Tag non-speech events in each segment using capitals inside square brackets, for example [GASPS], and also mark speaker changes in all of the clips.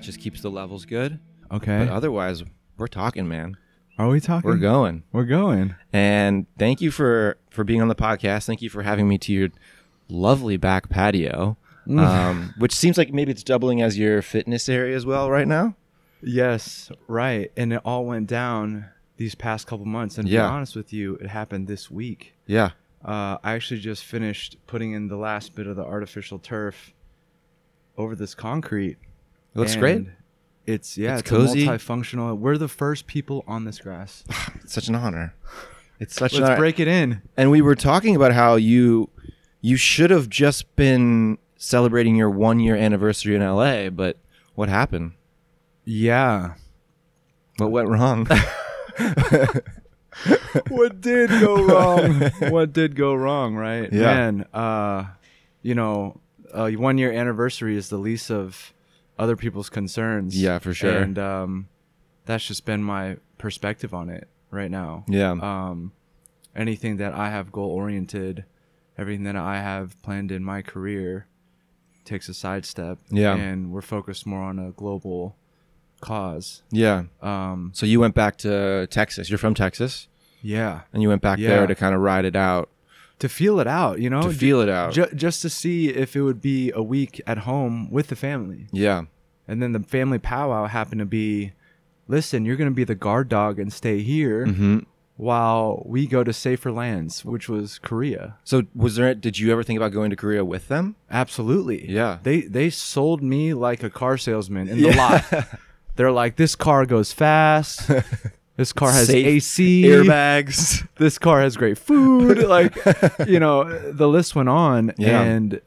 Speaker 1: just keeps the levels good.
Speaker 2: Okay.
Speaker 1: But otherwise, we're talking, man.
Speaker 2: Are we talking?
Speaker 1: We're going.
Speaker 2: We're going.
Speaker 1: And thank you for for being on the podcast. Thank you for having me to your lovely back patio, um, which seems like maybe it's doubling as your fitness area as well right now.
Speaker 2: Yes, right. And it all went down these past couple months. And to
Speaker 1: Yeah.
Speaker 2: be honest with you, it happened this week.
Speaker 1: Yeah.
Speaker 2: Uh, I actually just finished putting in the last bit of the artificial turf over this concrete.
Speaker 1: Looks
Speaker 2: And
Speaker 1: great.
Speaker 2: It's yeah,
Speaker 1: It's
Speaker 2: it's,
Speaker 1: cozy.
Speaker 2: A multifunctional. We're the first people on this [LAUGHS] grass.
Speaker 1: It's such an honor. It's such an
Speaker 2: Let's
Speaker 1: honor.
Speaker 2: break it in.
Speaker 1: and we were talking about how you you should have just been celebrating your one year anniversary in LA, but what happened?
Speaker 2: Yeah.
Speaker 1: What went [LAUGHS] wrong?
Speaker 2: what did go wrong? [LAUGHS] what did go wrong, right?
Speaker 1: Yeah.
Speaker 2: Man, uh, you know, uh, one year anniversary is the least of other people's concerns.
Speaker 1: Yeah, for sure.
Speaker 2: And um, that's just been my perspective on it right now.
Speaker 1: yeah.
Speaker 2: Um, anything that I have goal oriented, everything that I have planned in my career takes a sidestep.
Speaker 1: Yeah.
Speaker 2: And we're focused more on a global cause.
Speaker 1: yeah.
Speaker 2: Um,
Speaker 1: So you went back to Texas. You're from Texas,
Speaker 2: yeah.
Speaker 1: and you went back
Speaker 2: Yeah.
Speaker 1: there to kind of ride it out,
Speaker 2: To feel it out, you know,
Speaker 1: to feel it out.
Speaker 2: Ju- just to see if it would be a week at home with the family.
Speaker 1: yeah.
Speaker 2: And then the family powwow happened to be, listen, you're going to be the guard dog and stay here
Speaker 1: hmm
Speaker 2: while we go to safer lands, which was Korea.
Speaker 1: So was there? Did you ever think about going to Korea with
Speaker 2: [LAUGHS]
Speaker 1: them?
Speaker 2: Absolutely.
Speaker 1: Yeah.
Speaker 2: They they sold me like a car salesman in the lot.
Speaker 1: [LAUGHS]
Speaker 2: They're like, this car goes fast. This car has
Speaker 1: Safe
Speaker 2: AC.
Speaker 1: Airbags.
Speaker 2: this car has great
Speaker 1: [LAUGHS]
Speaker 2: food like you know the list went on
Speaker 1: Yeah.
Speaker 2: and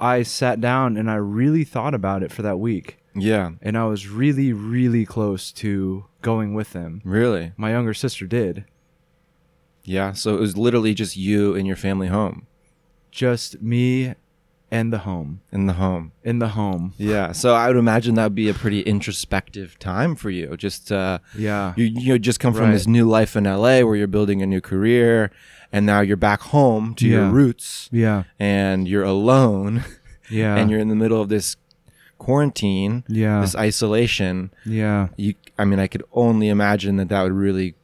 Speaker 2: i sat down and i really thought about it for that week
Speaker 1: Yeah.
Speaker 2: and i was really really close to going with them
Speaker 1: Really.
Speaker 2: my younger sister did
Speaker 1: Yeah. So it was literally just you and your family home
Speaker 2: just me and the home
Speaker 1: in the home.
Speaker 2: in the home
Speaker 1: Yeah. So I would imagine that would be a pretty introspective time for you. Just uh,
Speaker 2: yeah
Speaker 1: you you just come from
Speaker 2: Right.
Speaker 1: this new life in LA where you're building a new career, and now you're back home to your
Speaker 2: Yeah.
Speaker 1: roots,
Speaker 2: yeah
Speaker 1: and you're alone,
Speaker 2: yeah
Speaker 1: and you're in the middle of this quarantine,
Speaker 2: yeah
Speaker 1: this isolation.
Speaker 2: yeah
Speaker 1: You, I mean, I could only imagine that that would really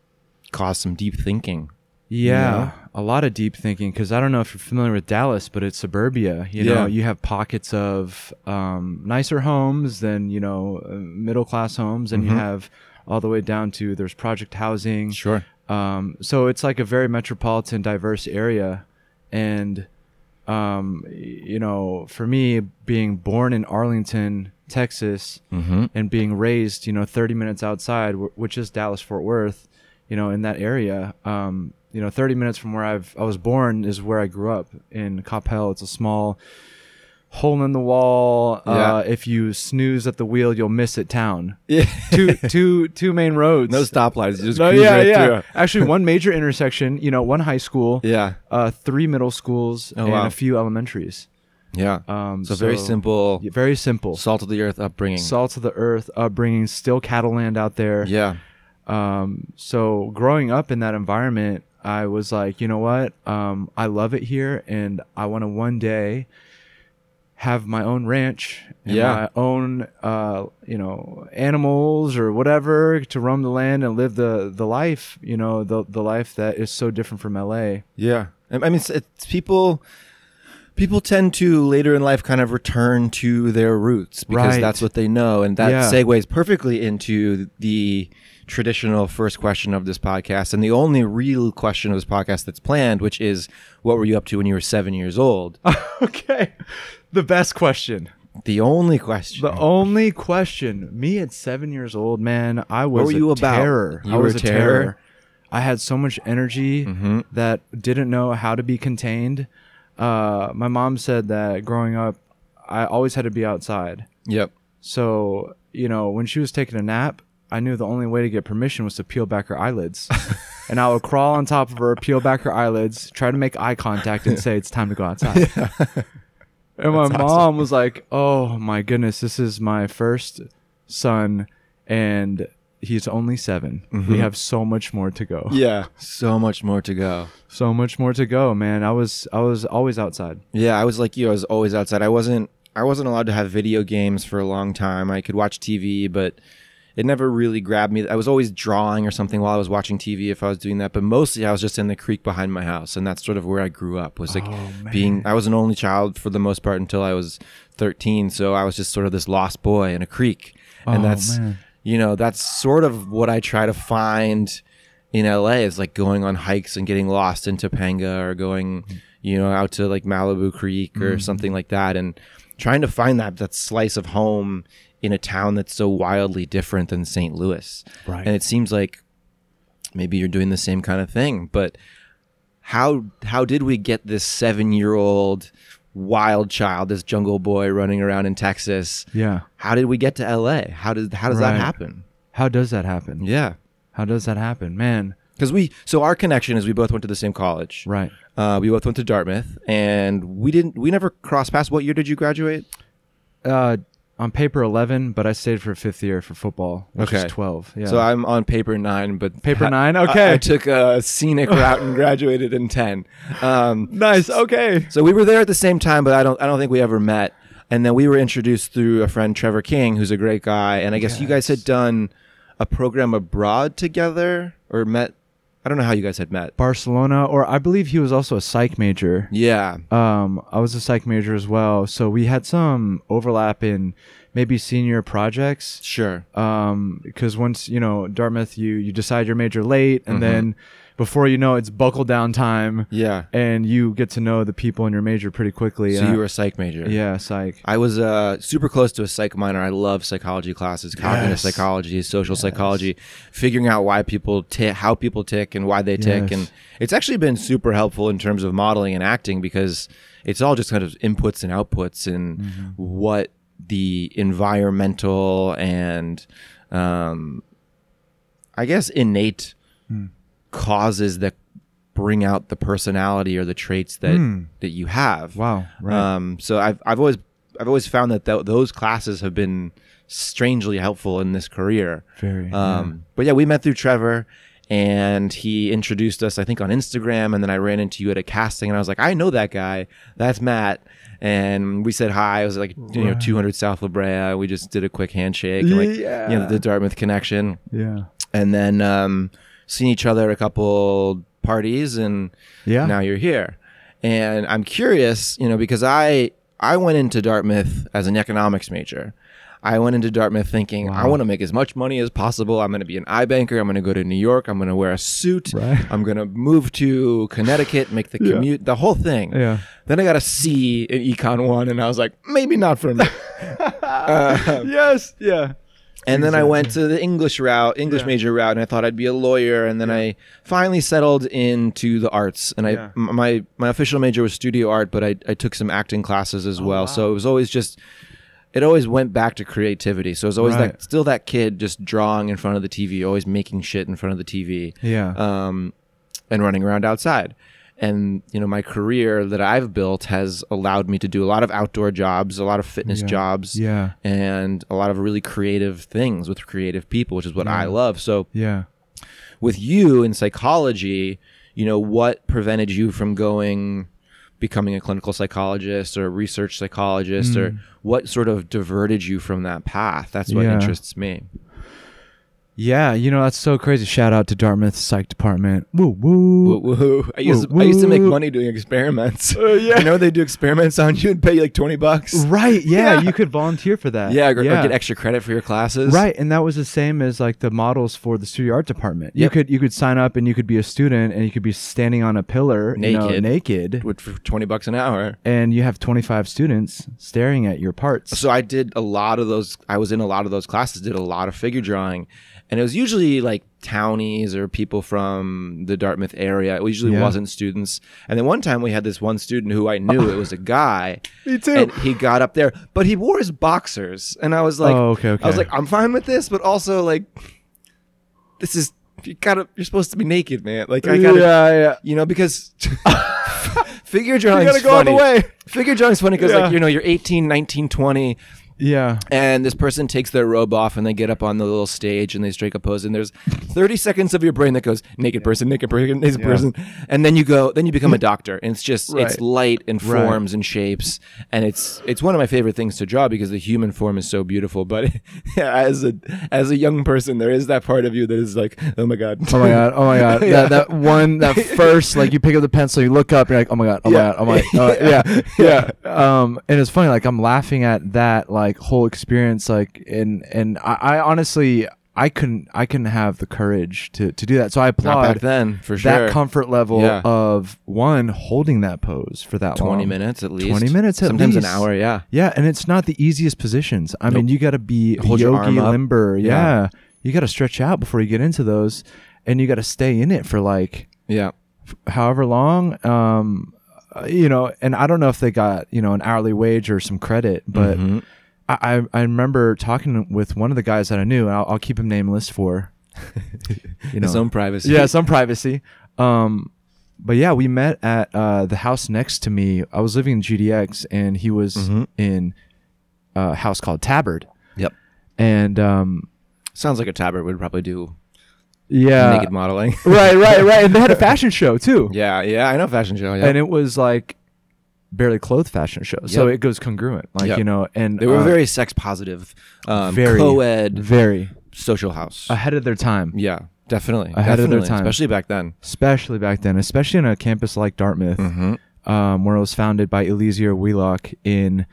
Speaker 1: cause some deep thinking.
Speaker 2: Yeah,
Speaker 1: know?
Speaker 2: a lot of deep thinking because I don't know if you're familiar with Dallas, but it's suburbia. You
Speaker 1: Yeah.
Speaker 2: know, you have pockets of um, nicer homes than you know uh, middle class homes, and
Speaker 1: Mm-hmm.
Speaker 2: you have all the way down to there's project housing.
Speaker 1: Sure.
Speaker 2: Um, so it's like a very metropolitan, diverse area, and um, y- you know, for me, being born in Arlington, Texas,
Speaker 1: Mm-hmm.
Speaker 2: and being raised, you know, 30 minutes outside, wh- which is Dallas Fort Worth, you know, in that area, um, you know, 30 minutes from where I've I was born is where I grew up in Coppell. It's a small hole in the wall.
Speaker 1: Yeah.
Speaker 2: Uh, if you snooze at the wheel, you'll miss
Speaker 1: [LAUGHS]
Speaker 2: it. Town.
Speaker 1: Yeah.
Speaker 2: two two two main roads.
Speaker 1: No stoplights. you Just
Speaker 2: No,
Speaker 1: cruise
Speaker 2: yeah,
Speaker 1: right
Speaker 2: yeah.
Speaker 1: [LAUGHS]
Speaker 2: Actually, one major intersection. You know, one high school,
Speaker 1: through. Yeah.
Speaker 2: uh, three middle schools,
Speaker 1: Oh,
Speaker 2: and
Speaker 1: wow.
Speaker 2: a few elementaries.
Speaker 1: Yeah.
Speaker 2: Um,
Speaker 1: so, very simple,
Speaker 2: yeah, very simple.
Speaker 1: salt of the earth upbringing.
Speaker 2: Salt of the earth upbringing, still cattle land out there.
Speaker 1: yeah.
Speaker 2: Um, so growing up in that environment, I was like, you know what? Um, I love it here, and I want to one day have my own ranch, and
Speaker 1: Yeah.
Speaker 2: my own, uh, you know, animals or whatever to roam the land and live the the life, you know, the the life that is so different from LA.
Speaker 1: Yeah, I I mean, it's, it's people. People tend to later in life kind of return to their roots because
Speaker 2: Right.
Speaker 1: that's what they know, and that
Speaker 2: Yeah.
Speaker 1: segues perfectly into the traditional first question of this podcast, and the only real question of this podcast that's planned, which is, "What were you up to when you were seven years old?"
Speaker 2: [LAUGHS] okay, the best question,
Speaker 1: the only question.
Speaker 2: the only question. Me at seven years old, man, I was
Speaker 1: were you
Speaker 2: a
Speaker 1: about?
Speaker 2: terror.
Speaker 1: You
Speaker 2: I
Speaker 1: were
Speaker 2: was
Speaker 1: a
Speaker 2: a
Speaker 1: terror? Mm-hmm.
Speaker 2: terror. I had so much energy that didn't know how to be contained. Uh, my mom said that growing up, I always had to be outside.
Speaker 1: yep.
Speaker 2: So, you know, when she was taking a nap, I knew the only way to get permission was to peel back
Speaker 1: [LAUGHS]
Speaker 2: her eyelids. and I would crawl on top of her, peel back her eyelids, try to make eye contact, and say, It's time to go outside. [LAUGHS] And my mom was like, Oh my goodness, this is my first son, and he's only 7 We have so much more to go.
Speaker 1: Mm-hmm. Yeah. So much more to go.
Speaker 2: So much more to go, man. I was I was always outside.
Speaker 1: Yeah, I was like you. I was always outside. I wasn't. I wasn't allowed to have video games for a long time. I could watch TV, but it never really grabbed me. I was always drawing or something while I was watching TV if I was doing that, but mostly I was just in the creek behind my house, and that's sort of where I grew up. Was like
Speaker 2: Oh, man.
Speaker 1: being I was an only child for the most part until I was 13, so I was just sort of this lost boy in a creek. And
Speaker 2: Oh,
Speaker 1: that's
Speaker 2: man.
Speaker 1: you know, that's sort of what I try to find in LA is like going on hikes and getting lost in Topanga or going, you know, out to like Malibu Creek or something like that and trying to find that that slice of home in a town that's so wildly different than St. Louis.
Speaker 2: Right.
Speaker 1: And it seems like maybe you're doing the same kind of thing, but how how did we get this 7-year-old wild child, this jungle boy running around in Texas?
Speaker 2: yeah.
Speaker 1: How did we get to LA? How did how does
Speaker 2: Right.
Speaker 1: that happen?
Speaker 2: How does that happen?
Speaker 1: Yeah.
Speaker 2: How does that happen, man?
Speaker 1: Because we, so our connection is we both went to the same college.
Speaker 2: Right.
Speaker 1: Uh, we both went to Dartmouth, and we didn't, we never crossed paths. What year did you graduate?
Speaker 2: Uh, on paper eleven, but I stayed for fifth year for football, which is
Speaker 1: Okay.
Speaker 2: twelve. Yeah.
Speaker 1: So I'm on paper nine, but
Speaker 2: Paper nine?
Speaker 1: I-
Speaker 2: Okay.
Speaker 1: I, took a
Speaker 2: [LAUGHS]
Speaker 1: scenic route and graduated in ten. Um, [LAUGHS]
Speaker 2: nice. Okay.
Speaker 1: so we were there at the same time, but I don't, I don't think we ever met. And then we were introduced through a friend, Trevor King, who's a great guy. And I guess you guys had done a program abroad together or met. I don't know how you guys had met.
Speaker 2: Barcelona, or I believe he was also a psych major.
Speaker 1: Yeah.
Speaker 2: Um, I was a psych major as well, so we had some overlap in maybe senior projects.
Speaker 1: Sure.
Speaker 2: um because once you know dartmouth you you decide your major late and then before you know it, it's buckle down time
Speaker 1: Mm-hmm. Yeah.
Speaker 2: and you get to know the people in your major pretty quickly
Speaker 1: So
Speaker 2: And
Speaker 1: you
Speaker 2: I-
Speaker 1: were a psych major.
Speaker 2: yeah psych
Speaker 1: I was uh, super close to a psych minor. I love psychology classes, cognitive
Speaker 2: Yes.
Speaker 1: psychology, social psychology, figuring out why people tick, how people tick, and why they tick.
Speaker 2: Yes.
Speaker 1: And it's actually been super helpful in terms of modeling and acting because it's all just kind of inputs and outputs and
Speaker 2: Mm-hmm.
Speaker 1: what the environmental and um, I guess innate
Speaker 2: Hmm.
Speaker 1: causes that bring out the personality or the traits that
Speaker 2: Hmm.
Speaker 1: that you have.
Speaker 2: wow right
Speaker 1: Um, so I've I've always I've always found that th- those classes have been strangely helpful in this career.
Speaker 2: very
Speaker 1: Um, But yeah, we met through Trevor, and he introduced us I think on Instagram, and then I ran into you at a casting, and I was like, I know that guy, that's Matt, and we said hi. It was like you know 200 South La Brea. We just did a quick handshake, and like
Speaker 2: Yeah.
Speaker 1: you know the Dartmouth connection
Speaker 2: yeah
Speaker 1: and then um, seen each other at a couple parties, and
Speaker 2: Yeah.
Speaker 1: now you're here. And I'm curious, you know, because I I went into Dartmouth as an economics major. I went into Dartmouth thinking I want to make as much money as possible. I'm going to be an iBanker. I'm going to go to New York. I'm going to wear a suit.
Speaker 2: Right.
Speaker 1: I'm going to move to Connecticut, make
Speaker 2: [LAUGHS]
Speaker 1: the commute, the whole thing.
Speaker 2: Yeah.
Speaker 1: Then I got a C in Econ 1 and I was like, maybe not for
Speaker 2: [LAUGHS]
Speaker 1: me. [LAUGHS]
Speaker 2: yes yeah
Speaker 1: And then I went to the English route, English major route, and I thought I'd be a lawyer. And then I finally settled into the arts. And I
Speaker 2: Yeah.
Speaker 1: m- my my official major was studio art, but I, I took some acting classes
Speaker 2: Oh,
Speaker 1: as well. So it was always just it always went back to creativity. So it was always
Speaker 2: Right.
Speaker 1: that still that kid just drawing in front of the TV, always making shit in front of the TV
Speaker 2: yeah
Speaker 1: um, and running around outside. And you know, my career that I've built has allowed me to do a lot of outdoor jobs, a lot of fitness
Speaker 2: Yeah.
Speaker 1: jobs,
Speaker 2: Yeah.
Speaker 1: and a lot of really creative things with creative people, which is what I
Speaker 2: Mm.
Speaker 1: love. So
Speaker 2: yeah
Speaker 1: with you in psychology, you know, what prevented you from going becoming a clinical psychologist or a research psychologist or what sort of diverted you from that path? That's what
Speaker 2: Mm. Yeah.
Speaker 1: interests me.
Speaker 2: yeah you know that's so crazy shout out to dartmouth psych department woo woo Uh,
Speaker 1: Woo- woo. I used, I used to make money doing experiments. yeah. You know, they do experiments on you and pay you like 20 bucks.
Speaker 2: right yeah, you could volunteer for that
Speaker 1: Yeah, or, or get extra credit for your classes.
Speaker 2: Right, and that was the same as like the models for the studio art department. You
Speaker 1: Yep.
Speaker 2: could you could sign up and you could be a student and you could be standing on a pillar, you know,
Speaker 1: Naked.
Speaker 2: naked,
Speaker 1: With, for 20 bucks an hour.
Speaker 2: and you have 25 students staring at your parts.
Speaker 1: So I did a lot of those. I was in a lot of those classes, did a lot of figure drawing. And it was usually like townies or people from the Dartmouth area. It usually
Speaker 2: Yeah.
Speaker 1: wasn't students. And then one time we had this one student who I knew, it was a guy.
Speaker 2: [LAUGHS] Me too.
Speaker 1: And he got up there, but he wore his boxers. And I was like,
Speaker 2: Oh, okay,
Speaker 1: I was
Speaker 2: okay.
Speaker 1: like, I'm fine with this, but also like, this is, you gotta, you're supposed to be naked, man. Like, I gotta,
Speaker 2: yeah.
Speaker 1: you know,
Speaker 2: [LAUGHS]
Speaker 1: because [LAUGHS] figure drawing
Speaker 2: gotta go all the
Speaker 1: funny.
Speaker 2: way.
Speaker 1: Figure drawing's funny because,
Speaker 2: Yeah.
Speaker 1: like, you know, you're 18, 19, 20.
Speaker 2: Yeah.
Speaker 1: and this person takes their robe off and they get up on the little stage and they strike a pose and there's 30 seconds of your brain that goes naked person naked person naked person and then you go then you become a doctor and it's just it's
Speaker 2: Right.
Speaker 1: light and
Speaker 2: Right.
Speaker 1: forms and shapes and it's it's one of my favorite things to draw because the human form is so beautiful but [LAUGHS] as a as a young person there is that part of you that is like oh my god [LAUGHS]
Speaker 2: Oh my god! Oh my god! that, that one, that first, like you pick up the pencil, you look up, you're like, oh my god! Oh
Speaker 1: Yeah.
Speaker 2: my god! Oh my! god, oh,
Speaker 1: [LAUGHS]
Speaker 2: yeah, yeah. Um, and it's funny, like I'm laughing at that like whole experience, like and and I, I honestly I couldn't I couldn't have the courage to to do that, so I
Speaker 1: not
Speaker 2: applaud
Speaker 1: back then for sure
Speaker 2: that comfort level
Speaker 1: Yeah.
Speaker 2: of one holding that pose for that
Speaker 1: 20
Speaker 2: long.
Speaker 1: minutes at least
Speaker 2: 20 minutes at
Speaker 1: sometimes
Speaker 2: least.
Speaker 1: an hour yeah
Speaker 2: Yeah, and it's not the easiest positions. I mean, you got to be
Speaker 1: Hold your
Speaker 2: yogi
Speaker 1: arm up.
Speaker 2: limber. Yeah.
Speaker 1: Yeah.
Speaker 2: You got to stretch out before you get into those and you got to stay in it for like
Speaker 1: yeah
Speaker 2: however long um uh, you know, and I don't know if they got, you know, an hourly wage or some credit, but
Speaker 1: Mhm.
Speaker 2: I, I I remember talking with one of the guys that I knew, and I'll, I'll keep him nameless for, you know,
Speaker 1: his own privacy
Speaker 2: [LAUGHS] yeah, some privacy. Um, but yeah, we met at uh, the house next to me. I was living in GDX, and he was in uh, a house called Tabard.
Speaker 1: Yep.
Speaker 2: And um,
Speaker 1: sounds like a tabard would probably do
Speaker 2: yeah,
Speaker 1: naked modeling.
Speaker 2: [LAUGHS] right, right, right. And they had a fashion show too,
Speaker 1: yeah, yeah, I know fashion show. Yeah,
Speaker 2: and it was like barely clothed fashion show, so
Speaker 1: Yep.
Speaker 2: it goes congruent, like
Speaker 1: Yep.
Speaker 2: you know. And
Speaker 1: they were
Speaker 2: uh,
Speaker 1: very sex positive, um,
Speaker 2: very-
Speaker 1: co-ed
Speaker 2: very
Speaker 1: social house.
Speaker 2: ahead of their time.
Speaker 1: yeah, definitely,
Speaker 2: ahead of their
Speaker 1: definitely,
Speaker 2: time.
Speaker 1: especially back then.
Speaker 2: especially back then, especially on a campus like Dartmouth,
Speaker 1: Mm-hmm.
Speaker 2: um, where it was founded by Eliezer Wheelock in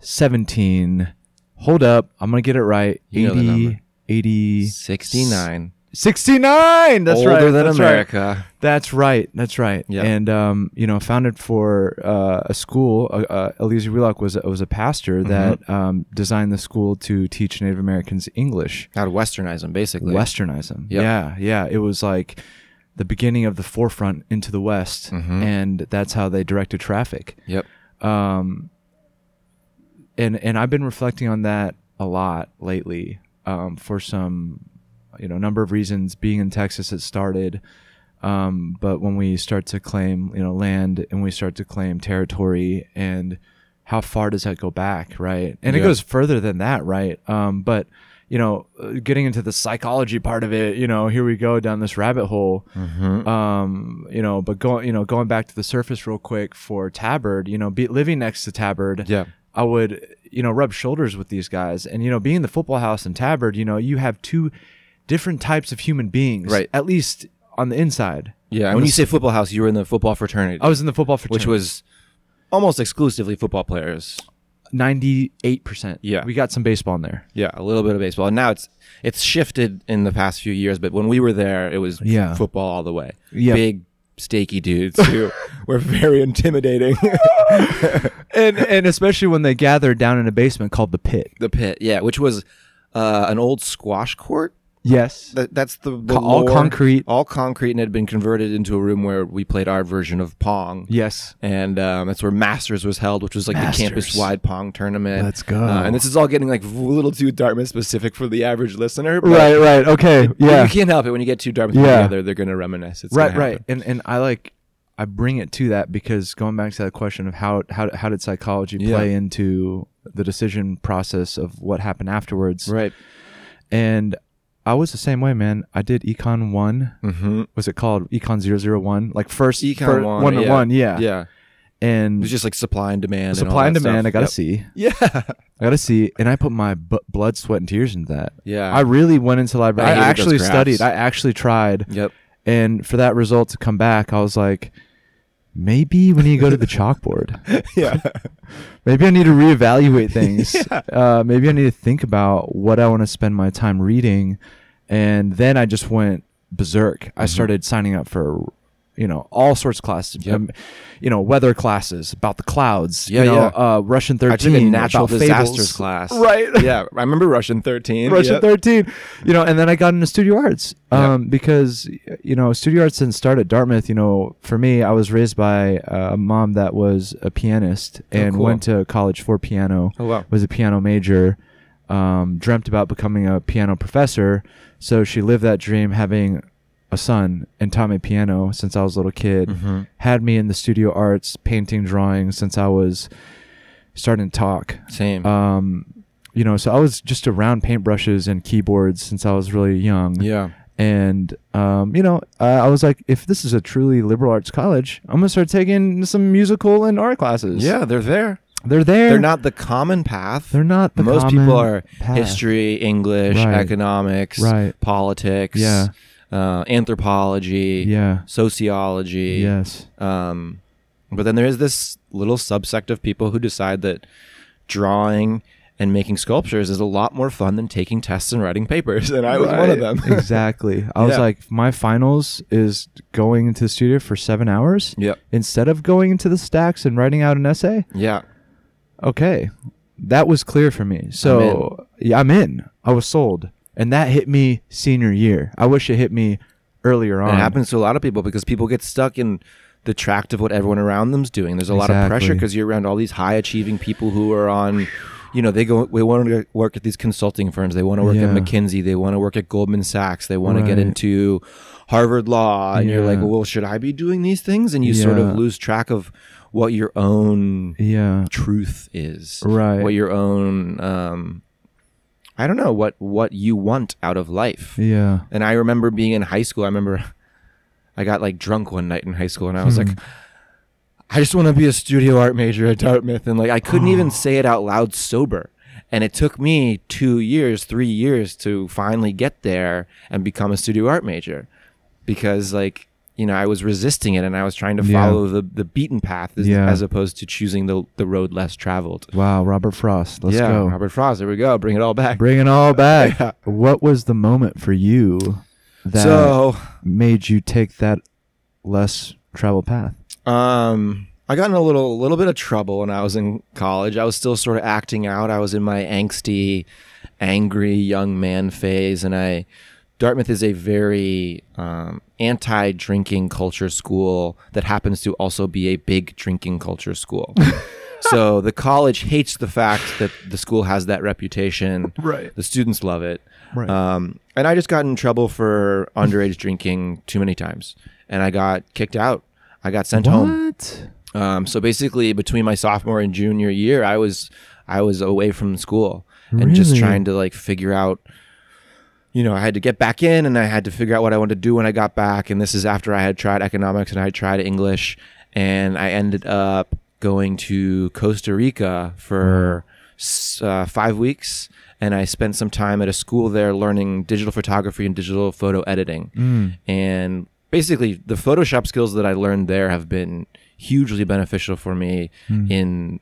Speaker 2: 17. Hold up, I'm gonna get it right.
Speaker 1: You know the
Speaker 2: 80,
Speaker 1: number.
Speaker 2: 80,
Speaker 1: Sixty-nine,
Speaker 2: 69. That's
Speaker 1: older
Speaker 2: right.
Speaker 1: than
Speaker 2: that's right.
Speaker 1: America.
Speaker 2: That's right. That's right.
Speaker 1: Yeah.
Speaker 2: And um, you know, founded for uh, a school. Uh, uh, Eliezer Wheelock was a- was a pastor
Speaker 1: Mm-hmm.
Speaker 2: that um, designed the school to teach Native Americans English.
Speaker 1: How to westernize them, basically.
Speaker 2: Westernize them.
Speaker 1: Yep.
Speaker 2: Yeah, yeah. It was like the beginning of the forefront into the West,
Speaker 1: Mm-hmm.
Speaker 2: and that's how they directed traffic.
Speaker 1: Yep.
Speaker 2: Um, and and I've been reflecting on that a lot lately um, for some, you know, number of reasons. Being in Texas, it started. Um, but when we start to claim, you know, land and we start to claim territory and how far does that go back? Right. And it
Speaker 1: Yeah.
Speaker 2: goes further than that. Right. Um, but you know, uh, getting into the psychology part of it, you know, here we go down this rabbit hole.
Speaker 1: Mm-hmm.
Speaker 2: Um, you know, but going, you know, going back to the surface real quick for Tabard, you know, be, living next to Tabard,
Speaker 1: Yeah.
Speaker 2: I would, you know, rub shoulders with these guys. And, you know, being the football house in Tabard, you know, you have two different types of human beings,
Speaker 1: Right.
Speaker 2: at least on the inside.
Speaker 1: Yeah, and
Speaker 2: On
Speaker 1: when
Speaker 2: the
Speaker 1: you
Speaker 2: s-
Speaker 1: say football house, you were in the football fraternity,
Speaker 2: I was in the football
Speaker 1: which
Speaker 2: fraternity,
Speaker 1: was almost exclusively football players.
Speaker 2: ninety eight percent.
Speaker 1: Yeah.
Speaker 2: we got some baseball in there.
Speaker 1: Yeah, a little bit of baseball. And now it's it's shifted in the past few years, but when we were there, it was
Speaker 2: Yeah.
Speaker 1: football all the way.
Speaker 2: Yeah.
Speaker 1: Big stakey dudes who [LAUGHS] were very intimidating.
Speaker 2: And and especially when they gathered down in a basement called the pit.
Speaker 1: the pit, yeah, which was uh, an old squash court.
Speaker 2: Yes,
Speaker 1: That, that's the, the
Speaker 2: Co- all
Speaker 1: lore.
Speaker 2: concrete.
Speaker 1: all concrete, and had been converted into a room where we played our version of pong.
Speaker 2: yes.
Speaker 1: And um, that's where Masters was held, which was like the
Speaker 2: Masters.
Speaker 1: campus-wide pong tournament.
Speaker 2: Let's go.
Speaker 1: Uh, and this is all getting like a little too Dartmouth specific for the average listener, but
Speaker 2: Right, right. Okay. Yeah.
Speaker 1: you can't help it when you get two Dartmouth
Speaker 2: Yeah.
Speaker 1: together; they're going to reminisce. It's
Speaker 2: right,
Speaker 1: gonna
Speaker 2: right.
Speaker 1: happen.
Speaker 2: And and I like I bring it to that because going back to that question of how how how did psychology
Speaker 1: Yeah.
Speaker 2: play into the decision process of what happened afterwards?
Speaker 1: right.
Speaker 2: And I was the same way, man. I did Econ 1.
Speaker 1: Mm-hmm.
Speaker 2: Was it called Econ 001? Like first
Speaker 1: Econ
Speaker 2: fir-
Speaker 1: one,
Speaker 2: one to
Speaker 1: yeah.
Speaker 2: one, yeah.
Speaker 1: Yeah,
Speaker 2: And
Speaker 1: it was just like supply and demand. all
Speaker 2: supply and
Speaker 1: that
Speaker 2: demand,
Speaker 1: stuff.
Speaker 2: I got to
Speaker 1: Yep.
Speaker 2: see.
Speaker 1: Yeah,
Speaker 2: I got to see and I put my bu- blood, sweat and tears into that.
Speaker 1: [LAUGHS] yeah.
Speaker 2: I really went into library.
Speaker 1: I
Speaker 2: I,
Speaker 1: hated those
Speaker 2: actually
Speaker 1: graphs.
Speaker 2: studied. I actually tried. [LAUGHS]
Speaker 1: yep.
Speaker 2: And for that result to come back, I was like, maybe we need to go to the [LAUGHS] chalkboard.
Speaker 1: Yeah.
Speaker 2: Maybe I need
Speaker 1: [LAUGHS]
Speaker 2: to reevaluate things. uh, maybe I need to think about what I want to spend my time reading. And then I just went berserk. I
Speaker 1: Mm-hmm.
Speaker 2: started signing up for, you know, all sorts of classes,
Speaker 1: Yep.
Speaker 2: um, you know, weather classes about the clouds,
Speaker 1: Yeah,
Speaker 2: you know,
Speaker 1: yeah.
Speaker 2: Uh, Russian 13,
Speaker 1: I took a natural
Speaker 2: about
Speaker 1: disasters
Speaker 2: fables.
Speaker 1: class.
Speaker 2: Right. [LAUGHS]
Speaker 1: [LAUGHS] yeah, I remember Russian thirteen.
Speaker 2: Russian
Speaker 1: yep.
Speaker 2: 13. You know, and then I got into studio arts um, because, you know, studio arts didn't start at Dartmouth. You know, for me, I was raised by a mom that was a pianist and
Speaker 1: Oh, cool.
Speaker 2: went to college for piano,
Speaker 1: Oh wow.
Speaker 2: was a piano major, um, dreamt about becoming a piano professor. So she lived that dream having a son and taught me piano since I was a little kid,
Speaker 1: Mm-hmm.
Speaker 2: had me in the studio arts, painting, drawing since I was starting to talk
Speaker 1: Same.
Speaker 2: um, you know, so I was just around paintbrushes and keyboards since I was really young.
Speaker 1: Yeah.
Speaker 2: And, um, you know, uh, I was like, if this is a truly liberal arts college, I'm going to start taking some musical and art classes.
Speaker 1: Yeah, they're there.
Speaker 2: They're there.
Speaker 1: They're not the common path.
Speaker 2: They're not the
Speaker 1: Most
Speaker 2: common
Speaker 1: people are
Speaker 2: path.
Speaker 1: history, English,
Speaker 2: Right.
Speaker 1: economics,
Speaker 2: Right.
Speaker 1: politics,
Speaker 2: Yeah.
Speaker 1: uh, anthropology,
Speaker 2: Yeah.
Speaker 1: sociology.
Speaker 2: Yes.
Speaker 1: Um, but then there is this little subsect of people who decide that drawing and making sculptures is a lot more fun than taking tests and writing papers. [LAUGHS] And I was one of them.
Speaker 2: [LAUGHS] exactly. I was
Speaker 1: Yeah.
Speaker 2: like, my finals is going into the studio for seven hours.
Speaker 1: [LAUGHS] Yep.
Speaker 2: Instead of going into the stacks and writing out an essay,
Speaker 1: Yeah.
Speaker 2: okay, that was clear for me. So yeah, I'm in. I was sold, and that hit me senior year. I wish it hit me earlier on.
Speaker 1: And it happens to a lot of people because people get stuck in the tract of what everyone around them's doing. There's a lot of pressure
Speaker 2: Exactly.
Speaker 1: because you're around all these high achieving people who are on, you know, they go, they want to work at these consulting firms. They want to work
Speaker 2: Yeah.
Speaker 1: at McKinsey. They want to work at Goldman Sachs. They want to
Speaker 2: Right.
Speaker 1: get into Harvard Law. And you're like,
Speaker 2: Yeah.
Speaker 1: well, should I be doing these things? And you sort
Speaker 2: Yeah.
Speaker 1: of lose track of what your own
Speaker 2: Yeah.
Speaker 1: truth is,
Speaker 2: Right.
Speaker 1: What your own, um, I don't know what what you want out of life.
Speaker 2: Yeah.
Speaker 1: And I remember being in high school. I remember I got like drunk one night in high school, and I was like,
Speaker 2: Hmm.
Speaker 1: I just want to be a studio art major at Dartmouth, and like I couldn't
Speaker 2: Oh.
Speaker 1: even say it out loud sober. And it took me two years, three years to finally get there and become a studio art major, because like you know I was resisting it and I was trying to
Speaker 2: Yeah.
Speaker 1: follow the the beaten path as,
Speaker 2: Yeah.
Speaker 1: as opposed to choosing the the road less traveled.
Speaker 2: Wow, Robert Frost. Let's
Speaker 1: yeah,
Speaker 2: go.
Speaker 1: Robert Frost. There we go. Bring it all back.
Speaker 2: Bring it
Speaker 1: [LAUGHS]
Speaker 2: all back. What was the moment for you that
Speaker 1: so
Speaker 2: made you take that less travel path?
Speaker 1: Um, I got in a little little bit of trouble when I was in college. I was still sort of acting out. I was in my angsty, angry young man phase, and I Dartmouth is a very um, anti-drinking culture school that happens to also be a big drinking culture school. so the college hates the fact that the school has that reputation.
Speaker 2: Right.
Speaker 1: The students love it.
Speaker 2: Right.
Speaker 1: Um, and I just got in trouble for underage drinking too many times, and I got kicked out. I got sent home.
Speaker 2: What?
Speaker 1: Um, so basically, between my sophomore and junior year, I was I was away from school and just
Speaker 2: Really?
Speaker 1: trying to like figure out. You know, I had to get back in, and I had to figure out what I wanted to do when I got back. And this is after I had tried economics and I had tried English, and I ended up going to Costa Rica for s- uh, five weeks. And I spent some time at a school there learning digital photography and digital photo editing. And basically, the Photoshop skills that I learned there have been hugely beneficial for me in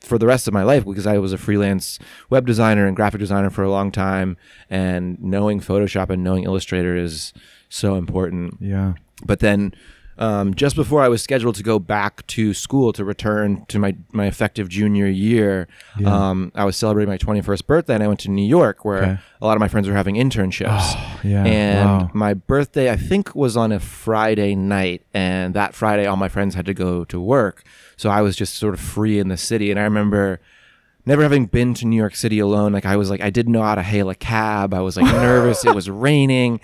Speaker 1: for the rest of my life because I was a freelance web designer and graphic designer for a long time. And knowing Photoshop and knowing Illustrator is so important.
Speaker 2: Yeah.
Speaker 1: But then, um, just before I was scheduled to go back to school to return to my, my effective junior year,
Speaker 2: Yeah.
Speaker 1: um, I was celebrating my 21st birthday and I went to New York where
Speaker 2: Okay.
Speaker 1: a lot of my friends were having internships.
Speaker 2: [SIGHS] Yeah.
Speaker 1: And
Speaker 2: wow.
Speaker 1: my birthday, I think, was on a Friday night. And that Friday, all my friends had to go to work. So I was just sort of free in the city. And I remember never having been to New York City alone. Like, I was like, I didn't know how to hail a cab. I was
Speaker 2: [LAUGHS]
Speaker 1: like nervous. it was raining.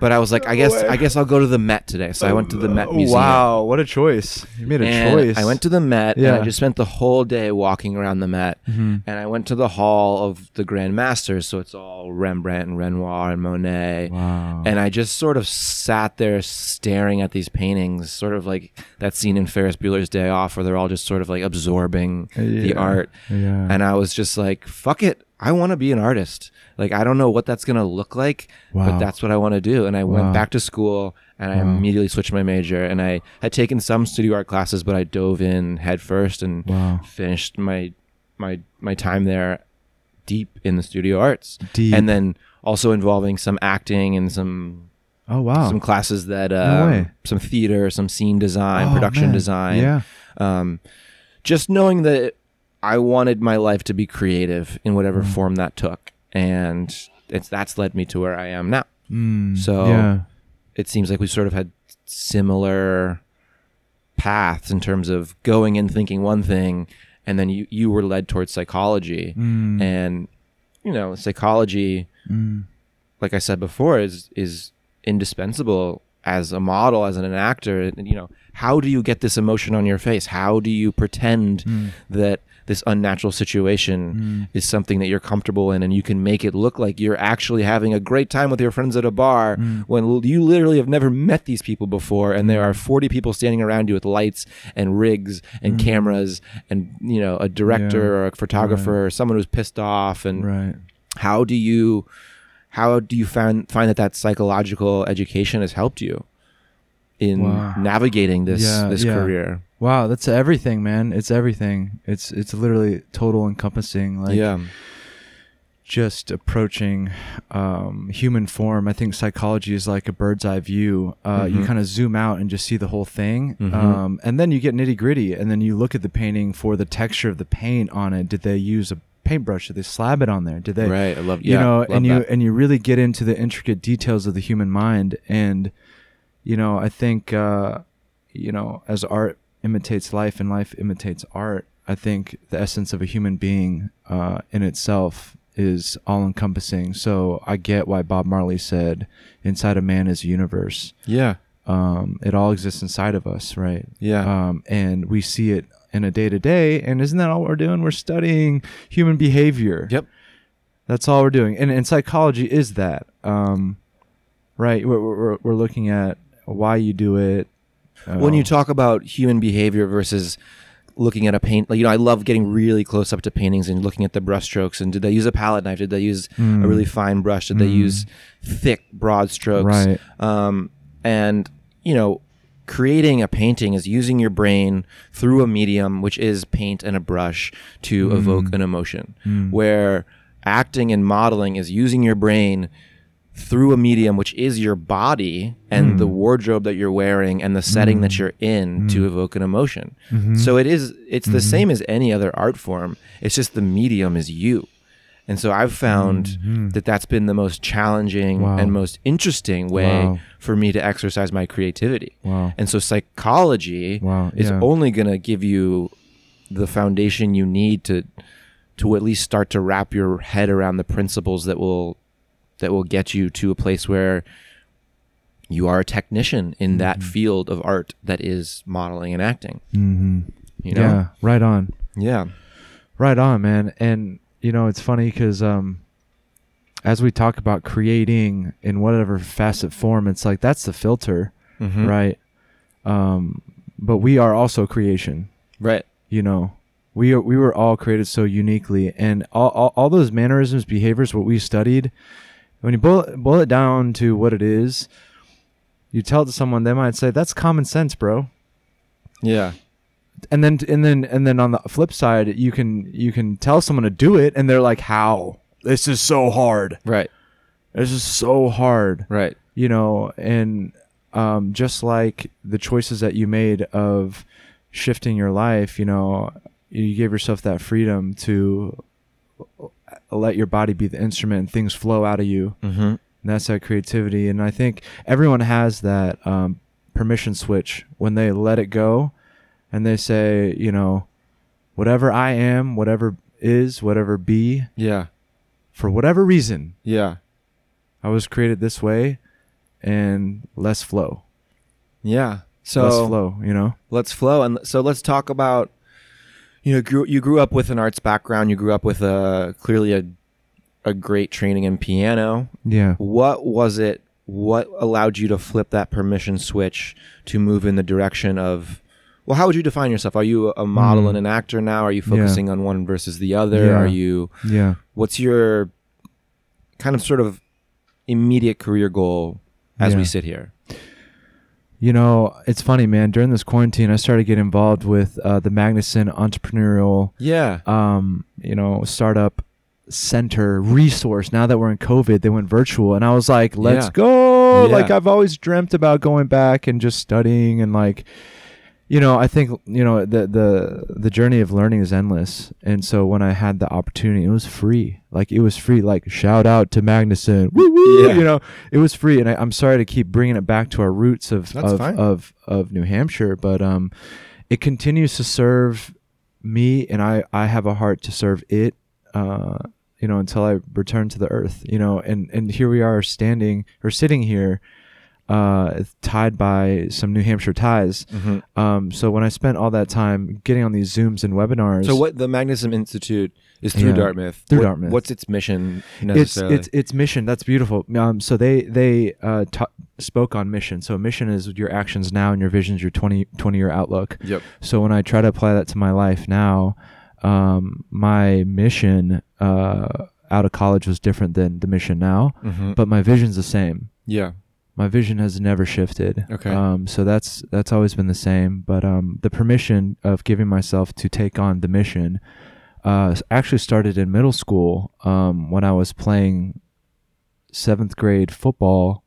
Speaker 1: But I was like, I guess, I guess I'll go to the Met today. So I went to the Met Museum.
Speaker 2: Oh, Wow, what a choice. You made a
Speaker 1: And
Speaker 2: choice.
Speaker 1: I went to the Met and
Speaker 2: Yeah. Mm-hmm.
Speaker 1: I just spent the whole day walking around the Met. And I went to the hall of the Grand Masters. So it's all Rembrandt and Renoir and Monet.
Speaker 2: Wow.
Speaker 1: And I just sort of sat there staring at these paintings, sort of like that scene in Ferris Bueller's Day Off where they're all just sort of like absorbing
Speaker 2: Yeah.
Speaker 1: the art.
Speaker 2: Yeah.
Speaker 1: And I was just like, fuck it. I want to be an artist. Like, I don't know what that's going to look like,
Speaker 2: Wow.
Speaker 1: but that's what I want to do. And I
Speaker 2: Wow.
Speaker 1: went back to school and I immediately switched my major. And I had taken some studio art classes, but I dove in head first and
Speaker 2: Wow.
Speaker 1: finished my, my, my time there deep in the studio arts
Speaker 2: Deep.
Speaker 1: and then also involving some acting and some
Speaker 2: oh wow.
Speaker 1: some classes that
Speaker 2: No
Speaker 1: um,
Speaker 2: way.
Speaker 1: some theater some scene design
Speaker 2: Oh,
Speaker 1: production
Speaker 2: man.
Speaker 1: design
Speaker 2: Yeah.
Speaker 1: um, just knowing that i wanted my life to be creative in whatever
Speaker 2: Mm.
Speaker 1: form that took and it's that's led me to where i am now
Speaker 2: Mm,
Speaker 1: So-
Speaker 2: yeah.
Speaker 1: it seems like we sort of had similar paths in terms of going and thinking one thing and then you, you were led towards psychology
Speaker 2: Mm,
Speaker 1: and you know psychology
Speaker 2: mm,
Speaker 1: like I said before, is is indispensable as a model, as an actor. And, you know, how do you get this emotion on your face? How do you pretend that this unnatural
Speaker 2: mm.
Speaker 1: situation is something that you're comfortable in and you can make it look like you're actually having a great time with your friends at a bar
Speaker 2: Mm.
Speaker 1: when l- you literally have never met these people before and there are 40 people standing around you with lights and rigs and cameras and you know a director
Speaker 2: Mm. Yeah.
Speaker 1: or a photographer or someone who's pissed off and
Speaker 2: Right.
Speaker 1: how do you how do you find find that that psychological education has helped you in
Speaker 2: Wow.
Speaker 1: navigating this
Speaker 2: Yeah,
Speaker 1: this
Speaker 2: yeah.
Speaker 1: career
Speaker 2: Wow, that's everything, man. It's everything. It's it's literally total encompassing. Like
Speaker 1: yeah
Speaker 2: just approaching um, human form. I think psychology is like a bird's eye view. Uh,
Speaker 1: Mm-hmm.
Speaker 2: You kind of zoom out and just see the whole thing. Um, and then you get nitty gritty. And then you look at the painting for the texture of the paint on it. Did they use a paintbrush? Did they slab it on there? Did they,
Speaker 1: right i love
Speaker 2: eh, you
Speaker 1: yeah,
Speaker 2: know,
Speaker 1: love
Speaker 2: and you,
Speaker 1: that.
Speaker 2: and you really get into the intricate details of the human mind. And, you know, I think, uh, you know, as art imitates life and life imitates art, I think the essence of a human being uh, in itself is all encompassing. So I get why Bob Marley said, inside a man is a universe.
Speaker 1: yeah
Speaker 2: Um, it all exists inside of us, right?
Speaker 1: yeah
Speaker 2: Um, and we see it in a day to day. And isn't that all we're doing? We're studying human behavior.
Speaker 1: Yep.
Speaker 2: That's all we're doing. And, and psychology is that. Um, right. We're, we're, we're looking at why you do it. uh,
Speaker 1: when you talk about human behavior versus looking at a paint like you know i love getting really close up to paintings and looking at the brushstrokes and did they use a palette knife did they use a really fine brush did they use thick broad strokes
Speaker 2: Right.
Speaker 1: um, and you know creating a painting is using your brain through a medium which is paint and a brush to evoke an emotion where acting and modeling is using your brain through a medium which is your body and
Speaker 2: Hmm.
Speaker 1: the wardrobe that you're wearing and the setting that you're in to evoke an emotion
Speaker 2: Mm-hmm.
Speaker 1: so it is it's the same as any other art form it's just the medium is you and so i've found that that's been the most challenging
Speaker 2: Mm-hmm. Wow.
Speaker 1: and most interesting way
Speaker 2: Wow.
Speaker 1: for me to exercise my creativity.
Speaker 2: Wow.
Speaker 1: And so psychology
Speaker 2: Wow,
Speaker 1: is
Speaker 2: yeah.
Speaker 1: only going to give you the foundation you need to to at least start to wrap your head around the principles that will that will get you to a place where you are a technician in that field of art that is modeling and acting.
Speaker 2: Mm-hmm.
Speaker 1: You know?
Speaker 2: Yeah. Right on.
Speaker 1: Yeah.
Speaker 2: Right on, man. And you know, it's funny because um, as we talk about creating in whatever facet form, it's like that's the filter,
Speaker 1: Mhm.
Speaker 2: right? Um, but we are also creation.
Speaker 1: Right.
Speaker 2: You know, we are, we were all created so uniquely, and all, all all those mannerisms, behaviors, what we studied. When you boil boil it down to what it is, you tell it to someone, they might say that's common sense, bro
Speaker 1: Yeah.
Speaker 2: and then and then and then on the flip side you can you can tell someone to do it and they're like how this is so hard
Speaker 1: Right.
Speaker 2: this is so hard
Speaker 1: Right.
Speaker 2: you know and um, just like the choices that you made of shifting your life you know you gave yourself that freedom to let your body be the instrument and things flow out of you
Speaker 1: Mhm.
Speaker 2: and that's that creativity and i think everyone has that um, permission switch when they let it go and they say you know whatever i am whatever is whatever be
Speaker 1: Yeah.
Speaker 2: for whatever reason
Speaker 1: Yeah.
Speaker 2: i was created this way and less flow
Speaker 1: Yeah. So
Speaker 2: less flow you know
Speaker 1: let's flow and so let's talk about you know grew, you grew up with an arts background you grew up with a clearly a a great training in piano
Speaker 2: yeah
Speaker 1: what was it what allowed you to flip that permission switch to move in the direction of well how would you define yourself are you a model and an actor now are you focusing on one versus the other
Speaker 2: Mm. Yeah.
Speaker 1: are you
Speaker 2: yeah
Speaker 1: what's your kind of sort of immediate career goal as we
Speaker 2: Yeah.
Speaker 1: sit here
Speaker 2: You know, it's funny, man. During this quarantine, I started getting involved with uh, the Magnuson Entrepreneurial,
Speaker 1: yeah
Speaker 2: um, you know, startup center resource. Now that we're in COVID, they went virtual, and I was like, "Let's
Speaker 1: Yeah.
Speaker 2: go!"
Speaker 1: Yeah.
Speaker 2: Like I've always dreamt about going back and just studying, and like, you know, I think you know the the the journey of learning is endless. And so when I had the opportunity, it was free. Like it was free. Like shout out to Magnuson, woo woo.
Speaker 1: Yeah.
Speaker 2: You know, it was free, and I, I'm sorry to keep bringing it back to our roots of
Speaker 1: That's
Speaker 2: of,
Speaker 1: fine.
Speaker 2: of of New Hampshire, but um, it continues to serve me, and I I have a heart to serve it. Uh, you know, until I return to the earth. You know, and and here we are standing or sitting here, uh, tied by some New Hampshire ties. Um, so when I spent all that time getting on these Zooms and webinars,
Speaker 1: So what the Magnuson Institute is through
Speaker 2: Yeah.
Speaker 1: Dartmouth.
Speaker 2: Through
Speaker 1: What-
Speaker 2: Dartmouth.
Speaker 1: What's its mission
Speaker 2: it's
Speaker 1: necessarily?
Speaker 2: it's it's mission. That's beautiful. Um, so they they uh, ta spoke on mission. So mission is your actions now and your visions, your 20, 20 year outlook.
Speaker 1: yep.
Speaker 2: So when I try to apply that to my life now, um, my mission uh, out of college was different than the mission now,
Speaker 1: Mhm.
Speaker 2: but my vision's the same.
Speaker 1: Yeah.
Speaker 2: My vision has never shifted.
Speaker 1: Okay.
Speaker 2: Um, so that's that's always been the same. But um, the permission of giving myself to take on the mission uh, s- actually started in middle school um, when I was playing seventh grade football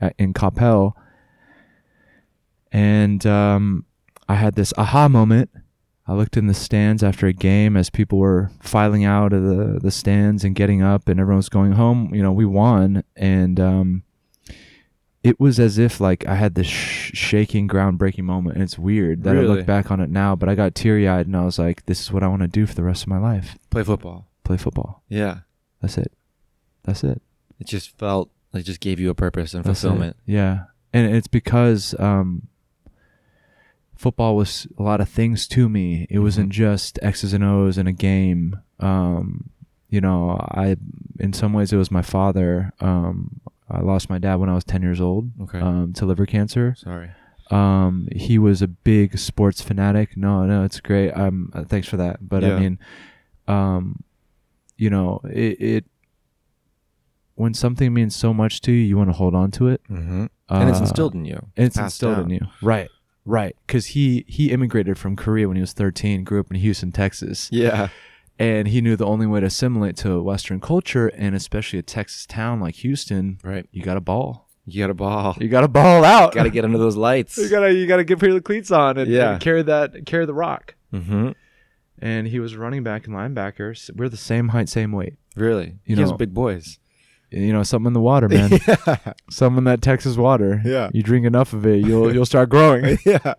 Speaker 2: at, in Coppell, and um, I had this aha moment. I looked in the stands after a game as people were filing out of the, the stands and getting up, and everyone was going home. You know, we won, and um, it was as if like I had this sh- shaking, groundbreaking moment. And it's weird that I
Speaker 1: Really?
Speaker 2: look back on it now, but I got teary eyed, and I was like, "This is what I want to do for the rest of my life:
Speaker 1: Play football.
Speaker 2: play football.
Speaker 1: Yeah.
Speaker 2: That's it. That's it.
Speaker 1: It just felt like it just gave you a purpose and
Speaker 2: That's it.
Speaker 1: fulfillment.
Speaker 2: Yeah, and it's because um, football was a lot of things to me.
Speaker 1: Mm-hmm.
Speaker 2: It wasn't just X's and O's and a game. Um, you know, I in some ways it was my father. Um, I lost my dad when I was ten years old
Speaker 1: Okay.
Speaker 2: um, to liver cancer.
Speaker 1: Uh, Sorry.
Speaker 2: Um, he was a big sports fanatic. No, no, it's great. Um, uh, thanks for that. But
Speaker 1: Yeah.
Speaker 2: I mean, um, you know, it, it when something means so much to you, you want to hold on to it.
Speaker 1: Mm-hmm. And it's
Speaker 2: Uh,
Speaker 1: instilled in you.
Speaker 2: and it's
Speaker 1: passed
Speaker 2: instilled in
Speaker 1: down.
Speaker 2: you, right? Right, because he he immigrated from Korea when he was 13, grew up in Houston, Texas,
Speaker 1: Yeah.
Speaker 2: and he knew the only way to assimilate to Western culture and especially a Texas town like Houston,
Speaker 1: Right.
Speaker 2: you got to ball,
Speaker 1: You got a
Speaker 2: [LAUGHS]
Speaker 1: ball.
Speaker 2: you got to ball out,
Speaker 1: got to get under those lights.
Speaker 2: you gotta you gotta get your cleats on and,
Speaker 1: Yeah.
Speaker 2: and carry that carry the rock.
Speaker 1: mm-hmm.
Speaker 2: And he was running back and linebacker. S- We're the same height, same weight.
Speaker 1: Really. You
Speaker 2: You
Speaker 1: know,
Speaker 2: know-
Speaker 1: big boys.
Speaker 2: You know, something in the water, man.
Speaker 1: [LAUGHS] yeah.
Speaker 2: something in that Texas water.
Speaker 1: Yeah.
Speaker 2: You drink enough of it, you'll you'll start growing.
Speaker 1: [LAUGHS] yeah.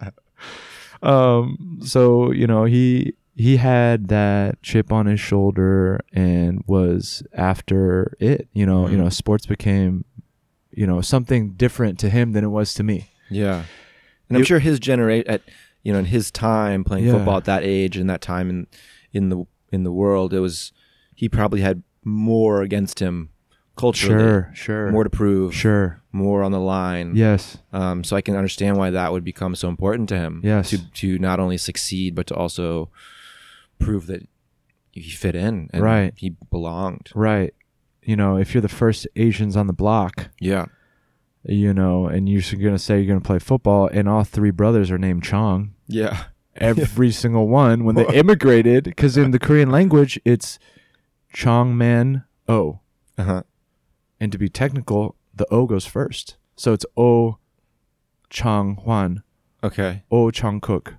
Speaker 2: um. So you know he he had that chip on his shoulder and was after it. You know,
Speaker 1: Mm-hmm.
Speaker 2: you know, sports became, you know, something different to him than it was to me.
Speaker 1: Yeah. And I'm
Speaker 2: You-
Speaker 1: sure his generation at you know in his time playing
Speaker 2: Yeah.
Speaker 1: football at that age and that time in in the in the world it was he probably had more against him culturally.
Speaker 2: Sure, sure,
Speaker 1: More to prove,
Speaker 2: sure.
Speaker 1: more on the line.
Speaker 2: Yes,
Speaker 1: Um, so I can understand why that would become so important to him.
Speaker 2: Yes.
Speaker 1: To to not only succeed but to also prove that he fit in and
Speaker 2: Right.
Speaker 1: he belonged.
Speaker 2: right. You know, if you're the first Asians on the block,
Speaker 1: Yeah.
Speaker 2: you know, and you're going to say you're going to play football, and all three brothers are named Chong.
Speaker 1: Yeah.
Speaker 2: Every single one when they immigrated, because in the Korean language, it's Chong Man O.
Speaker 1: Uh-huh.
Speaker 2: And to be technical, the O goes first. So it's O Chong Hwan,
Speaker 1: Okay.
Speaker 2: O Chong Cook.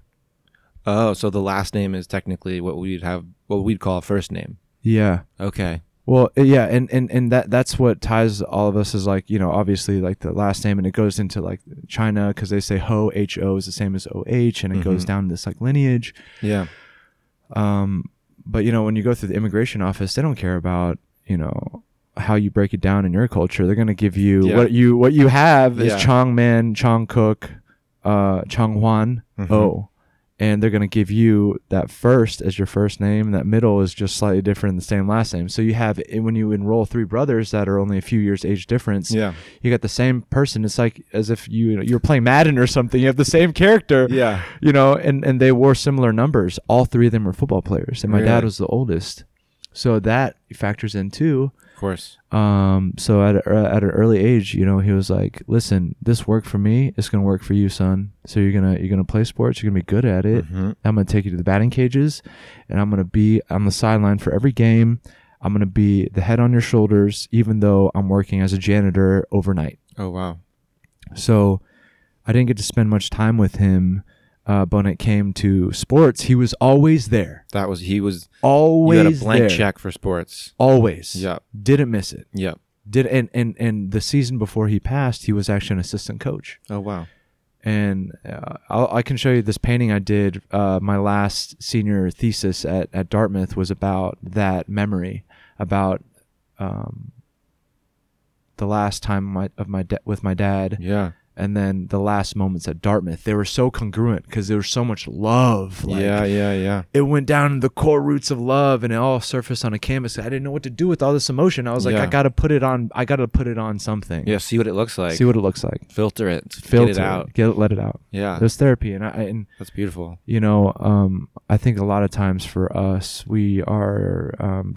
Speaker 1: Oh, so the last name is technically what we'd have what we'd call a first name.
Speaker 2: Yeah.
Speaker 1: Okay.
Speaker 2: Well, uh, yeah, and, and, and that that's what ties all of us is like you know obviously like the last name, and it goes into like China because they say Ho H O is the same as O H, and it goes down this like lineage.
Speaker 1: Yeah.
Speaker 2: Um, but you know, when you go through the immigration office, they don't care about you know how you break it down in your culture. They're gonna give you
Speaker 1: Yeah.
Speaker 2: what you what you have
Speaker 1: Yeah.
Speaker 2: is Chong Man, Chong Cook, uh, Chong Hwan,
Speaker 1: Mhm.
Speaker 2: Oh, and they're gonna give you that first as your first name. That middle is just slightly different than the same last name. So you have eh, when you enroll three brothers that are only a few years age difference.
Speaker 1: Yeah.
Speaker 2: You got the same person. It's like as if you you're playing Madden or something. You have the same character
Speaker 1: Yeah.
Speaker 2: you know, and and they wore similar numbers. All three of them were football players, and my
Speaker 1: Really?
Speaker 2: dad was the oldest, so that factors in too.
Speaker 1: Of course.
Speaker 2: Um, so at a, at an early age, you know, he was like, "Listen, this worked for me. It's gonna work for you, son. So you're gonna you're gonna play sports. You're gonna be good at it.
Speaker 1: Mm-hmm.
Speaker 2: I'm gonna take you to the batting cages, and I'm gonna be on the sideline for every game. I'm gonna be the head on your shoulders, even though I'm working as a janitor overnight."
Speaker 1: Oh wow.
Speaker 2: So I didn't get to spend much time with him. Uh, but when it came to sports, he was always there.
Speaker 1: That was he was
Speaker 2: Always
Speaker 1: you had a blank
Speaker 2: there.
Speaker 1: check for sports.
Speaker 2: Always.
Speaker 1: Yeah.
Speaker 2: Didn't miss it.
Speaker 1: Yeah.
Speaker 2: Did and, and and the season before he passed, he was actually an assistant coach.
Speaker 1: Oh wow.
Speaker 2: And uh, I'll, I can show you this painting I did. Uh, my last senior thesis at, at Dartmouth was about that memory, about um, the last time my, of my da- with my dad,
Speaker 1: Yeah.
Speaker 2: and then the last moments at Dartmouth. They were so congruent because there was so much love. Like,
Speaker 1: yeah. Yeah. Yeah.
Speaker 2: It went down to the core roots of love, and it all surfaced on a canvas. I didn't know what to do with all this emotion. I was like,
Speaker 1: Yeah.
Speaker 2: I gotta put it on. I gotta put it on something.
Speaker 1: Yeah. See what it looks like.
Speaker 2: See what it looks like.
Speaker 1: filter it.
Speaker 2: Filter
Speaker 1: Get it out.
Speaker 2: Get it. Let it out.
Speaker 1: Yeah.
Speaker 2: There's therapy, and I and
Speaker 1: That's beautiful.
Speaker 2: you know, um, I think a lot of times for us, we are um,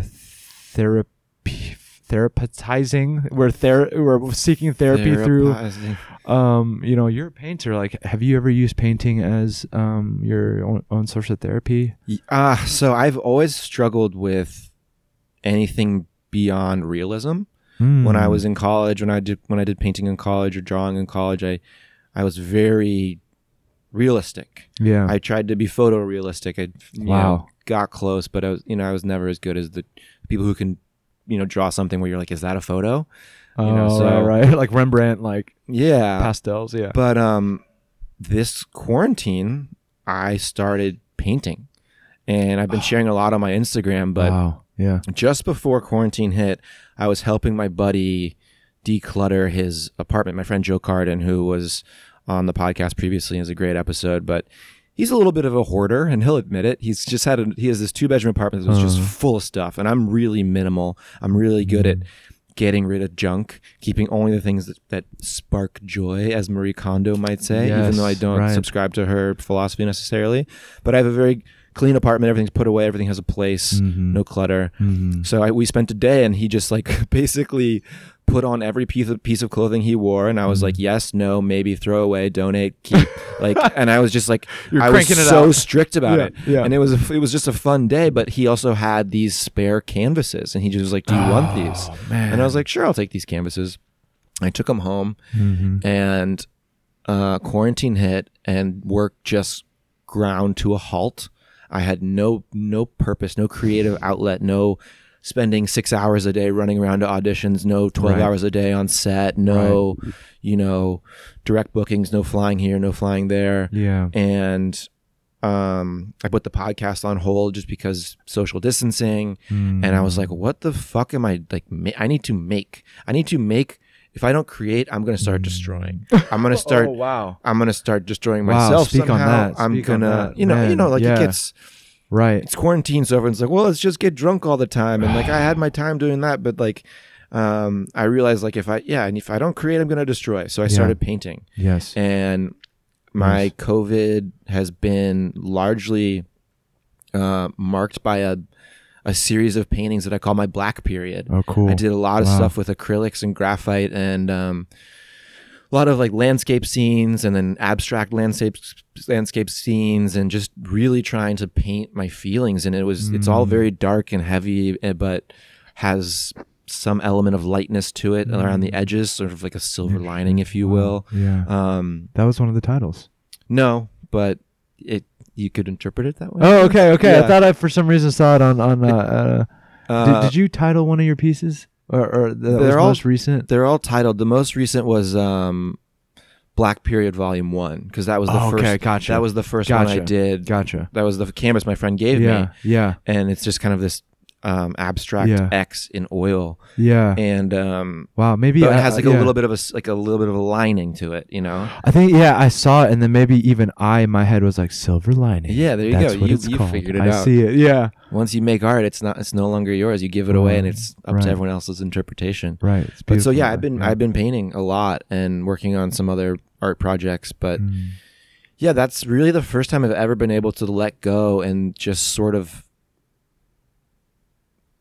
Speaker 2: therapy, therapizing. We're ther- we're seeking therapy
Speaker 1: Therapizing.
Speaker 2: through, um, you know, you're a painter. Like, have you ever used painting as um, your own, own source of therapy?
Speaker 1: Y- Ah, so I've always struggled with anything beyond realism. When
Speaker 2: Hmm.
Speaker 1: I was in college, when I did when I did painting in college or drawing in college, I I was very realistic.
Speaker 2: yeah,
Speaker 1: I tried to be photorealistic. I you know,
Speaker 2: Wow.
Speaker 1: got close, but I was you know I was never as good as the people who can you know draw something where you're like, is that a photo?
Speaker 2: oh,
Speaker 1: you know, so- Uh,
Speaker 2: right, [LAUGHS] right. like Rembrandt, like
Speaker 1: Yeah,
Speaker 2: pastels. Yeah,
Speaker 1: But um, this quarantine, I started painting, and I've been sharing a lot on my Instagram. But
Speaker 2: wow, yeah,
Speaker 1: just before quarantine hit, I was helping my buddy declutter his apartment. My friend Joe Carden, who was on the podcast previously, is a great episode, but. He's a little bit of a hoarder, and he'll admit it. He's just had a, he has this two bedroom apartment that was just
Speaker 2: Uh. Mm.
Speaker 1: full of stuff, and I'm really minimal. I'm really good at getting rid of junk, keeping only the things that, that spark joy, as Marie Kondo might say, even
Speaker 2: Yes,
Speaker 1: though I don't
Speaker 2: right.
Speaker 1: subscribe to her philosophy necessarily. But I have a very clean apartment. Everything's put away. Everything has a place.
Speaker 2: Mhm.
Speaker 1: No clutter.
Speaker 2: Mhm.
Speaker 1: So I, we spent a day, and he just like [LAUGHS] basically put on every piece of piece of clothing he wore, and I was like,
Speaker 2: Mm.
Speaker 1: yes, no, maybe, throw away, donate, keep,
Speaker 2: [LAUGHS]
Speaker 1: like, and I was just like,
Speaker 2: You're
Speaker 1: I was
Speaker 2: cranking it
Speaker 1: so
Speaker 2: out.
Speaker 1: strict about
Speaker 2: Yeah,
Speaker 1: it,
Speaker 2: yeah.
Speaker 1: and it was a, it was just a fun day. But he also had these spare canvases, and he just was like, do you want these?
Speaker 2: Oh, man.
Speaker 1: And I was like, sure, I'll take these canvases. I took them home,
Speaker 2: Mhm.
Speaker 1: and uh, quarantine hit, and work just ground to a halt. I had no no purpose, no creative outlet, no spending six hours a day running around to auditions, no twelve
Speaker 2: Right.
Speaker 1: hours a day on set, no you know direct bookings, no flying here, no flying there,
Speaker 2: yeah,
Speaker 1: and um, I put the podcast on hold just because social distancing
Speaker 2: Mm-hmm.
Speaker 1: and I was like, "What the fuck am I like? Ma- I need to make. I need to make. If I don't create, I'm gonna start destroying. I'm gonna start.
Speaker 2: [LAUGHS] Oh, wow,
Speaker 1: I'm gonna start destroying
Speaker 2: Wow,
Speaker 1: myself.
Speaker 2: speak on
Speaker 1: somehow.
Speaker 2: that,
Speaker 1: I'm
Speaker 2: speak on
Speaker 1: gonna.
Speaker 2: that.
Speaker 1: You know. you
Speaker 2: Man,
Speaker 1: know. Like
Speaker 2: yeah.
Speaker 1: it gets.
Speaker 2: right.
Speaker 1: It's quarantine, so everyone's like, "Well, let's just get drunk all the time." And like, I had my time doing that, but like, um, I realized like if I yeah, and if I don't create, I'm gonna destroy. So I
Speaker 2: Yeah.
Speaker 1: started painting
Speaker 2: Yes.
Speaker 1: and my
Speaker 2: Nice.
Speaker 1: COVID has been largely uh, marked by a a series of paintings that I call my black period.
Speaker 2: Oh, cool.
Speaker 1: I did a lot of
Speaker 2: Wow.
Speaker 1: stuff with acrylics and graphite and um, a lot of like landscape scenes and then abstract landscape landscape scenes and just really trying to paint my feelings and it was it's
Speaker 2: Mm.
Speaker 1: all very dark and heavy eh, but has some element of lightness to it around
Speaker 2: Mm.
Speaker 1: the edges sort of like a silver lining if you will
Speaker 2: Yeah.
Speaker 1: um,
Speaker 2: That was one of the titles.
Speaker 1: no, but it you could interpret it that way.
Speaker 2: Oh, okay, okay.
Speaker 1: Yeah.
Speaker 2: I thought I for some reason saw it on on. Uh, uh,
Speaker 1: Uh,
Speaker 2: did, did you title one of your pieces or, or that was
Speaker 1: They're all-
Speaker 2: most recent?
Speaker 1: they're all titled. The most recent was um, Black Period Volume One because that was the
Speaker 2: Oh,
Speaker 1: first.
Speaker 2: okay, gotcha.
Speaker 1: That was the first one I
Speaker 2: Gotcha.
Speaker 1: did.
Speaker 2: Gotcha.
Speaker 1: That was the canvas my friend gave me,
Speaker 2: Yeah, yeah,
Speaker 1: and it's just kind of this um, abstract
Speaker 2: Yeah.
Speaker 1: X in oil,
Speaker 2: yeah.
Speaker 1: and um,
Speaker 2: Wow, maybe
Speaker 1: but
Speaker 2: I-
Speaker 1: it has like a
Speaker 2: yeah.
Speaker 1: little bit of a s- like a little bit of a lining to it, you know.
Speaker 2: I think yeah, I saw it, and then maybe even I in my head was like silver lining.
Speaker 1: Yeah, there you
Speaker 2: That's
Speaker 1: go.
Speaker 2: What
Speaker 1: You-
Speaker 2: it's
Speaker 1: you
Speaker 2: called.
Speaker 1: figured it
Speaker 2: I
Speaker 1: out.
Speaker 2: see it. Yeah.
Speaker 1: Once you make art, it's not it's no longer yours. You give it away, and
Speaker 2: Right,
Speaker 1: it's up
Speaker 2: right.
Speaker 1: to everyone else's interpretation.
Speaker 2: Right. It's
Speaker 1: But so
Speaker 2: beautiful,
Speaker 1: yeah, I've been
Speaker 2: yeah.
Speaker 1: I've been painting a lot and working on some other art projects, but
Speaker 2: Mm.
Speaker 1: yeah, that's really the first time I've ever been able to let go and just sort of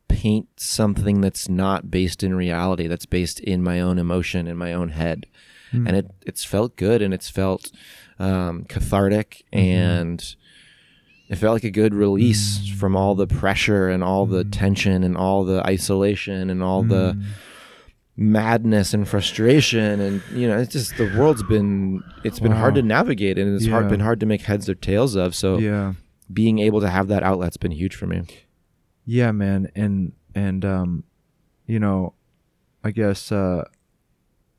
Speaker 1: paint something that's not based in reality, that's based in my own emotion in my own head.
Speaker 2: Mm.
Speaker 1: And it it's felt good and it's felt um, cathartic
Speaker 2: Mhm.
Speaker 1: and it felt like a good release
Speaker 2: Mm.
Speaker 1: from all the pressure and all the
Speaker 2: Mm.
Speaker 1: tension and all the isolation and all the
Speaker 2: Mm.
Speaker 1: madness and frustration and you know it's just the world's been it's been hard
Speaker 2: Wow.
Speaker 1: to navigate and it's hard
Speaker 2: Yeah.
Speaker 1: been hard to make heads or tails of so
Speaker 2: Mm. yeah.
Speaker 1: being able to have that outlet's been huge for me
Speaker 2: Yeah, man, and and um, you know, I guess uh,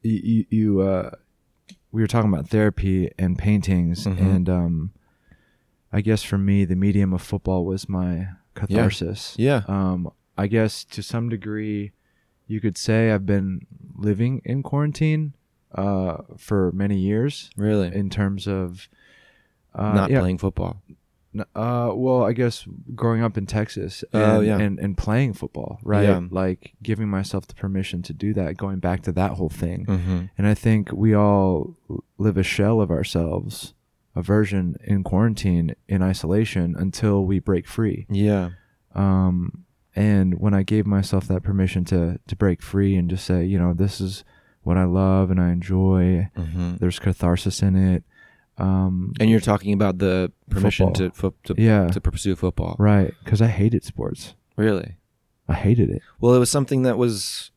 Speaker 2: you you uh, we were talking about therapy and paintings,
Speaker 1: Mhm.
Speaker 2: and um, I guess for me, the medium of football was my catharsis.
Speaker 1: yeah
Speaker 2: Um, I guess to some degree, you could say I've been living in quarantine uh, for many years
Speaker 1: Really?
Speaker 2: in terms of uh,
Speaker 1: Not
Speaker 2: yeah,
Speaker 1: playing football.
Speaker 2: n- Uh, well, I guess growing up in Texas and,
Speaker 1: Oh, yeah.
Speaker 2: and, and playing football, right?
Speaker 1: Yeah.
Speaker 2: Like giving myself the permission to do that, going back to that whole thing.
Speaker 1: Mm-hmm.
Speaker 2: And I think we all live a shell of ourselves, a version in quarantine, in isolation until we break free.
Speaker 1: Yeah.
Speaker 2: Um, and when I gave myself that permission to, to break free and just say, you know, this is what I love and I enjoy,
Speaker 1: Mm-hmm.
Speaker 2: there's catharsis in it. Um,
Speaker 1: And you're talking about the permission to fo- to,
Speaker 2: yeah,
Speaker 1: to pursue football.
Speaker 2: right. Because I hated sports.
Speaker 1: Really?
Speaker 2: I hated it.
Speaker 1: Well, it was something that was,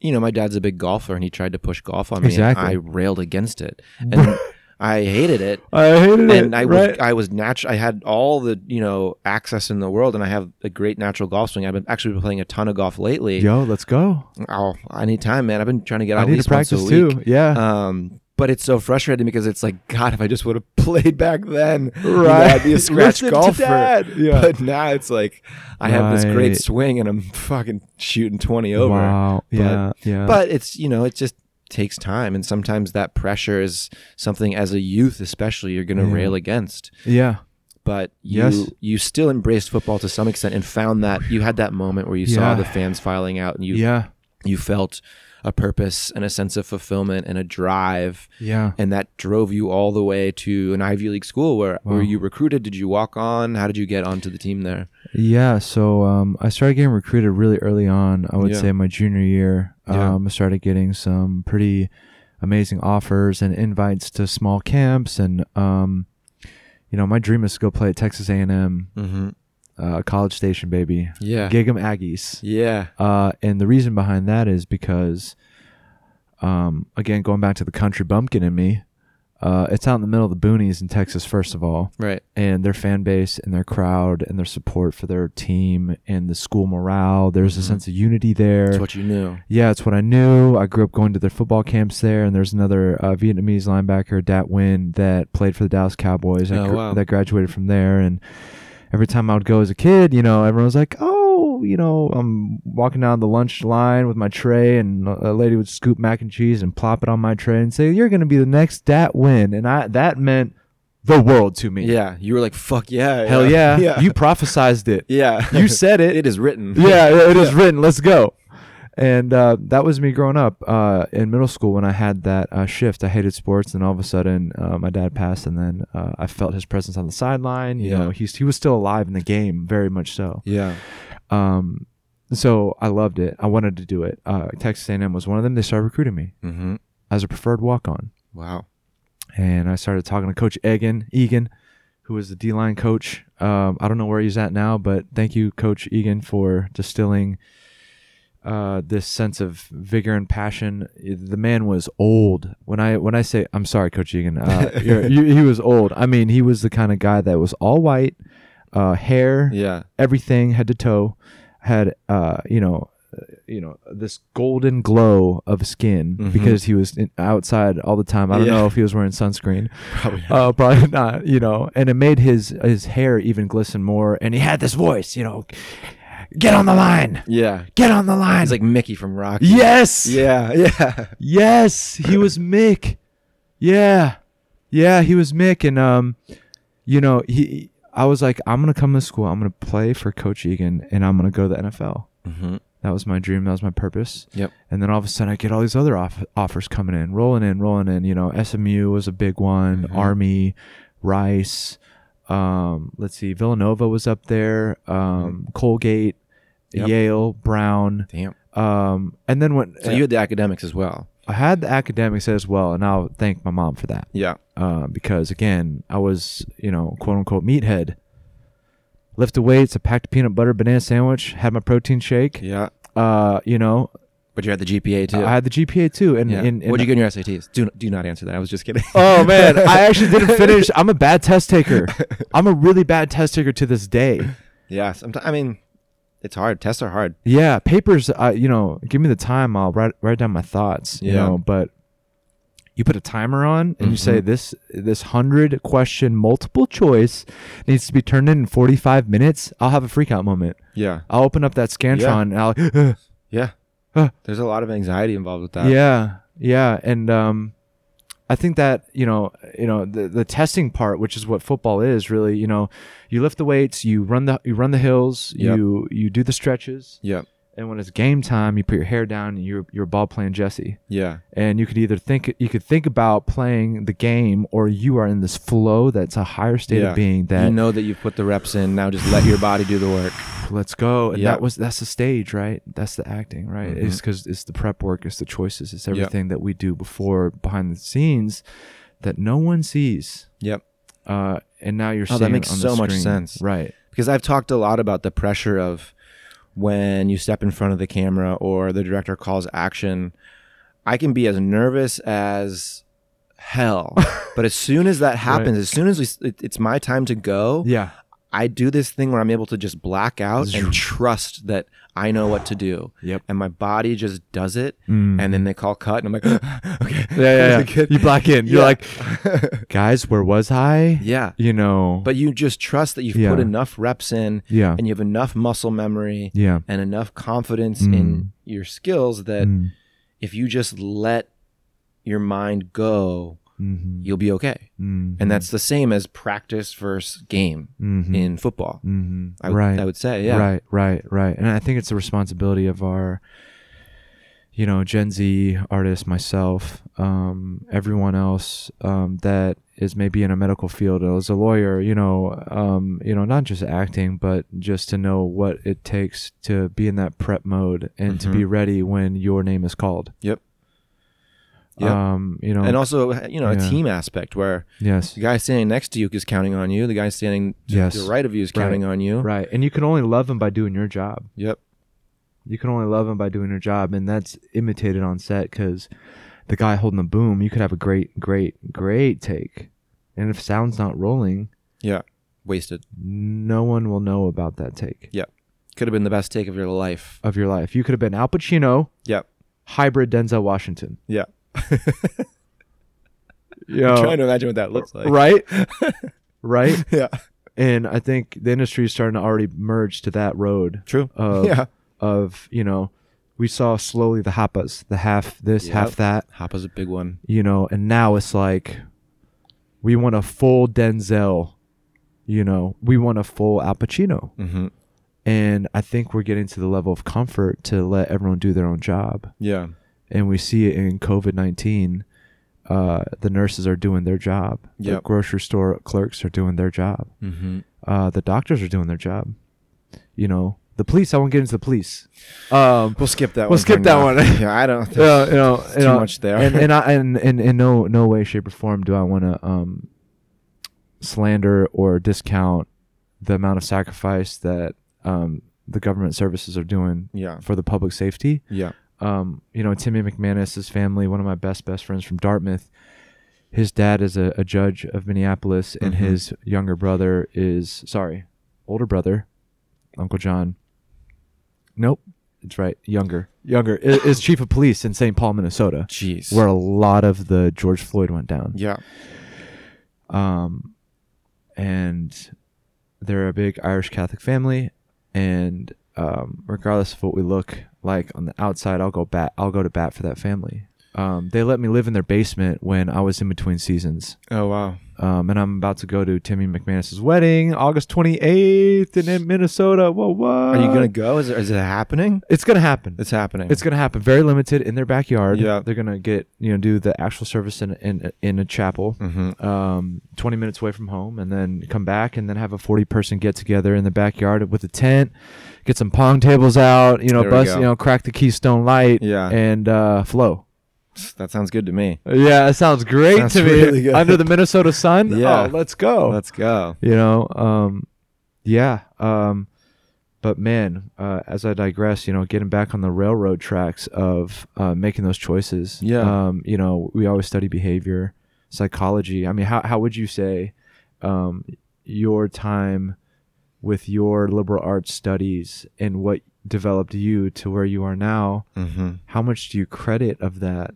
Speaker 1: you know, my dad's a big golfer and he tried to push golf on me.
Speaker 2: Exactly.
Speaker 1: And I railed against
Speaker 2: [LAUGHS]
Speaker 1: it. And I hated it.
Speaker 2: I hated
Speaker 1: and I was I was natural. I had all the you know access in the world, and I have a great natural golf swing. I've been actually been playing a ton of golf lately.
Speaker 2: Yo, let's go.
Speaker 1: Oh, anytime, man. I've been trying to get out
Speaker 2: I
Speaker 1: at
Speaker 2: need
Speaker 1: least
Speaker 2: to practice
Speaker 1: once a
Speaker 2: too.
Speaker 1: week.
Speaker 2: [LAUGHS] Yeah.
Speaker 1: Um, but it's so frustrating because it's like God, if I just would have [LAUGHS] played back then, you know, I'd
Speaker 2: [LAUGHS]
Speaker 1: be a scratch
Speaker 2: Listen to
Speaker 1: golfer.
Speaker 2: dad. Yeah.
Speaker 1: But now it's like I have this
Speaker 2: Right.
Speaker 1: great swing, and I'm fucking shooting twenty over.
Speaker 2: Wow.
Speaker 1: But-
Speaker 2: yeah. Yeah.
Speaker 1: But it's you know it just takes time, and sometimes that pressure is something as a youth, especially, you're going to
Speaker 2: Yeah.
Speaker 1: rail against
Speaker 2: yeah.
Speaker 1: but you
Speaker 2: Yes.
Speaker 1: you still embraced football to some extent and found that you had that moment where you
Speaker 2: Yeah.
Speaker 1: saw the fans filing out and you
Speaker 2: yeah.
Speaker 1: you felt a purpose and a sense of fulfillment and a drive
Speaker 2: Yeah.
Speaker 1: and that drove you all the way to an Ivy League school where
Speaker 2: Wow.
Speaker 1: were you recruited did you walk on how did you get onto the team there
Speaker 2: Yeah, so um, I started getting recruited really early on. I would
Speaker 1: Yeah.
Speaker 2: say my junior year,
Speaker 1: Yeah.
Speaker 2: um, I started getting some pretty amazing offers and invites to small camps, and um, you know, my dream is to go play at Texas A and M,
Speaker 1: mm-hmm.
Speaker 2: uh, College Station, baby,
Speaker 1: yeah
Speaker 2: Gig 'em Aggies.
Speaker 1: yeah
Speaker 2: Uh, and the reason behind that is because, um, again, going back to the country bumpkin in me, uh, it's out in the middle of the boonies in Texas, first of all
Speaker 1: right
Speaker 2: and their fan base and their crowd and their support for their team and the school morale. There's a
Speaker 1: Mhm.
Speaker 2: sense of unity there.
Speaker 1: that's what you knew
Speaker 2: yeah, it's what I knew. I grew up going to their football camps there, and there's another uh, Vietnamese linebacker, Dat Win, that played for the Dallas Cowboys. I
Speaker 1: Oh,
Speaker 2: gr-
Speaker 1: wow.
Speaker 2: That graduated from there, and every time I would go as a kid, you know, everyone was like, "Oh, you know, I'm walking down the lunch line with my tray, and a a lady would scoop mac and cheese and plop it on my tray and say, "You're going to be the next Dat Win," and I that meant the world to me.
Speaker 1: yeah you were like fuck yeah
Speaker 2: Hell
Speaker 1: [LAUGHS]
Speaker 2: yeah.
Speaker 1: yeah
Speaker 2: You prophesized it.
Speaker 1: yeah
Speaker 2: [LAUGHS] You said it.
Speaker 1: [LAUGHS] it is written
Speaker 2: yeah, it is written. Let's go. And uh, that was me growing up uh, in middle school when I had that uh, shift. I hated sports, and all of a sudden, uh, my dad passed, and then uh, I felt his presence on the sideline. You
Speaker 1: Yeah.
Speaker 2: know, he's, he was still alive in the game, very much so.
Speaker 1: yeah
Speaker 2: Um, so I loved it. I wanted to do it. Uh, Texas A&M was one of them. They started recruiting me
Speaker 1: mm-hmm.
Speaker 2: as a preferred walk-on,
Speaker 1: wow
Speaker 2: and I started talking to Coach Egan, Egan, who was the D line coach. Um, I don't know where he's at now, but thank you, Coach Egan, for distilling uh, this sense of vigor and passion. The man was old. When I when I say I'm sorry, Coach Egan, uh, you're, you, he was old. I mean, he was the kind of guy that was all white, uh, hair,
Speaker 1: yeah
Speaker 2: everything head to toe, had uh, you know. uh, You know this golden glow of skin
Speaker 1: Mhm.
Speaker 2: because he was in, outside all the time. I don't
Speaker 1: Yeah.
Speaker 2: know if he was wearing sunscreen,
Speaker 1: [LAUGHS] probably
Speaker 2: Oh, probably [LAUGHS] not. You know, and it made his his hair even glisten more. And he had this voice, you know, get on the line,
Speaker 1: yeah
Speaker 2: get on the line.
Speaker 1: he's like Mickey from Rocky
Speaker 2: yes,
Speaker 1: yeah yeah
Speaker 2: yes, he was Mick. Yeah, yeah, he was Mick, and um, you know, he. I was like, I'm gonna come to school. I'm gonna play for Coach Egan, and I'm gonna go to the NFL.
Speaker 1: mm-hmm.
Speaker 2: That was my dream. That was my purpose.
Speaker 1: Yep.
Speaker 2: And then all of a sudden, I get all these other off- offers coming in, rolling in, rolling in. You know, SMU was a big one,
Speaker 1: Mhm.
Speaker 2: Army, Rice. Um, let's see, Villanova was up there, um, Colgate,
Speaker 1: Mm-hmm. Yep.
Speaker 2: Yale, Brown.
Speaker 1: Damn.
Speaker 2: Um, and then when
Speaker 1: So you had the academics as well.
Speaker 2: I had the academics as well, and I'll thank my mom for that
Speaker 1: Yeah.
Speaker 2: uh, because again, I was you know quote unquote meathead. Lifted weights, I packed a peanut butter banana sandwich, had my protein shake.
Speaker 1: Yeah.
Speaker 2: Uh, you know,
Speaker 1: But you had the GPA too.
Speaker 2: I had the GPA too, and,
Speaker 1: yeah.
Speaker 2: and, and
Speaker 1: What'd you get in your SATs? Do do not answer that. I was just kidding.
Speaker 2: Oh man, I actually didn't finish. I'm a bad test taker. I'm a really bad test taker to this day.
Speaker 1: [LAUGHS] yeah. Sometimes I mean, it's hard. Tests are hard.
Speaker 2: Yeah, papers. Uh, you know, give me the time. I'll write write down my thoughts. You
Speaker 1: Yeah. Mm-hmm.
Speaker 2: know, but you put a timer on and you say this this hundred question multiple choice needs to be turned in in 45 minutes. I'll have a freak out moment.
Speaker 1: Yeah.
Speaker 2: I'll open up that scantron and I'll.
Speaker 1: Yeah. There's a lot of anxiety involved with that.
Speaker 2: [LAUGHS] Yeah, yeah, and um, I think that you know, you know, the the testing part, which is what football is really. You know, you lift the weights, you run the you run the hills,
Speaker 1: Yep.
Speaker 2: you you do the stretches,
Speaker 1: Yep.
Speaker 2: and when it's game time, you put your hair down and you're you're ball playing Jesse,
Speaker 1: Yeah.
Speaker 2: and you could either think you could think about playing the game, or you are in this flow that's a higher state
Speaker 1: Yeah.
Speaker 2: of being that
Speaker 1: you know that you've put the reps in. Now just let your body do the work.
Speaker 2: let's go. And
Speaker 1: Mm. Yeah.
Speaker 2: that was that's the stage, right? That's the acting, right?
Speaker 1: Mhm.
Speaker 2: It's because it's the prep work, it's the choices, it's
Speaker 1: Yeah.
Speaker 2: everything that we do before behind the scenes that no one sees.
Speaker 1: Yep.
Speaker 2: Uh, and now you're
Speaker 1: Oh, that
Speaker 2: seeing it
Speaker 1: makes
Speaker 2: on the
Speaker 1: so much
Speaker 2: screen.
Speaker 1: sense.
Speaker 2: right?
Speaker 1: Because I've talked a lot about the pressure of when you step in front of the camera or the director calls action. I can be as nervous as hell,
Speaker 2: [LAUGHS]
Speaker 1: but as soon as that happens, as soon as we, s- it, it's my time to go,
Speaker 2: Yeah,
Speaker 1: I do this thing where I'm able to just black out
Speaker 2: [LAUGHS]
Speaker 1: and trust that I know what to do.
Speaker 2: Yep.
Speaker 1: And my body just does it.
Speaker 2: Mm.
Speaker 1: And then they call cut, and I'm like, [GASPS] okay. [LAUGHS]
Speaker 2: [LAUGHS] yeah, yeah. yeah.
Speaker 1: Good.
Speaker 2: you black in. You're
Speaker 1: Yeah. [LAUGHS]
Speaker 2: like, guys, where was I?
Speaker 1: yeah.
Speaker 2: You know,
Speaker 1: But you just trust that you've
Speaker 2: Yeah.
Speaker 1: put enough reps in
Speaker 2: yeah,
Speaker 1: and you have enough muscle memory
Speaker 2: yeah.
Speaker 1: and enough confidence
Speaker 2: Mm.
Speaker 1: in your skills that
Speaker 2: Mm.
Speaker 1: if you just let your mind go,
Speaker 2: Mhm.
Speaker 1: you'll be okay.
Speaker 2: Mhm.
Speaker 1: And that's the same as practice versus game
Speaker 2: Mhm.
Speaker 1: in football.
Speaker 2: Mhm.
Speaker 1: I would,
Speaker 2: right.
Speaker 1: I would say, yeah.
Speaker 2: Right, right, right. And I think it's the responsibility of our, you know, Gen Z artists, myself, um, everyone else um, that is maybe in a medical field as a lawyer, you know, um, you know, not just acting, but just to know what it takes to be in that prep mode and
Speaker 1: Mhm.
Speaker 2: to be ready when your name is called.
Speaker 1: Yep. Yep.
Speaker 2: Um, you know,
Speaker 1: And also, you know,
Speaker 2: Yeah.
Speaker 1: a team aspect where
Speaker 2: yes.
Speaker 1: the guy standing next to you is counting on you, the guy standing to
Speaker 2: Yes.
Speaker 1: the right of you is
Speaker 2: Right.
Speaker 1: counting on you.
Speaker 2: Right. And you can only love them by doing your job.
Speaker 1: Yep.
Speaker 2: you can only love him by doing your job and that's imitated on set because the guy holding the boom you could have a great great great take and if sound's not rolling
Speaker 1: Wasted.
Speaker 2: no one will know about that take
Speaker 1: Could have been the best take of your life.
Speaker 2: of your life you could have been al pacino
Speaker 1: Yep.
Speaker 2: hybrid denzel washington
Speaker 1: Yeah. [LAUGHS] I'm
Speaker 2: yeah
Speaker 1: trying to imagine what that looks like.
Speaker 2: right right
Speaker 1: [LAUGHS] Yeah.
Speaker 2: and i think the industry is starting to already merge to that road
Speaker 1: True.
Speaker 2: of,
Speaker 1: yeah.
Speaker 2: of you know we saw slowly the hapas the half this half
Speaker 1: Yep.
Speaker 2: that
Speaker 1: Hoppa's a big one.
Speaker 2: you know, and now it's like we want a full Denzel, you know, we want a full Al Pacino.
Speaker 1: Mm-hmm.
Speaker 2: And I think we're getting to the level of comfort to let everyone do their own job.
Speaker 1: Yeah.
Speaker 2: And we see it in COVID 19. Uh, the nurses are doing their job. The
Speaker 1: Yep.
Speaker 2: grocery store clerks are doing their job.
Speaker 1: Mm-hmm.
Speaker 2: Uh, the doctors are doing their job. You know, the police, I won't get into the police. Um,
Speaker 1: We'll skip that
Speaker 2: We'll
Speaker 1: one. for
Speaker 2: skip that
Speaker 1: now.
Speaker 2: one.
Speaker 1: [LAUGHS] yeah, I don't think
Speaker 2: Yeah, you know,
Speaker 1: it's
Speaker 2: you
Speaker 1: too
Speaker 2: know,
Speaker 1: much there.
Speaker 2: and and, I, and and in no no way, shape, or form do I want to um, slander or discount the amount of sacrifice that um, the government services are doing
Speaker 1: [LAUGHS] yeah.
Speaker 2: for the public safety.
Speaker 1: Yeah.
Speaker 2: Um, you know, Timmy McManus, his family, one of my best best friends from Dartmouth. His dad is a, a judge of Minneapolis, and
Speaker 1: Mhm.
Speaker 2: his younger brother is sorry, older brother, Uncle John. Nope, it's right, younger, younger i- is chief of police in St. Paul, Minnesota,
Speaker 1: Jeez.
Speaker 2: where a lot of the George Floyd went down.
Speaker 1: yeah.
Speaker 2: Um, and they're a big Irish Catholic family, and um, regardless of what we look like on the outside, I'll go bat. I'll go to bat for that family. Um, they let me live in their basement when I was in between seasons,
Speaker 1: Oh wow.
Speaker 2: um, and I'm about to go to Timmy McManus's wedding, August 28th, in- in Minnesota. Whoa, what?
Speaker 1: Are you gonna go? Is it, is it happening?
Speaker 2: It's gonna happen.
Speaker 1: It's happening.
Speaker 2: Uh, It's gonna happen. Very limited in their backyard.
Speaker 1: Yeah.
Speaker 2: they're gonna get you know do the actual service in in, in a chapel
Speaker 1: Mm-hmm.
Speaker 2: um, 20 minutes away from home and then come back and then have a 40 person get together in the backyard with a tent, get some pong tables out, you know,
Speaker 1: There we
Speaker 2: bust,
Speaker 1: go.
Speaker 2: you know, crack the Keystone Light
Speaker 1: Yeah.
Speaker 2: and uh, flow.
Speaker 1: That sounds good to me.
Speaker 2: Yeah, it sounds great
Speaker 1: Sounds
Speaker 2: to me.
Speaker 1: really good.
Speaker 2: Under the Minnesota sun.
Speaker 1: Yeah.
Speaker 2: Oh, let's go.
Speaker 1: Let's go.
Speaker 2: you know, um, yeah. Um, but man, uh, as I digress, you know, getting back on the railroad tracks of uh, making those choices.
Speaker 1: Yeah.
Speaker 2: Um, you know, we always study behavior, psychology. I mean, how how would you say um, your time with your liberal arts studies and what developed you to where you are now?
Speaker 1: Mm-hmm.
Speaker 2: How much do you credit of that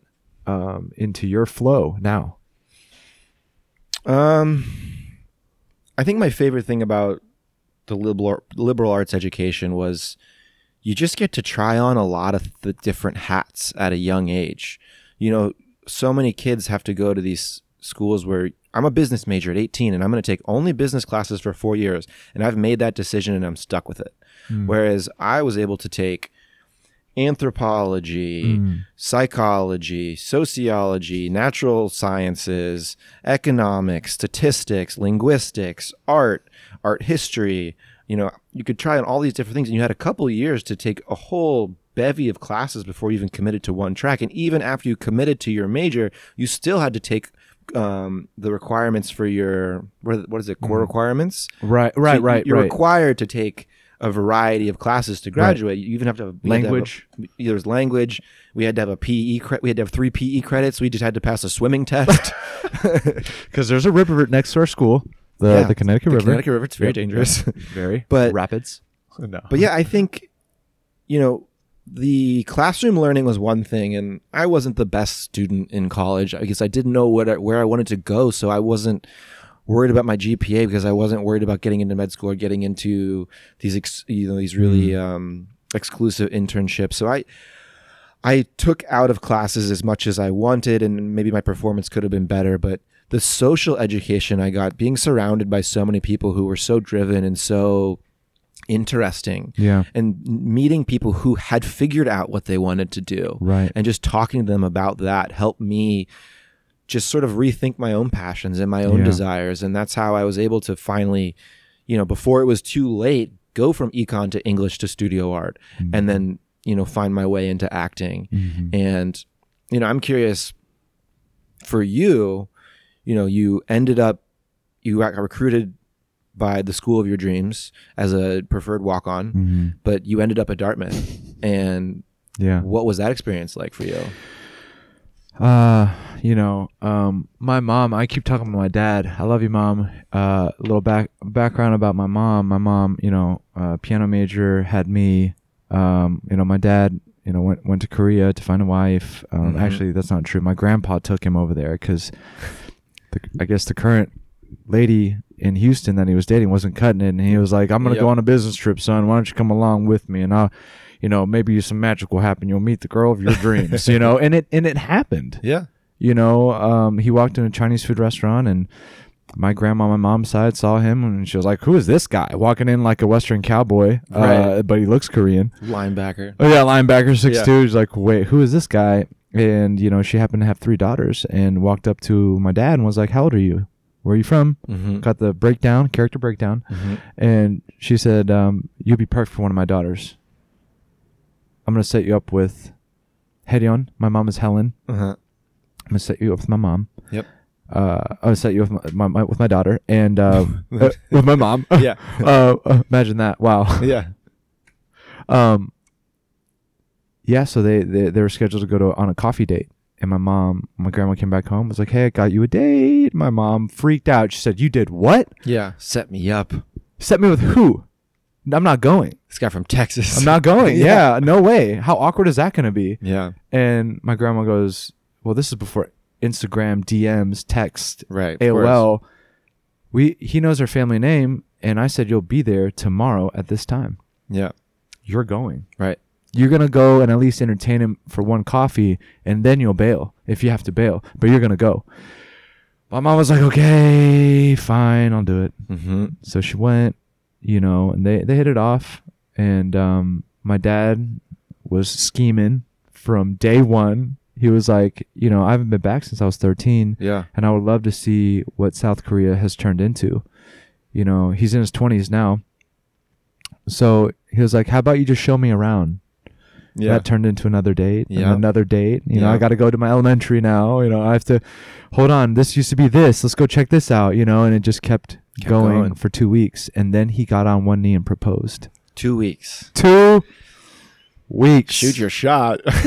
Speaker 2: um, into your flow now?
Speaker 1: Um, I think my favorite thing about the liberal liberal arts education was you just get to try on a lot of the different hats at a young age. You know, so many kids have to go to these schools where I'm a business major at 18 and I'm going to take only business classes for four years. And I've made that decision and I'm stuck with it. Whereas I was able to take
Speaker 2: Hmm.
Speaker 1: anthropology, psychology, sociology, natural sciences, economics, statistics, linguistics, art, art history. You know, you could try on all these different things, and you had a couple of years to take a whole bevy of classes before you even committed to one track. And even after you committed to your major, you still had to take um, the requirements for your what what is it core requirements
Speaker 2: Right, right,
Speaker 1: so you-
Speaker 2: right,
Speaker 1: You're
Speaker 2: right.
Speaker 1: required to take a variety of classes to graduate. You even have to have we had to have a-
Speaker 2: Language.
Speaker 1: there was language. We had to have a PE. Cre- we had to have three PE credits. We just had to pass a swimming
Speaker 2: [LAUGHS]
Speaker 1: test.
Speaker 2: Because there's a river next to our school, the,
Speaker 1: Yeah,
Speaker 2: the Connecticut
Speaker 1: The
Speaker 2: River.
Speaker 1: Connecticut River. It's very [LAUGHS]
Speaker 2: Yep. [LAUGHS]
Speaker 1: dangerous.
Speaker 2: Very.
Speaker 1: But-
Speaker 2: rapids. No.
Speaker 1: but yeah, I think you know the classroom learning was one thing, and I wasn't the best student in college. I guess I didn't know what I, where I wanted to go, so I wasn't worried about my GPA because I wasn't worried about getting into med school or getting into these ex, you know these really um, exclusive internships. So I I took out of classes as much as I wanted, and maybe my performance could have been better, but the social education I got, being surrounded by so many people who were so driven and so interesting,
Speaker 2: Yeah.
Speaker 1: and meeting people who had figured out what they wanted to do,
Speaker 2: Right.
Speaker 1: and just talking to them about that helped me just sort of rethink my own passions and my own
Speaker 2: Yeah.
Speaker 1: desires. And that's how I was able to finally, you know, before it was too late, go from econ to English to studio art
Speaker 2: Mm-hmm.
Speaker 1: and then, you know, find my way into acting. And, you know, I'm curious for you, you know, you ended up, you got recruited by the school of your dreams as a preferred walk on, but you ended up at Dartmouth. And
Speaker 2: Mm-hmm. Yeah.
Speaker 1: what was that experience like for you?
Speaker 2: Uh, you know, um, my mom. I keep talking about my dad. I love you, mom. Uh, a little back background about my mom. My mom, you know, uh, piano major had me. Um, you know, my dad, you know, went went to Korea to find a wife. Um,
Speaker 1: Mhm.
Speaker 2: actually, that's not true. My grandpa took him over there because, I guess the current lady in Houston that he was dating wasn't cutting it, and he was like, "I'm gonna go
Speaker 1: Yep.
Speaker 2: on a business trip, son. Why don't you come along with me?" And I'll, you know, maybe some magic will happen. You'll meet the girl of your dreams, you know. And it and it happened.
Speaker 1: Yeah.
Speaker 2: You know, um, he walked in a Chinese food restaurant, and my grandma, on my mom's side, saw him, and she was like, "Who is this guy walking in like a Western cowboy? Uh,
Speaker 1: Right.
Speaker 2: but he looks Korean."
Speaker 1: Linebacker.
Speaker 2: Oh yeah, linebacker six two. She's like, wait, who is this guy? And you know, she happened to have three daughters, and walked up to my dad and was like, "How old are you? Where are you from?"
Speaker 1: Mm-hmm.
Speaker 2: Got the breakdown, character breakdown, and she said, um, "You'd be perfect for one of my daughters. I'm gonna set you up with Hedion. My mom is Helen.
Speaker 1: Uh-huh.
Speaker 2: I'm gonna set you up with my mom.
Speaker 1: Yep.
Speaker 2: Uh, I'm gonna set you up with my, my, my with my daughter
Speaker 1: [LAUGHS]
Speaker 2: and uh, uh, with my mom.
Speaker 1: Yeah.
Speaker 2: [LAUGHS] uh, uh, imagine that. Wow.
Speaker 1: Yeah.
Speaker 2: Um, yeah, so they, they they were scheduled to go to on a coffee date, and my mom, my grandma came back home was like, "Hey, I got you a date." My mom freaked out. She said, "You did what?
Speaker 1: Yeah. Set me up.
Speaker 2: Set me with who? I'm not going.
Speaker 1: This guy from Texas.
Speaker 2: I'm not going.
Speaker 1: Yeah.
Speaker 2: yeah, no way. How awkward is that going to be?"
Speaker 1: [LAUGHS] Yeah.
Speaker 2: And my grandma goes, "Well, this is before Instagram DMs, text,
Speaker 1: Right. of course.
Speaker 2: AOL. We he knows her family name, and I said you'll be there tomorrow at this time.
Speaker 1: Yeah.
Speaker 2: You're going."
Speaker 1: Right.
Speaker 2: you're gonna go and at least entertain him for one coffee and then you'll bail if you have to bail but you're gonna go my mom was like okay fine i'll do it
Speaker 1: Mm-hmm.
Speaker 2: so she went you know and they they hit it off and um my dad was scheming from day one he was like you know i haven't been back since i was 13
Speaker 1: Yeah.
Speaker 2: and I would love to see what South Korea has turned into. You know, he's in his 20s now. So he was like, How about you just show me around?
Speaker 1: Yeah.
Speaker 2: That turned into another date, and
Speaker 1: Yeah.
Speaker 2: another date. You know,
Speaker 1: Yeah.
Speaker 2: I got to go to my elementary now. You know, I have to hold on. This used to be this. Let's go check this out. You know, and it just kept, going,
Speaker 1: going.
Speaker 2: for two weeks. And then he got on one knee and proposed.
Speaker 1: Two weeks.
Speaker 2: Two weeks.
Speaker 1: Shoot your shot. [LAUGHS]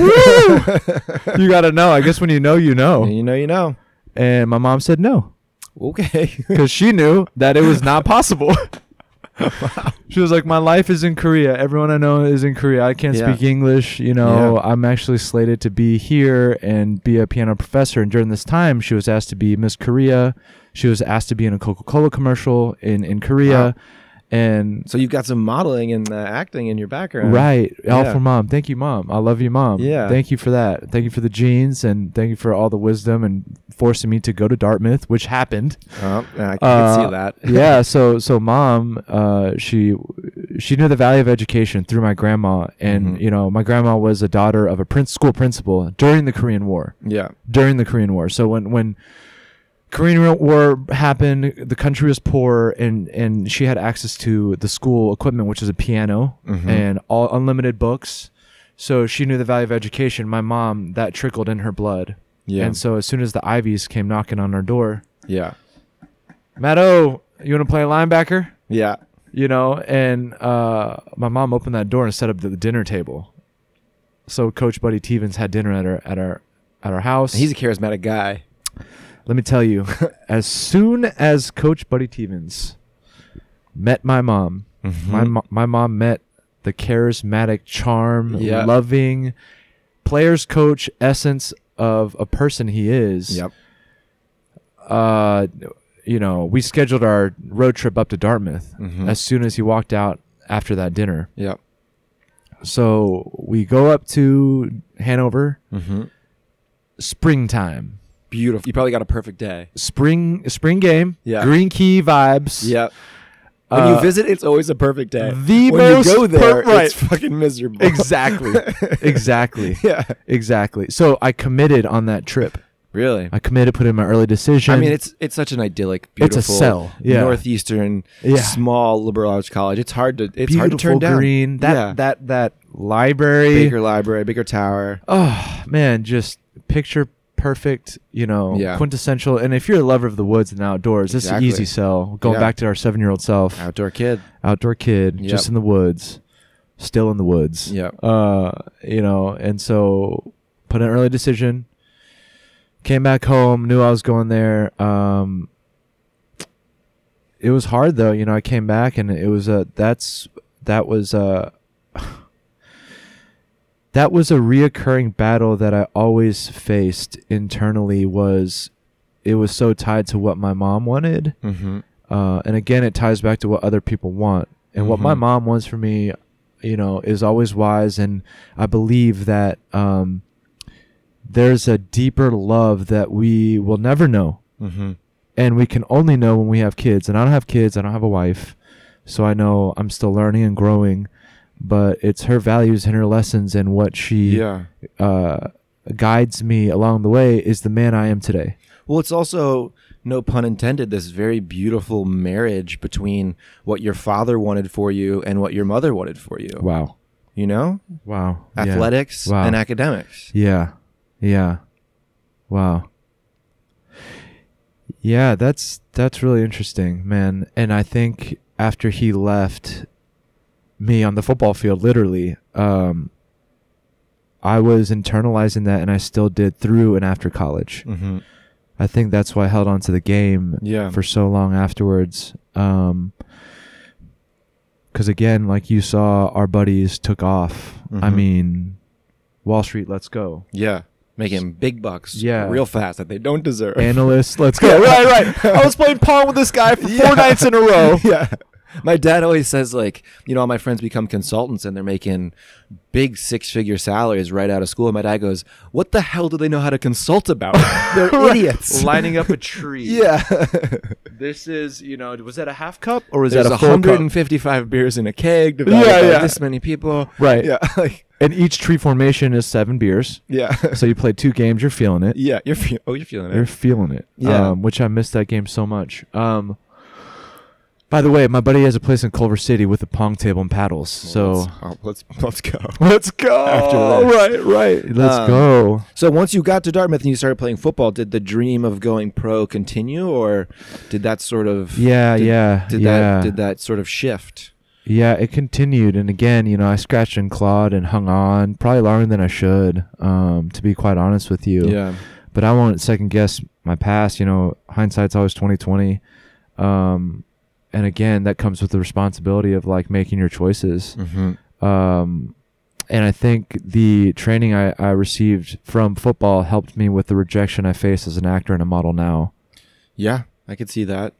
Speaker 2: you got to know. I guess when you know,
Speaker 1: [LAUGHS]
Speaker 2: you know.
Speaker 1: you know, you know.
Speaker 2: And my mom said no.
Speaker 1: Okay. [LAUGHS]
Speaker 2: because she knew that it was not possible. She was like, "My life is in Korea. Everyone I know is in Korea. I can't
Speaker 1: Yeah.
Speaker 2: speak English. You know, I'm actually slated to be here and be a piano professor. And during this time, she was asked to be Miss Korea. She was asked to be in a Coca-Cola commercial in in Korea, And
Speaker 1: So you've got some modeling and uh, acting in your background,
Speaker 2: right, all
Speaker 1: Yeah.
Speaker 2: for mom. Thank you, mom. I love you, mom.
Speaker 1: Yeah.
Speaker 2: Thank you for that. Thank you for the genes, and thank you for all the wisdom and forcing me to go to Dartmouth, which happened.
Speaker 1: Oh, I can
Speaker 2: Uh,
Speaker 1: see that. [LAUGHS]
Speaker 2: yeah. So so mom, uh, she she knew the value of education through my grandma,
Speaker 1: Mhm.
Speaker 2: and you know my grandma was a daughter of a prin- school principal during the Korean War.
Speaker 1: Yeah.
Speaker 2: During the Korean War, so when when Korean War happened, the country was poor, and and she had access to the school equipment, which is a piano
Speaker 1: Mhm.
Speaker 2: and all unlimited books. So she knew the value of education. My mom, that trickled in her blood.
Speaker 1: Yeah.
Speaker 2: And so as soon as the Ivies came knocking on our door,
Speaker 1: yeah.
Speaker 2: Matto, you want to play linebacker?
Speaker 1: Yeah.
Speaker 2: You know, and uh, my mom opened that door and set up the dinner table. So Coach Buddy Tevens had dinner at our at our at our house.
Speaker 1: He's a charismatic guy.
Speaker 2: Let me tell
Speaker 1: [LAUGHS]
Speaker 2: you, as soon as Coach Buddy Tevens met my mom,
Speaker 1: Mm-hmm.
Speaker 2: my mo- my mom met the charismatic, charm,
Speaker 1: Yeah.
Speaker 2: loving players coach essence of a person he is.
Speaker 1: Yep.
Speaker 2: uh, you know, we scheduled our road trip up to Dartmouth
Speaker 1: Mhm.
Speaker 2: as soon as he walked out after that dinner.
Speaker 1: Yep.
Speaker 2: So we go up to Hanover,
Speaker 1: Mm-hmm.
Speaker 2: springtime,
Speaker 1: Beautiful. You probably got a perfect day.
Speaker 2: spring, spring game,
Speaker 1: Yeah.
Speaker 2: green key vibes.
Speaker 1: Yep. When you
Speaker 2: Uh,
Speaker 1: visit, it's always a perfect day.
Speaker 2: the
Speaker 1: when
Speaker 2: most
Speaker 1: you go there,
Speaker 2: per- right.
Speaker 1: it's fucking miserable.
Speaker 2: [LAUGHS] Exactly. exactly.
Speaker 1: [LAUGHS] yeah.
Speaker 2: Exactly. So I committed on that trip.
Speaker 1: Really.
Speaker 2: I committed, put in my early decision.
Speaker 1: I mean, it's it's such an idyllic,
Speaker 2: It's
Speaker 1: beautiful
Speaker 2: a cell, yeah.
Speaker 1: northeastern,
Speaker 2: Yeah.
Speaker 1: small liberal arts college. It's hard to it's hard to
Speaker 2: beautiful
Speaker 1: turn down.
Speaker 2: green. That
Speaker 1: yeah.
Speaker 2: that that library.
Speaker 1: bigger library, bigger tower.
Speaker 2: oh man just picture perfect you know
Speaker 1: Yeah.
Speaker 2: quintessential and if you're a lover of the woods and the outdoors it's an
Speaker 1: Exactly.
Speaker 2: easy sell going
Speaker 1: Yeah.
Speaker 2: back to our seven year old self
Speaker 1: Outdoor kid.
Speaker 2: outdoor kid
Speaker 1: Yep.
Speaker 2: just in the woods still in the woods
Speaker 1: Yep.
Speaker 2: uh you know and so put an early decision came back home knew i was going there um it was hard though you know i came back and it was a that's that was a [SIGHS] that was a reoccurring battle that i always faced internally was it was so tied to what my mom wanted
Speaker 1: Mm-hmm.
Speaker 2: uh, and again, it ties back to what other people want. And what my
Speaker 1: Mhm.
Speaker 2: mom wants for me, you know, is always wise. And I believe that um, there's a deeper love that we will never know.
Speaker 1: Mm-hmm.
Speaker 2: And we can only know when we have kids. And I don't have kids, I don't have a wife. So I know I'm still learning and growing. But it's her values and her lessons and what she
Speaker 1: Yeah.
Speaker 2: uh, guides me along the way is the man I am today.
Speaker 1: Well, it's also no pun intended this very beautiful marriage between what your father wanted for you and what your mother wanted for you.
Speaker 2: Wow.
Speaker 1: You know,
Speaker 2: Wow. Yeah.
Speaker 1: athletics
Speaker 2: Wow.
Speaker 1: and academics.
Speaker 2: Yeah. Yeah. Wow. Yeah, that's that's really interesting, man. And I think after he left me on the football field literally, um I was internalizing that and I still did through and after college.
Speaker 1: Mm-hmm.
Speaker 2: I think that's why I held on to the game
Speaker 1: Yeah.
Speaker 2: for so long afterwards. Um 'cause because again, like you saw, our buddies took off. I
Speaker 1: Mhm.
Speaker 2: mean, Wall Street, let's go.
Speaker 1: yeah. Making big bucks.
Speaker 2: Yeah.
Speaker 1: Real fast that they don't deserve.
Speaker 2: analyst. Let's go. right, right. I [LAUGHS] was playing Pong with this guy for
Speaker 1: Yeah.
Speaker 2: four nights in a [LAUGHS] row.
Speaker 1: yeah. My dad always says like, you know, all my friends become consultants and they're making big six-figure salaries right out of school. And my dad goes, "What the hell do they know how to consult
Speaker 2: [LAUGHS]
Speaker 1: about? they're idiots."
Speaker 2: Lining up a [LAUGHS] tree.
Speaker 1: yeah.
Speaker 2: This is, you know, was that a half cup or was
Speaker 1: There's
Speaker 2: that a full cup?
Speaker 1: 155 beers in a keg divided
Speaker 2: Yeah,
Speaker 1: by
Speaker 2: yeah.
Speaker 1: this many people.
Speaker 2: Right.
Speaker 1: Yeah. [LAUGHS] Like,
Speaker 2: And each tree formation is seven beers.
Speaker 1: yeah. [LAUGHS]
Speaker 2: So you play two games, you're feeling it.
Speaker 1: yeah. You're feel- oh, you're feeling
Speaker 2: You're
Speaker 1: it.
Speaker 2: feeling it.
Speaker 1: Yeah.
Speaker 2: Um, which I missed that game so much. Um, by the way, my buddy has a place in Culver City with a pong table and paddles. So
Speaker 1: Well, let's, oh, let's let's go.
Speaker 2: [LAUGHS] let's go.
Speaker 1: After this.
Speaker 2: Right, right. Let's
Speaker 1: Um,
Speaker 2: go.
Speaker 1: So once you got to Dartmouth and you started playing football, did the dream of going pro continue, or did that sort of
Speaker 2: Yeah,
Speaker 1: did-
Speaker 2: yeah,
Speaker 1: did
Speaker 2: yeah.
Speaker 1: that did that sort of shift?
Speaker 2: Yeah, it continued, and again, you know, I scratched and clawed and hung on probably longer than I should, um, to be quite honest with you.
Speaker 1: Yeah.
Speaker 2: But I won't second guess my past. You know, hindsight's always twenty twenty, um, and again, that comes with the responsibility of like making your choices.
Speaker 1: Mm-hmm.
Speaker 2: Um, and I think the training I, I received from football helped me with the rejection I face as an actor and a model now.
Speaker 1: Yeah, I could see that.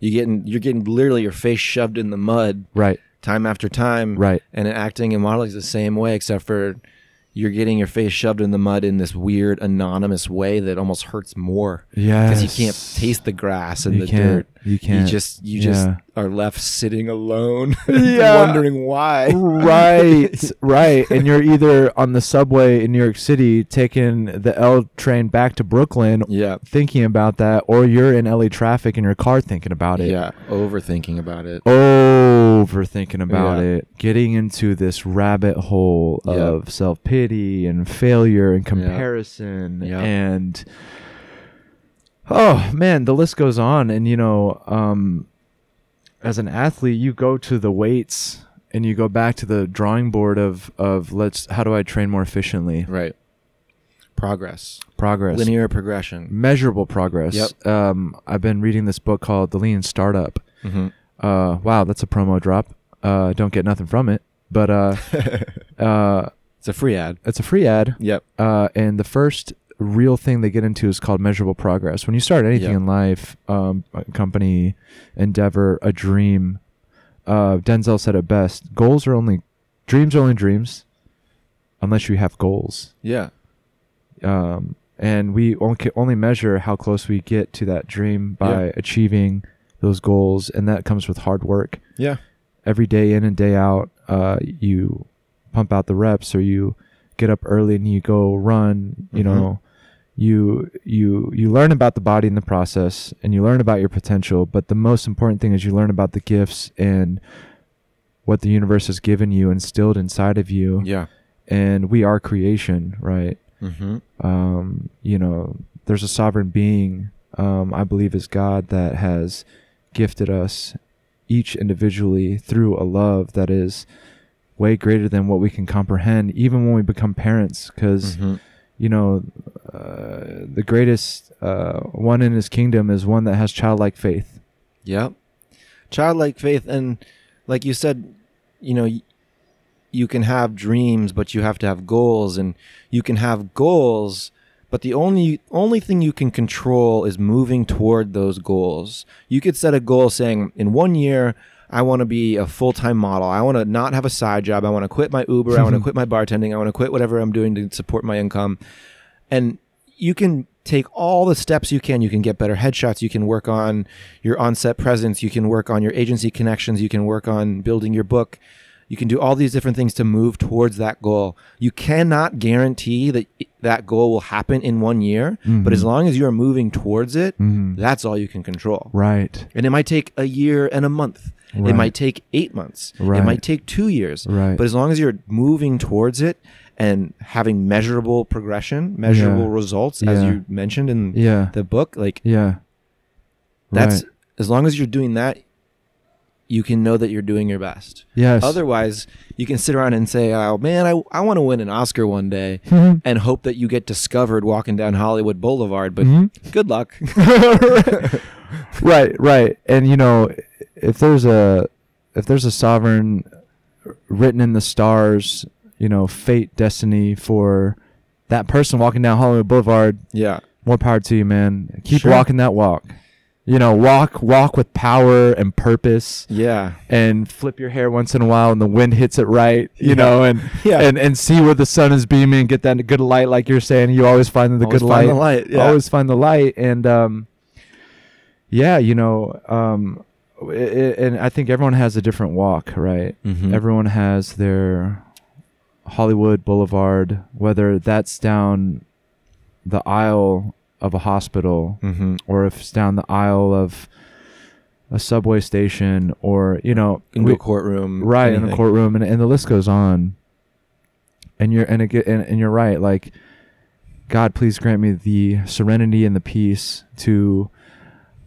Speaker 1: You getting you're getting literally your face shoved in the mud
Speaker 2: Right.
Speaker 1: time after time.
Speaker 2: Right.
Speaker 1: And acting and modeling is the same way, except for you're getting your face shoved in the mud in this weird anonymous way that almost hurts more.
Speaker 2: Yeah.
Speaker 1: Because you can't taste the grass and the
Speaker 2: You can't.
Speaker 1: dirt.
Speaker 2: You can't.
Speaker 1: You just you just
Speaker 2: Yeah.
Speaker 1: are left sitting alone, [LAUGHS]
Speaker 2: Yeah.
Speaker 1: wondering why.
Speaker 2: right, right. And you're either on the subway in New York City taking the L train back to Brooklyn
Speaker 1: Yeah.
Speaker 2: thinking about that, or you're in LA traffic in your car thinking about it. Oh.
Speaker 1: Yeah. Overthinking about it.
Speaker 2: Overthinking about
Speaker 1: Yeah.
Speaker 2: it, getting into this rabbit hole
Speaker 1: Yeah.
Speaker 2: of self pity and failure and comparison
Speaker 1: Yeah.
Speaker 2: and oh man, the list goes on. And you know, um, as an athlete, you go to the weights and you go back to the drawing board of of let's how do I train more efficiently?
Speaker 1: Right. Progress.
Speaker 2: Progress,
Speaker 1: Linear progression.
Speaker 2: measurable progress.
Speaker 1: Yep.
Speaker 2: Um, I've been reading this book called The Lean Startup.
Speaker 1: Mm-hmm.
Speaker 2: Uh, wow, that's a promo drop. Uh, don't get nothing from it, but uh, uh,
Speaker 1: [LAUGHS] It's a free ad.
Speaker 2: it's a free ad.
Speaker 1: Yep.
Speaker 2: Uh, and the first real thing they get into is called measurable progress. When you start anything
Speaker 1: Yeah.
Speaker 2: in life, um, a company, endeavor, a dream, uh, Denzel said it best: goals are only dreams are only dreams unless you have goals.
Speaker 1: Yeah.
Speaker 2: Um, and we on- can only measure how close we get to that dream by
Speaker 1: Yeah.
Speaker 2: achieving those goals, and that comes with hard work
Speaker 1: Yeah.
Speaker 2: every day in and day out uh, you pump out the reps or you get up early and you go run you
Speaker 1: Mhm.
Speaker 2: know you you you learn about the body in the process and you learn about your potential but the most important thing is you learn about the gifts and what the universe has given you instilled inside of you
Speaker 1: Yeah.
Speaker 2: and we are creation right
Speaker 1: Mm-hmm.
Speaker 2: um, you know, there's a sovereign being, um, I believe is God that has gifted us each individually through a love that is way greater than what we can comprehend, even when we become parents, because, you know, uh, the greatest uh, one in his kingdom is one that has childlike faith.
Speaker 1: Yep. Childlike faith. And like you said, you know, y- you can have dreams, but you have to have goals. And you can have goals, but the only only thing you can control is moving toward those goals. You could set a goal saying, in one year, I want to be a full time model. I want to not have a side job. I want to quit my Uber. I want to quit my bartending. I want to quit whatever I'm doing to support my income. and you can take all the steps you can you can get better headshots you can work on your on-set presence you can work on your agency connections you can work on building your book you can do all these different things to move towards that goal you cannot guarantee that that goal will happen in one year but
Speaker 2: Mm-hmm.
Speaker 1: as long as you are moving towards it
Speaker 2: Mhm.
Speaker 1: that's all you can control
Speaker 2: Right.
Speaker 1: and it might take a year and a month
Speaker 2: Right.
Speaker 1: it might take eight months
Speaker 2: Right.
Speaker 1: it might take two years
Speaker 2: Right.
Speaker 1: but as long as you're moving towards it and having measurable progression, measurable
Speaker 2: Yeah.
Speaker 1: results, as
Speaker 2: Yeah.
Speaker 1: you mentioned in
Speaker 2: Yeah.
Speaker 1: the book, like
Speaker 2: yeah.
Speaker 1: that's
Speaker 2: Right.
Speaker 1: as long as you're doing that, you can know that you're doing your best.
Speaker 2: yes.
Speaker 1: Otherwise, you can sit around and say, "Oh man, I I want to win an Oscar one day,"
Speaker 2: [LAUGHS] Mhm.
Speaker 1: and hope that you get discovered walking down Hollywood Boulevard. But
Speaker 2: Mhm.
Speaker 1: good
Speaker 2: [LAUGHS]
Speaker 1: luck.
Speaker 2: right right and you know if there's a if there's a sovereign written in the stars you know fate destiny for that person walking down hollywood boulevard
Speaker 1: yeah,
Speaker 2: more power to you man keep
Speaker 1: Sure.
Speaker 2: walking that walk you know walk walk with power and purpose
Speaker 1: yeah,
Speaker 2: and flip your hair once in a while and the wind hits it right you
Speaker 1: Yeah.
Speaker 2: know and
Speaker 1: [LAUGHS] Yeah.
Speaker 2: and and see where the sun is beaming get that good light like you're saying you always find the
Speaker 1: Always
Speaker 2: good
Speaker 1: find
Speaker 2: light
Speaker 1: the light, yeah.
Speaker 2: always find the light and um yeah you know um i- i- and i think everyone has a different walk right
Speaker 1: Mhm.
Speaker 2: everyone has their hollywood boulevard whether that's down the aisle of a hospital
Speaker 1: mm-hmm.
Speaker 2: or if it's down the aisle of a subway station or you know
Speaker 1: into
Speaker 2: we-
Speaker 1: a courtroom,
Speaker 2: right in the
Speaker 1: anything.
Speaker 2: courtroom and, and the list goes on and you're and, it, ge- and and you're right like god please grant me the serenity and the peace to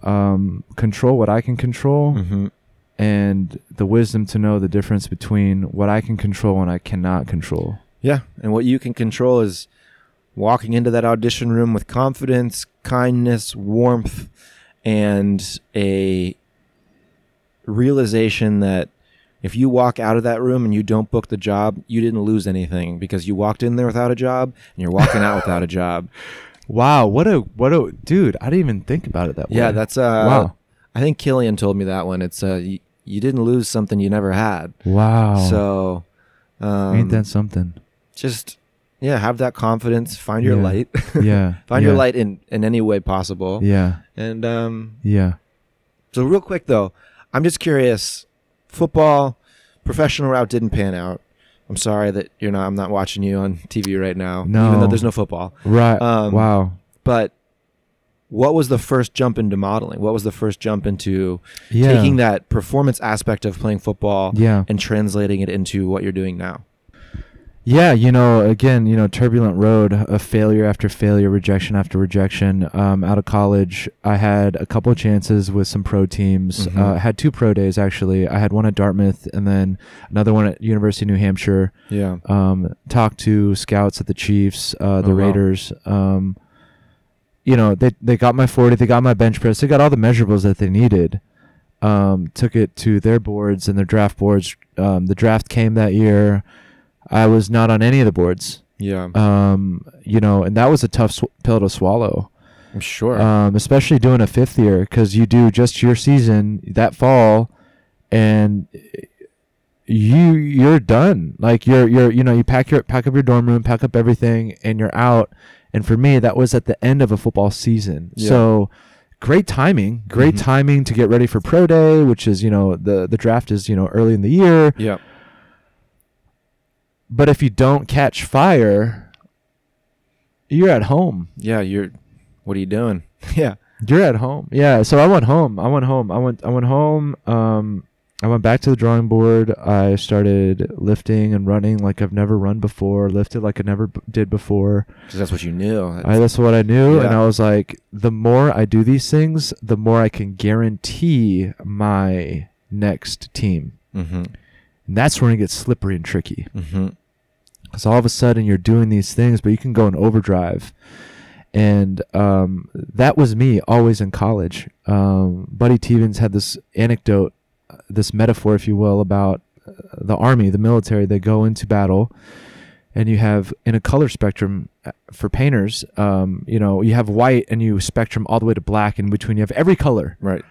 Speaker 2: um control what i can control
Speaker 1: Mhm.
Speaker 2: and the wisdom to know the difference between what i can control and i cannot control
Speaker 1: Yeah, and what you can control is walking into that audition room with confidence, kindness, warmth, and a realization that if you walk out of that room and you don't book the job, you didn't lose anything because you walked in there without a job and you're walking out without a job.
Speaker 2: [LAUGHS] wow what a what a dude i didn't even think about it that
Speaker 1: Yeah, that's uh
Speaker 2: Wow.
Speaker 1: I think Killian told me that one. It's uh, you, you didn't lose something you never had.
Speaker 2: Wow.
Speaker 1: So, um,
Speaker 2: Oh. ain't that something?
Speaker 1: just yeah, have that confidence. Find your
Speaker 2: Yeah.
Speaker 1: light.
Speaker 2: [LAUGHS] Yeah.
Speaker 1: find
Speaker 2: yeah.
Speaker 1: your light in in any way possible.
Speaker 2: Yeah.
Speaker 1: And um,
Speaker 2: Yeah.
Speaker 1: so, real quick though, I'm just curious. Football professional route didn't pan out. I'm sorry that you're not. I'm not watching you on TV right now. even though
Speaker 2: No.
Speaker 1: there's no football.
Speaker 2: Right.
Speaker 1: Um,
Speaker 2: wow.
Speaker 1: But what was the first jump into modeling? What was the first jump into
Speaker 2: Yeah.
Speaker 1: taking that performance aspect of playing football
Speaker 2: Yeah.
Speaker 1: and translating it into what you're doing now?
Speaker 2: Yeah, you know, again, you know, turbulent road of failure after failure, rejection after rejection. Um, out of college, I had a couple chances with some pro teams.
Speaker 1: Mhm.
Speaker 2: Uh, had two pro days actually. I had one at Dartmouth and then another one at University of New Hampshire.
Speaker 1: Yeah.
Speaker 2: Um, talked to scouts at the Chiefs, uh, the
Speaker 1: Oh, wow.
Speaker 2: Raiders. Um, you know, they they got my forty, they got my bench press, they got all the measurables that they needed. Um, took it to their boards and their draft boards. Um, the draft came that year. I was not on any of the boards.
Speaker 1: Yeah.
Speaker 2: Um, you know, and that was a tough sw- pill to swallow.
Speaker 1: I'm sure.
Speaker 2: Um, especially doing a fifth year because you do just your season that fall, and you you're done. Like you're you're you know you pack your pack up your dorm room, pack up everything, and you're out. And for me, that was at the end of a football season.
Speaker 1: Yeah.
Speaker 2: So great timing, great
Speaker 1: Mhm.
Speaker 2: timing to get ready for pro day, which is you know the the draft is you know early in the year.
Speaker 1: yeah.
Speaker 2: But if you don't catch fire, you're at home.
Speaker 1: Yeah. You're. What are you doing? [LAUGHS] Yeah.
Speaker 2: You're at home. Yeah. So I went home. I went home. I went. I went home. Um, I went back to the drawing board. I started lifting and running like I've never run before. Lifted like I never b- did before.
Speaker 1: Because that's what you knew.
Speaker 2: I, that's what I knew, and
Speaker 1: Yeah.
Speaker 2: I was like, the more I do these things, the more I can guarantee my next team.
Speaker 1: mm-hmm.
Speaker 2: And that's when it gets slippery and tricky.
Speaker 1: Mm-hmm.
Speaker 2: because all of a sudden you're doing these things, but you can go in overdrive. And um, that was me always in college. Um, Buddy Tevens had this anecdote, uh, this metaphor, if you will, about uh, the army, the military. They go into battle, and you have in a color spectrum uh, for painters. Um, you know, you have white, and you spectrum all the way to black. In between, you have every color.
Speaker 1: Right.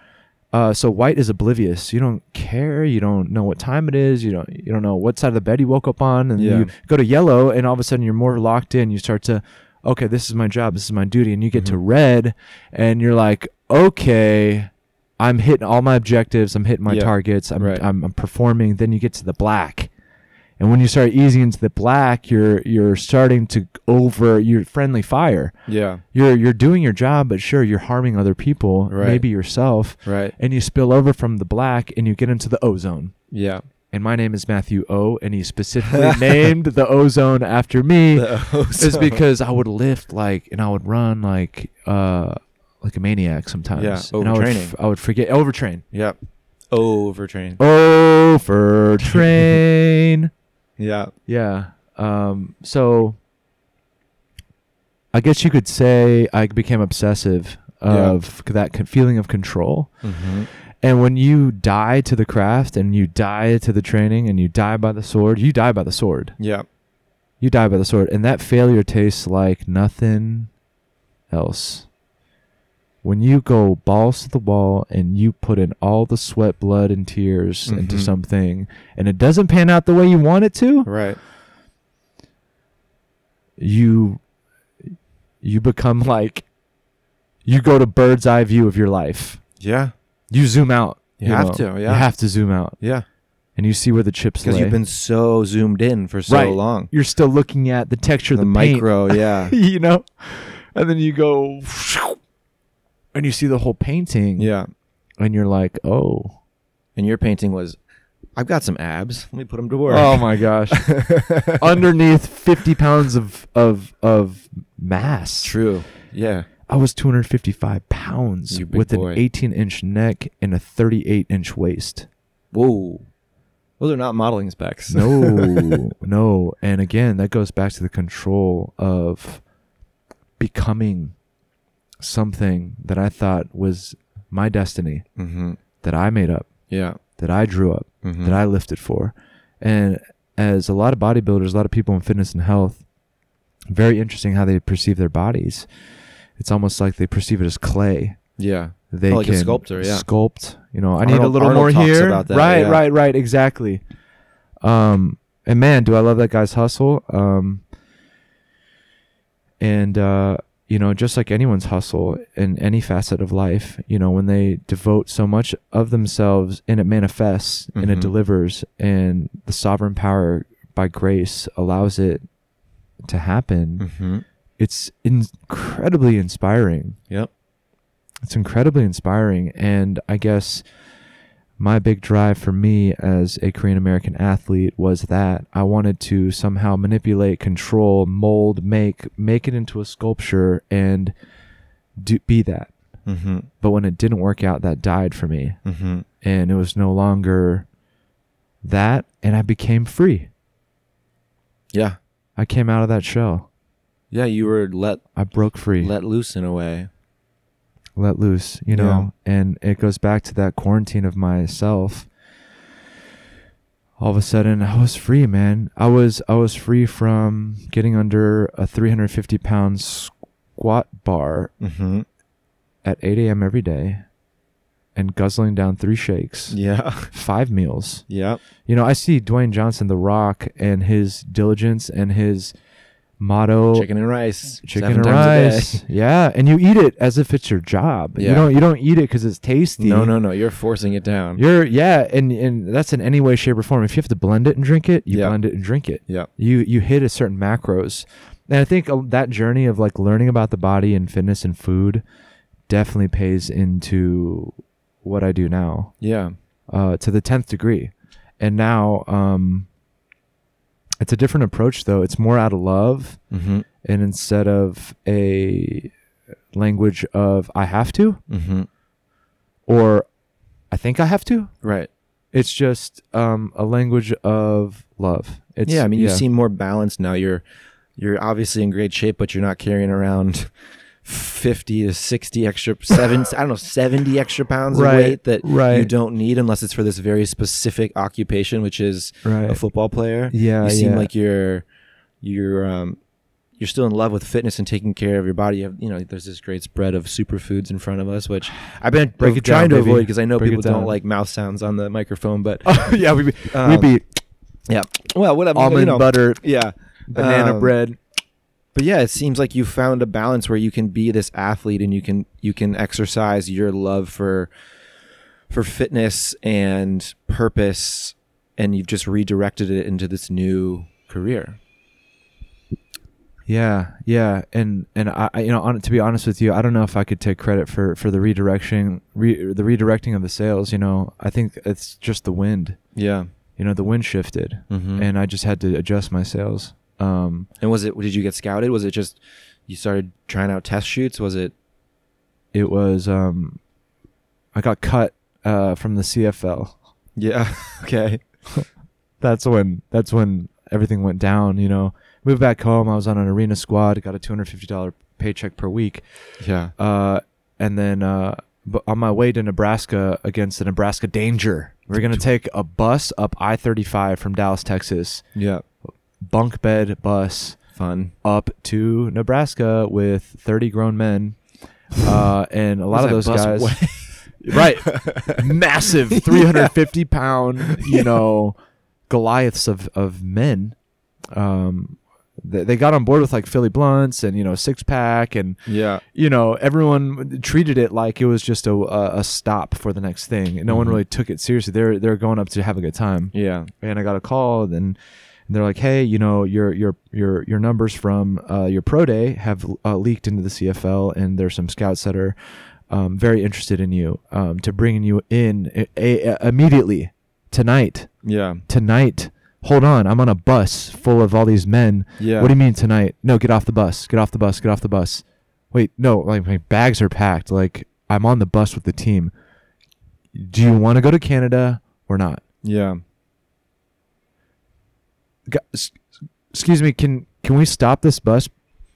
Speaker 2: Uh, so white is oblivious. You don't care. You don't know what time it is. You don't. You don't know what side of the bed you woke up on. And
Speaker 1: Yeah.
Speaker 2: you go to yellow, and all of a sudden you're more locked in. You start to, okay, this is my job. This is my duty. And you get to
Speaker 1: Mm-hmm.
Speaker 2: red, and you're like, okay, I'm hitting all my objectives. I'm hitting my
Speaker 1: Yeah.
Speaker 2: targets. I'm,
Speaker 1: Right.
Speaker 2: I'm I'm performing. Then you get to the black, and when you start easing into the black, you're you're starting to over your friendly fire.
Speaker 1: Yeah.
Speaker 2: You're you're doing your job, but sure, you're harming other people,
Speaker 1: Right.
Speaker 2: maybe yourself
Speaker 1: Right.
Speaker 2: and you spill over from the black and you get into the ozone.
Speaker 1: [LAUGHS] Yeah.
Speaker 2: And my name is Matthew O, and he
Speaker 1: [LAUGHS]
Speaker 2: specifically named the ozone after me is because I would lift like and I would run like uh like a maniac sometimes.
Speaker 1: Yeah,
Speaker 2: and I would,
Speaker 1: overtraining.
Speaker 2: f- I would forget
Speaker 1: [LAUGHS]
Speaker 2: overtrain.
Speaker 1: [LAUGHS] Yep. Overtrained.
Speaker 2: Overtrain.
Speaker 1: Yeah.
Speaker 2: yeah. Um so I guess you could say I became obsessive
Speaker 1: Yeah.
Speaker 2: of that con- feeling of control.
Speaker 1: Mm-hmm.
Speaker 2: And when you die to the craft and you die to the training and you die by the sword, you die by the sword.
Speaker 1: Yeah.
Speaker 2: You die by the sword. And that failure tastes like nothing else. When you go balls to the wall and you put in all the sweat, blood, and tears into
Speaker 1: Mhm.
Speaker 2: something and it doesn't pan out the way you want it to,
Speaker 1: Right.
Speaker 2: you you become like you go to bird's eye view of your life.
Speaker 1: Yeah.
Speaker 2: You zoom out.
Speaker 1: You have to, yeah.
Speaker 2: You have to zoom out.
Speaker 1: Yeah.
Speaker 2: and you see where the chips
Speaker 1: Because
Speaker 2: lay.
Speaker 1: you've been so zoomed in for so
Speaker 2: Right.
Speaker 1: long.
Speaker 2: you're still looking at the texture of
Speaker 1: the
Speaker 2: the, paint,
Speaker 1: [LAUGHS]
Speaker 2: [LAUGHS]
Speaker 1: micro, yeah.
Speaker 2: you know, and then you go, [SNIFFS] and you see the whole painting,
Speaker 1: yeah.
Speaker 2: and you're like, oh,
Speaker 1: And your painting was, I've got some abs. Let me put them to work.
Speaker 2: oh my
Speaker 1: [LAUGHS]
Speaker 2: gosh,
Speaker 1: Oh.
Speaker 2: underneath 50 pounds of of of mass.
Speaker 1: True. Yeah.
Speaker 2: I was 255 pounds
Speaker 1: You big
Speaker 2: with
Speaker 1: boy.
Speaker 2: an 18 inch neck and a 38
Speaker 1: [LAUGHS]
Speaker 2: inch waist.
Speaker 1: Whoa. Those are not modeling specs.
Speaker 2: No, no. And again, that goes back to the control of becoming something that I thought was my destiny
Speaker 1: [LAUGHS] mm-hmm.
Speaker 2: that I made up,
Speaker 1: Yeah.
Speaker 2: that I drew up,
Speaker 1: Mm-hmm.
Speaker 2: that I lifted for. And as a lot of bodybuilders, a lot of people in fitness and health, very interesting how they perceive their bodies. It's almost like they perceive it as clay
Speaker 1: yeah.
Speaker 2: they
Speaker 1: Like a
Speaker 2: can
Speaker 1: sculptor, yeah.
Speaker 2: sculpt. You know, I need a
Speaker 1: Arnold-
Speaker 2: little
Speaker 1: Arnold
Speaker 2: more
Speaker 1: talks
Speaker 2: here.
Speaker 1: about that,
Speaker 2: right,
Speaker 1: yeah.
Speaker 2: right, right. Exactly. Um, and man, do I love that guy's hustle. Um, and uh, you know, just like anyone's hustle in any facet of life, you know, when they devote so much of themselves and it manifests and
Speaker 1: Mhm.
Speaker 2: it delivers, and the sovereign power by grace allows it to happen
Speaker 1: Mm-hmm.
Speaker 2: it's incredibly inspiring.
Speaker 1: Yep.
Speaker 2: It's incredibly inspiring. And I guess my big drive for me as a Korean American athlete was that I wanted to somehow manipulate, control, mold, make, make it into a sculpture and do, be that.
Speaker 1: Mm-hmm.
Speaker 2: But when it didn't work out, that died for me.
Speaker 1: Mm-hmm.
Speaker 2: And it was no longer that. And I became free.
Speaker 1: Yeah.
Speaker 2: I came out of that shell.
Speaker 1: Yeah. You were let
Speaker 2: I broke free.
Speaker 1: let loose in a way.
Speaker 2: let loose, you know, and it goes back to that quarantine of myself. All of a sudden, I was free, man. I was I was free from getting under a 350 pound squat bar
Speaker 1: Mm-hmm.
Speaker 2: at 8 a.m. every day, and guzzling down three shakes,
Speaker 1: Yeah. [LAUGHS]
Speaker 2: five meals.
Speaker 1: yeah.
Speaker 2: You know, I see Dwayne Johnson, The Rock, and his diligence and his motto
Speaker 1: Chicken and rice.
Speaker 2: chicken
Speaker 1: seven
Speaker 2: and
Speaker 1: times a day.
Speaker 2: rice. Yeah, and you eat it as if it's your job.
Speaker 1: Yeah.
Speaker 2: You don't you don't eat it because it's
Speaker 1: [LAUGHS]
Speaker 2: tasty.
Speaker 1: No, no, no. You're forcing it down.
Speaker 2: You're yeah, and and that's in any way, shape, or form. If you have to blend it and drink it, you
Speaker 1: Yeah.
Speaker 2: blend it and drink it.
Speaker 1: yeah.
Speaker 2: You you hit a certain macros, and I think uh, that journey of like learning about the body and fitness and food definitely pays into what I do now
Speaker 1: Yeah.
Speaker 2: uh, to the tenth degree, and now um, it's a different approach though. It's more out of love
Speaker 1: Mm-hmm.
Speaker 2: and instead of a language of I have to
Speaker 1: Mm-hmm.
Speaker 2: or I think I have to,
Speaker 1: Right.
Speaker 2: it's just um, a language of love. It's,
Speaker 1: yeah. I mean, you seem more balanced now. You're you're obviously in great shape, but you're not carrying around [LAUGHS] fifty to sixty [LAUGHS] extra seven. I don't know, seventy extra pounds
Speaker 2: Right,
Speaker 1: of weight that you
Speaker 2: right.
Speaker 1: don't need unless it's for this very specific occupation, which is
Speaker 2: right.
Speaker 1: a football player.
Speaker 2: yeah,
Speaker 1: you seem
Speaker 2: Uh, yeah.
Speaker 1: like you're you're um you're still in love with fitness and taking care of your body. You, have, you know, there's this great spread of superfoods in front of us, which I've been
Speaker 2: Break it
Speaker 1: trying
Speaker 2: down,
Speaker 1: to
Speaker 2: baby. [LAUGHS]
Speaker 1: avoid [LAUGHS] because I know
Speaker 2: Break it
Speaker 1: people don't
Speaker 2: down.
Speaker 1: like mouth sounds on the microphone. But
Speaker 2: Oh, yeah, we be, we
Speaker 1: Um,
Speaker 2: be
Speaker 1: yeah, [LAUGHS] well, whatever. you
Speaker 2: almond
Speaker 1: know,
Speaker 2: butter,
Speaker 1: yeah,
Speaker 2: banana
Speaker 1: Um,
Speaker 2: bread.
Speaker 1: But yeah, it seems like you found a balance where you can be this athlete and you can you can exercise your love for for fitness and purpose, and you've just redirected it into this new career.
Speaker 2: Yeah, yeah, and and I, I- you know, on, to be honest with you, I don't know if I could take credit for for the redirection, re, the redirecting of the sales. You know, I think it's just the wind.
Speaker 1: Yeah.
Speaker 2: You know, the wind shifted,
Speaker 1: Mm-hmm.
Speaker 2: and I just had to adjust my sales. Um,
Speaker 1: And was it? Did you get scouted? Was it just you started trying out test shoots? Was it?
Speaker 2: it was um I got cut uh from the CFL.
Speaker 1: Yeah. [LAUGHS] okay.
Speaker 2: That's when that's when everything went down, you know. Moved back home, I was on an arena squad, got a $250 paycheck per week.
Speaker 1: Yeah.
Speaker 2: Uh and then uh but on my way to Nebraska against the Nebraska Danger, we're going to take a bus up I-35 from Dallas, Texas,
Speaker 1: Yeah.
Speaker 2: bunk bed bus
Speaker 1: Fun.
Speaker 2: up to Nebraska with 30 grown men.
Speaker 1: [LAUGHS]
Speaker 2: Uh, and a lot of
Speaker 1: Was
Speaker 2: those
Speaker 1: that
Speaker 2: guys,
Speaker 1: bus
Speaker 2: [LAUGHS]
Speaker 1: [LAUGHS]
Speaker 2: right? Massive, 350 pound, you know, Goliaths of, of men. Um, they, they got on board with like Philly blunts and, you know, six pack and,
Speaker 1: Yeah.
Speaker 2: you know, everyone treated it like it was just a, a, a stop for the next thing. And no one
Speaker 1: Mhm.
Speaker 2: really took it seriously. They're, they're going up to have a good time
Speaker 1: Yeah.
Speaker 2: and I got a call and, and they're like, "Hey, you know, your your your your numbers from uh, your pro day have uh, leaked into the CFL, and there's some scouts that are um, very interested in you um, to bringing you in i a- immediately tonight.
Speaker 1: Yeah.
Speaker 2: Tonight, hold on, I'm on a bus full of all these men.
Speaker 1: Yeah.
Speaker 2: What do you mean tonight? No, get off the bus. Get off the bus. Get off the bus. Wait, no, like my bags are packed. Like I'm on the bus with the team. Do you want to go to Canada or not?
Speaker 1: Yeah.
Speaker 2: Gu- s- excuse me can can we stop this bus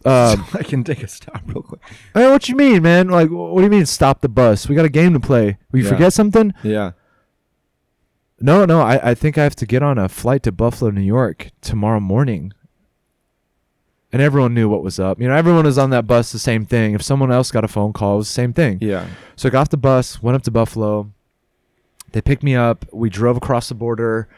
Speaker 2: um
Speaker 1: [LAUGHS] I can take a stop real quick.
Speaker 2: [LAUGHS] hey, what you mean man like wh- what do you mean stop the bus we got a game to play we
Speaker 1: Yeah.
Speaker 2: forget something
Speaker 1: Yeah.
Speaker 2: no no I, I think i have to get on a flight to buffalo new york tomorrow morning and everyone knew what was up. You know, everyone was on that bus the same thing. If someone else got a phone call, it was the same thing.
Speaker 1: Yeah.
Speaker 2: So I got off the bus, went up to Buffalo. They picked me up. We drove across the border,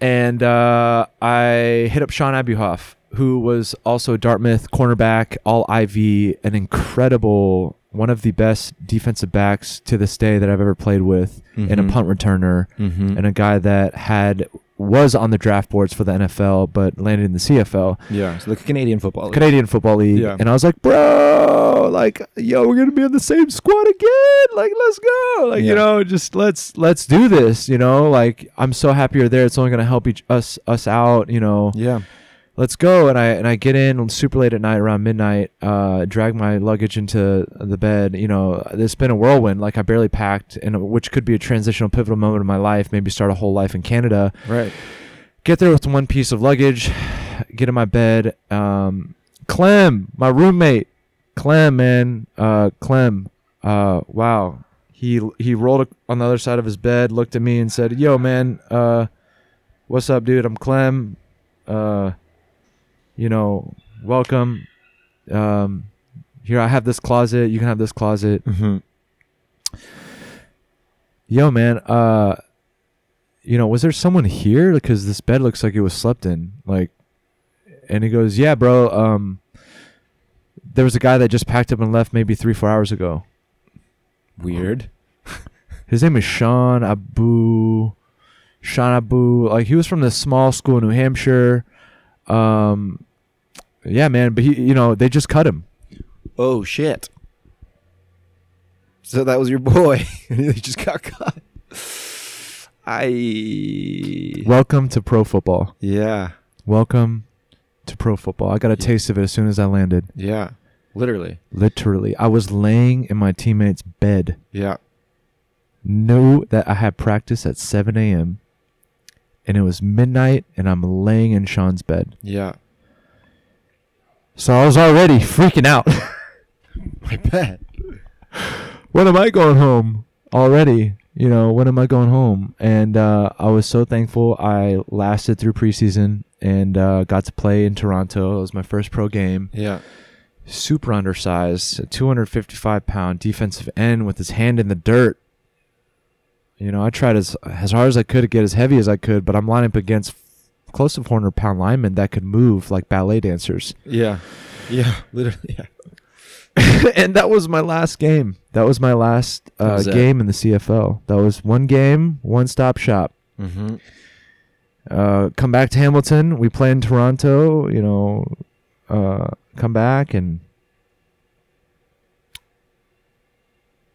Speaker 2: and uh, I hit up Sean Abuhoff, who was also a Dartmouth cornerback, all IV, an incredible, one of the best defensive backs to this day that I've ever played with, and
Speaker 1: Mhm.
Speaker 2: a punt returner,
Speaker 1: Mm-hmm.
Speaker 2: and a guy that had was on the draft boards for the NFL but landed in the CFL.
Speaker 1: yeah. So the Canadian football. league.
Speaker 2: Canadian Football League.
Speaker 1: Yeah.
Speaker 2: And I was like, bro, like, yo, we're gonna be in the same squad again. Like, let's go. Like,
Speaker 1: Yeah.
Speaker 2: you know, just let's let's do this. You know, like, I'm so happy you're there. It's only gonna help each us us out. You know,
Speaker 1: yeah.
Speaker 2: let's go. And I and I get in super late at night, around midnight. Uh, drag my luggage into the bed. You know, it's been a whirlwind. Like, I barely packed, and which could be a transitional pivotal moment in my life. Maybe start a whole life in Canada
Speaker 1: Right.
Speaker 2: get there with one piece of luggage, get in my bed. Um, Clem, my roommate, Clem, man, uh, Clem, uh, wow. He he rolled on the other side of his bed, looked at me, and said, "Yo, man, uh, what's up, dude? I'm Clem. Uh, you know, welcome. Um, here I have this closet. You can have this closet.
Speaker 1: Mm-hmm.
Speaker 2: Yo, man. Uh, you know, was there someone here? Because this bed looks like it was slept in. Like, and he goes, "Yeah, bro. Um, there was a guy that just packed up and left maybe three, four hours ago.
Speaker 1: Weird.
Speaker 2: His name is Sean Abu. Sean Abu. Like, he was from this small school in New Hampshire. Um, yeah, man. But he, you know, they just cut him.
Speaker 1: Oh shit. So that was your boy. [LAUGHS] and he just got caught. I.
Speaker 2: Welcome to pro football.
Speaker 1: Yeah.
Speaker 2: Welcome to pro football. I got a taste of it as soon as I landed.
Speaker 1: Yeah. Literally.
Speaker 2: Literally, I was laying in my teammate's bed.
Speaker 1: Yeah.
Speaker 2: Knew that I had practice at 7 a.m. and it was midnight, and I'm laying in Sean's bed.
Speaker 1: Yeah.
Speaker 2: So I was already freaking out. [LAUGHS]
Speaker 1: I bet.
Speaker 2: when am I going home? Already, you know, when am I going home? And uh, I was so thankful I lasted through preseason and uh, got to play in Toronto. It was my first pro game.
Speaker 1: Yeah.
Speaker 2: super undersized, a 255 pound defensive end with his hand in the dirt. You know, I tried as as hard as I could to get as heavy as I could, but I'm lining up against close to 400 pound linemen that could move like
Speaker 1: [LAUGHS]
Speaker 2: ballet dancers.
Speaker 1: Yeah. Yeah. Literally. Yeah.
Speaker 2: and that was my last game. That was my last
Speaker 1: That
Speaker 2: uh,
Speaker 1: was it.
Speaker 2: game in the CFL. That was one game, one stop shop.
Speaker 1: Mm-hmm.
Speaker 2: Uh, come back to Hamilton. We play in Toronto. You know, uh, come back and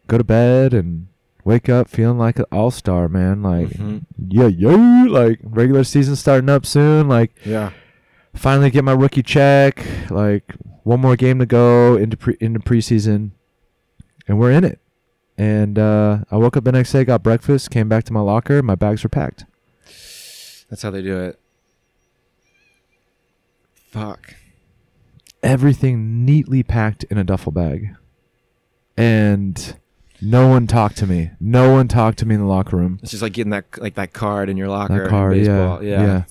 Speaker 2: go to bed and wake up feeling like an all star, man. Like
Speaker 1: Mhm.
Speaker 2: yeah, yeah. Like regular season starting up soon. Like
Speaker 1: Yeah.
Speaker 2: finally get my rookie check. Like one more game to go into pre- into preseason, and we're in it. And uh, I woke up the next day, got breakfast, came back to my locker, my bags were packed.
Speaker 1: That's how they do it. Fuck.
Speaker 2: everything neatly packed in a duffel bag. And no one talked to me. No one talked to me in the locker room.
Speaker 1: It's just like getting that like that card in your locker.
Speaker 2: That
Speaker 1: in
Speaker 2: car, yeah,
Speaker 1: baseball.
Speaker 2: yeah,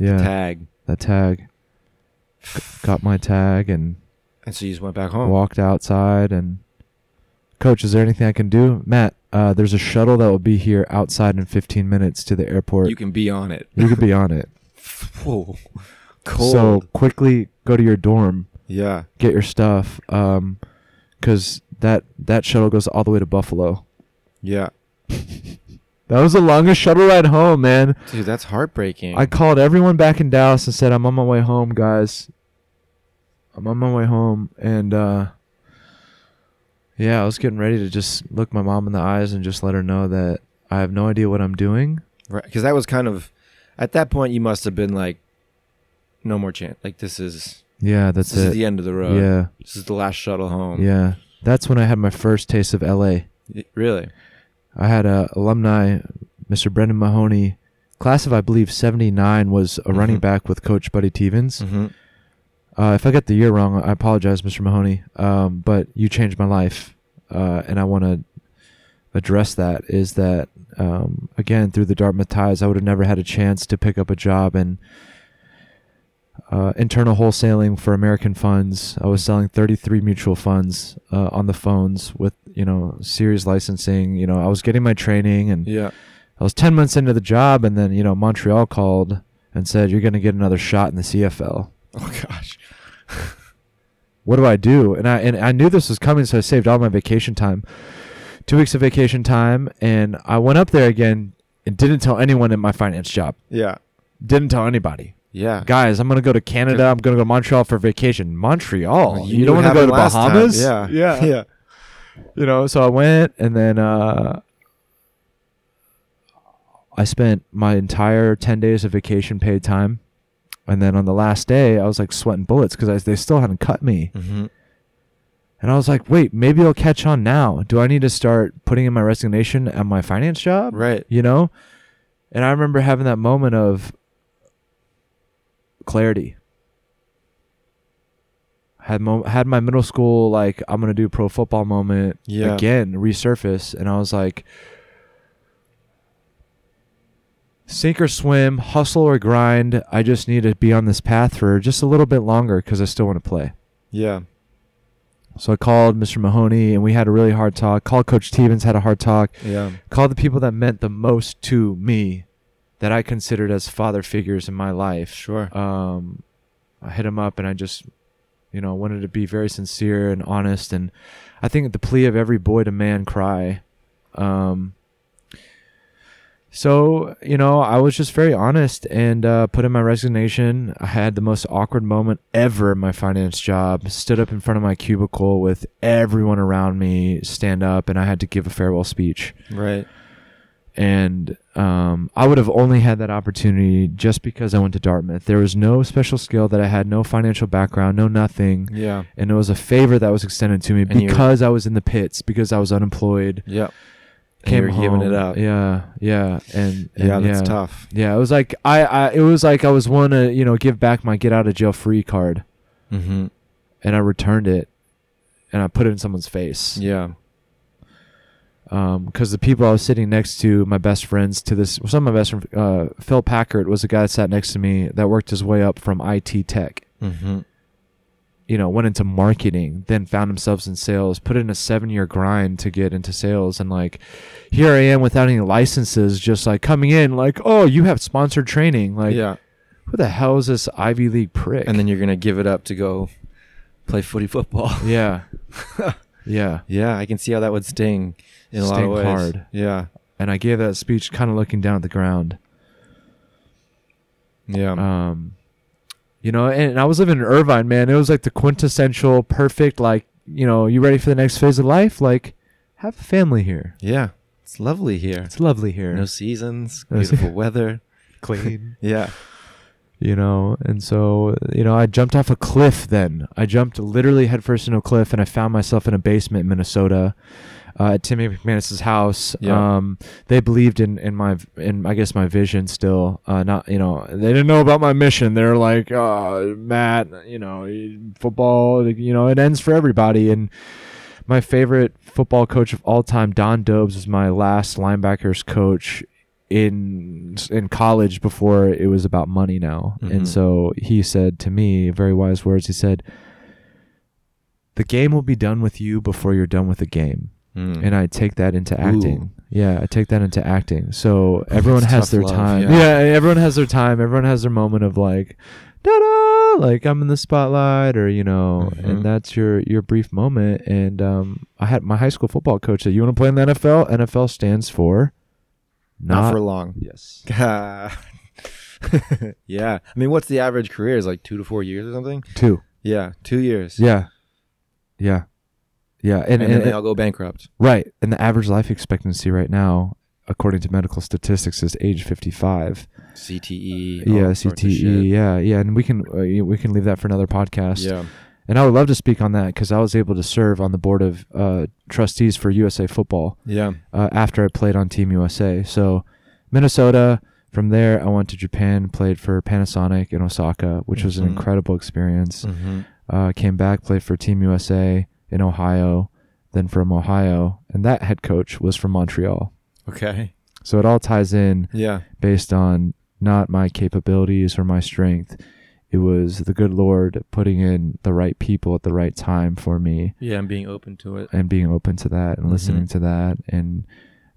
Speaker 2: yeah,
Speaker 1: Tag.
Speaker 2: That tag. G- Got my tag and
Speaker 1: And so you just went back home.
Speaker 2: walked outside. And coach, is there anything I can do, Matt? Uh, there's a shuttle that will be here outside in 15 minutes to the airport.
Speaker 1: You
Speaker 2: You,
Speaker 1: can be on it.
Speaker 2: could be on it.
Speaker 1: [LAUGHS] Whoa. Cold.
Speaker 2: So quickly go to your dorm,
Speaker 1: yeah.
Speaker 2: get your stuff, um, because that that shuttle goes all the way to Buffalo.
Speaker 1: Yeah.
Speaker 2: That was the longest shuttle ride home, man.
Speaker 1: Dude, that's heartbreaking.
Speaker 2: I called everyone back in Dallas and said, I'm on my way home, guys. I'm on my way home. And uh, yeah, I was getting ready to just look my mom in the eyes and just let her know that I have no idea what I'm doing.
Speaker 1: Right, because that was kind of at that point you must have been like, no more chance. Like this is
Speaker 2: Yeah, that's
Speaker 1: this is
Speaker 2: it.
Speaker 1: the end of the road.
Speaker 2: Yeah,
Speaker 1: This is the last shuttle home.
Speaker 2: yeah. That's when I had my first taste of LA.
Speaker 1: Y- Really.
Speaker 2: I had a alumni, Mr. Brendan Mahoney, class of, I believe, 79, was a running
Speaker 1: Mhm.
Speaker 2: back with Coach Buddy Tevens.
Speaker 1: Mm-hmm.
Speaker 2: Uh, if I got the year wrong, I apologize, Mr. Mahoney. Um, but you changed my life, uh, and I want to address that. Is that um, again through the Dartmouth ties, I would have never had a chance to pick up a job and uh, internal wholesaling for American funds. I was selling 33 mutual funds uh, on the phones with you know series licensing. You know, I was getting my training, and [LAUGHS]
Speaker 1: Yeah.
Speaker 2: I was 10 months into the job, and then you know Montreal called and said, "You're going to get another shot in the CFL."
Speaker 1: Oh gosh.
Speaker 2: What do I do? And I and I knew this was coming, so I saved all my vacation time, two weeks of vacation time, and I went up there again and didn't tell anyone at my finance job.
Speaker 1: Yeah.
Speaker 2: Didn't tell anybody.
Speaker 1: Yeah.
Speaker 2: guys, I'm gonna go to Canada. I'm gonna go to Montreal for vacation. Montreal? You,
Speaker 1: knew
Speaker 2: don't
Speaker 1: what
Speaker 2: want to go
Speaker 1: happened
Speaker 2: to
Speaker 1: last time.
Speaker 2: Bahamas?
Speaker 1: Yeah. [LAUGHS]
Speaker 2: yeah,
Speaker 1: Yeah.
Speaker 2: You know, so I went, and then uh, I spent my entire ten days of vacation paid time, and then on the last day, I was like sweating bullets because they still hadn't cut me,
Speaker 1: Mm-hmm.
Speaker 2: and I was like, wait, maybe I'll catch on now. Do I need to start putting in my resignation at my finance job?
Speaker 1: Right.
Speaker 2: You know, and I remember having that moment of clarity. Had mo- had my middle school like I'm gonna do pro football moment
Speaker 1: Yeah.
Speaker 2: again resurface, and I was like, sink or swim, hustle or grind. I just need to be on this path for just a little bit longer because I still want to play.
Speaker 1: Yeah.
Speaker 2: So I called Mr. Mahoney, and we had a really hard talk. Called Coach Stevens, had a hard talk
Speaker 1: Yeah.
Speaker 2: call the people that meant the most to me that I considered as father figures in my life.
Speaker 1: Sure.
Speaker 2: Um, I hit them up and I just, you know, wanted to be very sincere and honest. And I think the plea of every boy to man cry. Um, so, you know, I was just very honest and uh, put in my resignation. I had the most awkward moment ever in my finance job. Stood up in front of my cubicle with everyone around me stand up, and I had to give a farewell speech
Speaker 1: Right.
Speaker 2: and um, I would have only had that opportunity just because I went to Dartmouth. There was no special skill that I had, no financial background, no nothing,
Speaker 1: Yeah.
Speaker 2: and it was a favor that was extended to me
Speaker 1: And you-
Speaker 2: because I was in the pits, because I was unemployed.
Speaker 1: Yeah.
Speaker 2: Came
Speaker 1: you're giving
Speaker 2: home.
Speaker 1: it up.
Speaker 2: Yeah, yeah, and, and
Speaker 1: Yeah. That's tough.
Speaker 2: Yeah, it was like I, I, it was like I was one to you know give back my get out of jail free card,
Speaker 1: Mm-hmm.
Speaker 2: and I returned it, and I put it in someone's face.
Speaker 1: Yeah.
Speaker 2: because Um, the people I was sitting next to, my best friends to this, some of my best friends, uh, Phil Packard was the guy that sat next to me that worked his way up from IT tech.
Speaker 1: Mm-hmm.
Speaker 2: You know, went into marketing, then found themselves in sales, put in a seven year grind to get into sales. And like, here I am without any licenses, just like coming in, like, oh, you have sponsored training. Like,
Speaker 1: yeah.
Speaker 2: who the hell is this Ivy League prick?
Speaker 1: And then you're gonna give it up to go play footy
Speaker 2: [LAUGHS]
Speaker 1: football. [LAUGHS]
Speaker 2: yeah. yeah.
Speaker 1: Yeah, I can see how that would sting in a lot
Speaker 2: Sting
Speaker 1: of ways.
Speaker 2: hard.
Speaker 1: Yeah.
Speaker 2: And I gave that speech kind of looking down at the ground.
Speaker 1: Yeah.
Speaker 2: um you know and, and i was living in irvine man it was like the quintessential perfect like you know you ready for the next phase of life like have a family here
Speaker 1: yeah. It's lovely here.
Speaker 2: it's lovely here
Speaker 1: No
Speaker 2: [LAUGHS]
Speaker 1: seasons,
Speaker 2: No se-
Speaker 1: beautiful weather.
Speaker 2: clean
Speaker 1: [LAUGHS] Yeah.
Speaker 2: you know and so you know i jumped off a cliff then i jumped literally headfirst into a cliff and i found myself in a basement in minnesota uh, at Timmy McManus's house,
Speaker 1: Yeah.
Speaker 2: um, they believed in, in my in I guess my vision still. Uh, not you know they didn't know about my mission. They're like, oh, Matt, you know, football, you know, it ends for everybody. And my favorite football coach of all time, Don Dobbs, was my last linebackers coach in in college before it was about money now.
Speaker 1: Mhm.
Speaker 2: And so he said to me very wise words. He said. The game will be done with you before you're done with the game
Speaker 1: Mm.
Speaker 2: and I take that into acting. Yeah, I take that into acting. So everyone
Speaker 1: That's
Speaker 2: has
Speaker 1: tough
Speaker 2: their
Speaker 1: love,
Speaker 2: time.
Speaker 1: yeah.
Speaker 2: Yeah. everyone has their time. Everyone has their moment of like, da da, like I'm in the spotlight, or you know,
Speaker 1: Mhm.
Speaker 2: and that's your your brief moment. And um, I had my high school football coach said, "You want to play in the NFL? NFL stands for
Speaker 1: not,
Speaker 2: not,
Speaker 1: for [LAUGHS] long.
Speaker 2: yes,
Speaker 1: yeah. I mean, what's the average career? Is like two to four years or something?
Speaker 2: two,
Speaker 1: Yeah. Two years.
Speaker 2: yeah, yeah, yeah,
Speaker 1: And,
Speaker 2: and,
Speaker 1: then
Speaker 2: and,
Speaker 1: they all go bankrupt.
Speaker 2: right. And the average life expectancy right now, according to medical statistics, is age 55.
Speaker 1: CTE. E, all
Speaker 2: yeah E,
Speaker 1: sorts of shit.
Speaker 2: cte yeah yeah and we can uh, y- we can leave that for another podcast
Speaker 1: Yeah.
Speaker 2: and i would love to speak on that because i was able to serve on the board of uh, trustees for usa football
Speaker 1: Yeah.
Speaker 2: uh, after i played on team usa so minnesota from there i went to japan played for panasonic in osaka which was an
Speaker 1: Mhm.
Speaker 2: incredible experience
Speaker 1: Mm-hmm.
Speaker 2: uh, came back played for team usa in ohio then from ohio and that head coach was from montreal
Speaker 1: Okay.
Speaker 2: so it all ties in
Speaker 1: Yeah.
Speaker 2: based on not my capabilities or my strength. It was the good Lord putting in the right people at the right time for me
Speaker 3: Yeah, I'm being open to it.
Speaker 2: and being open to that
Speaker 1: Mm-hmm.
Speaker 2: and listening to that and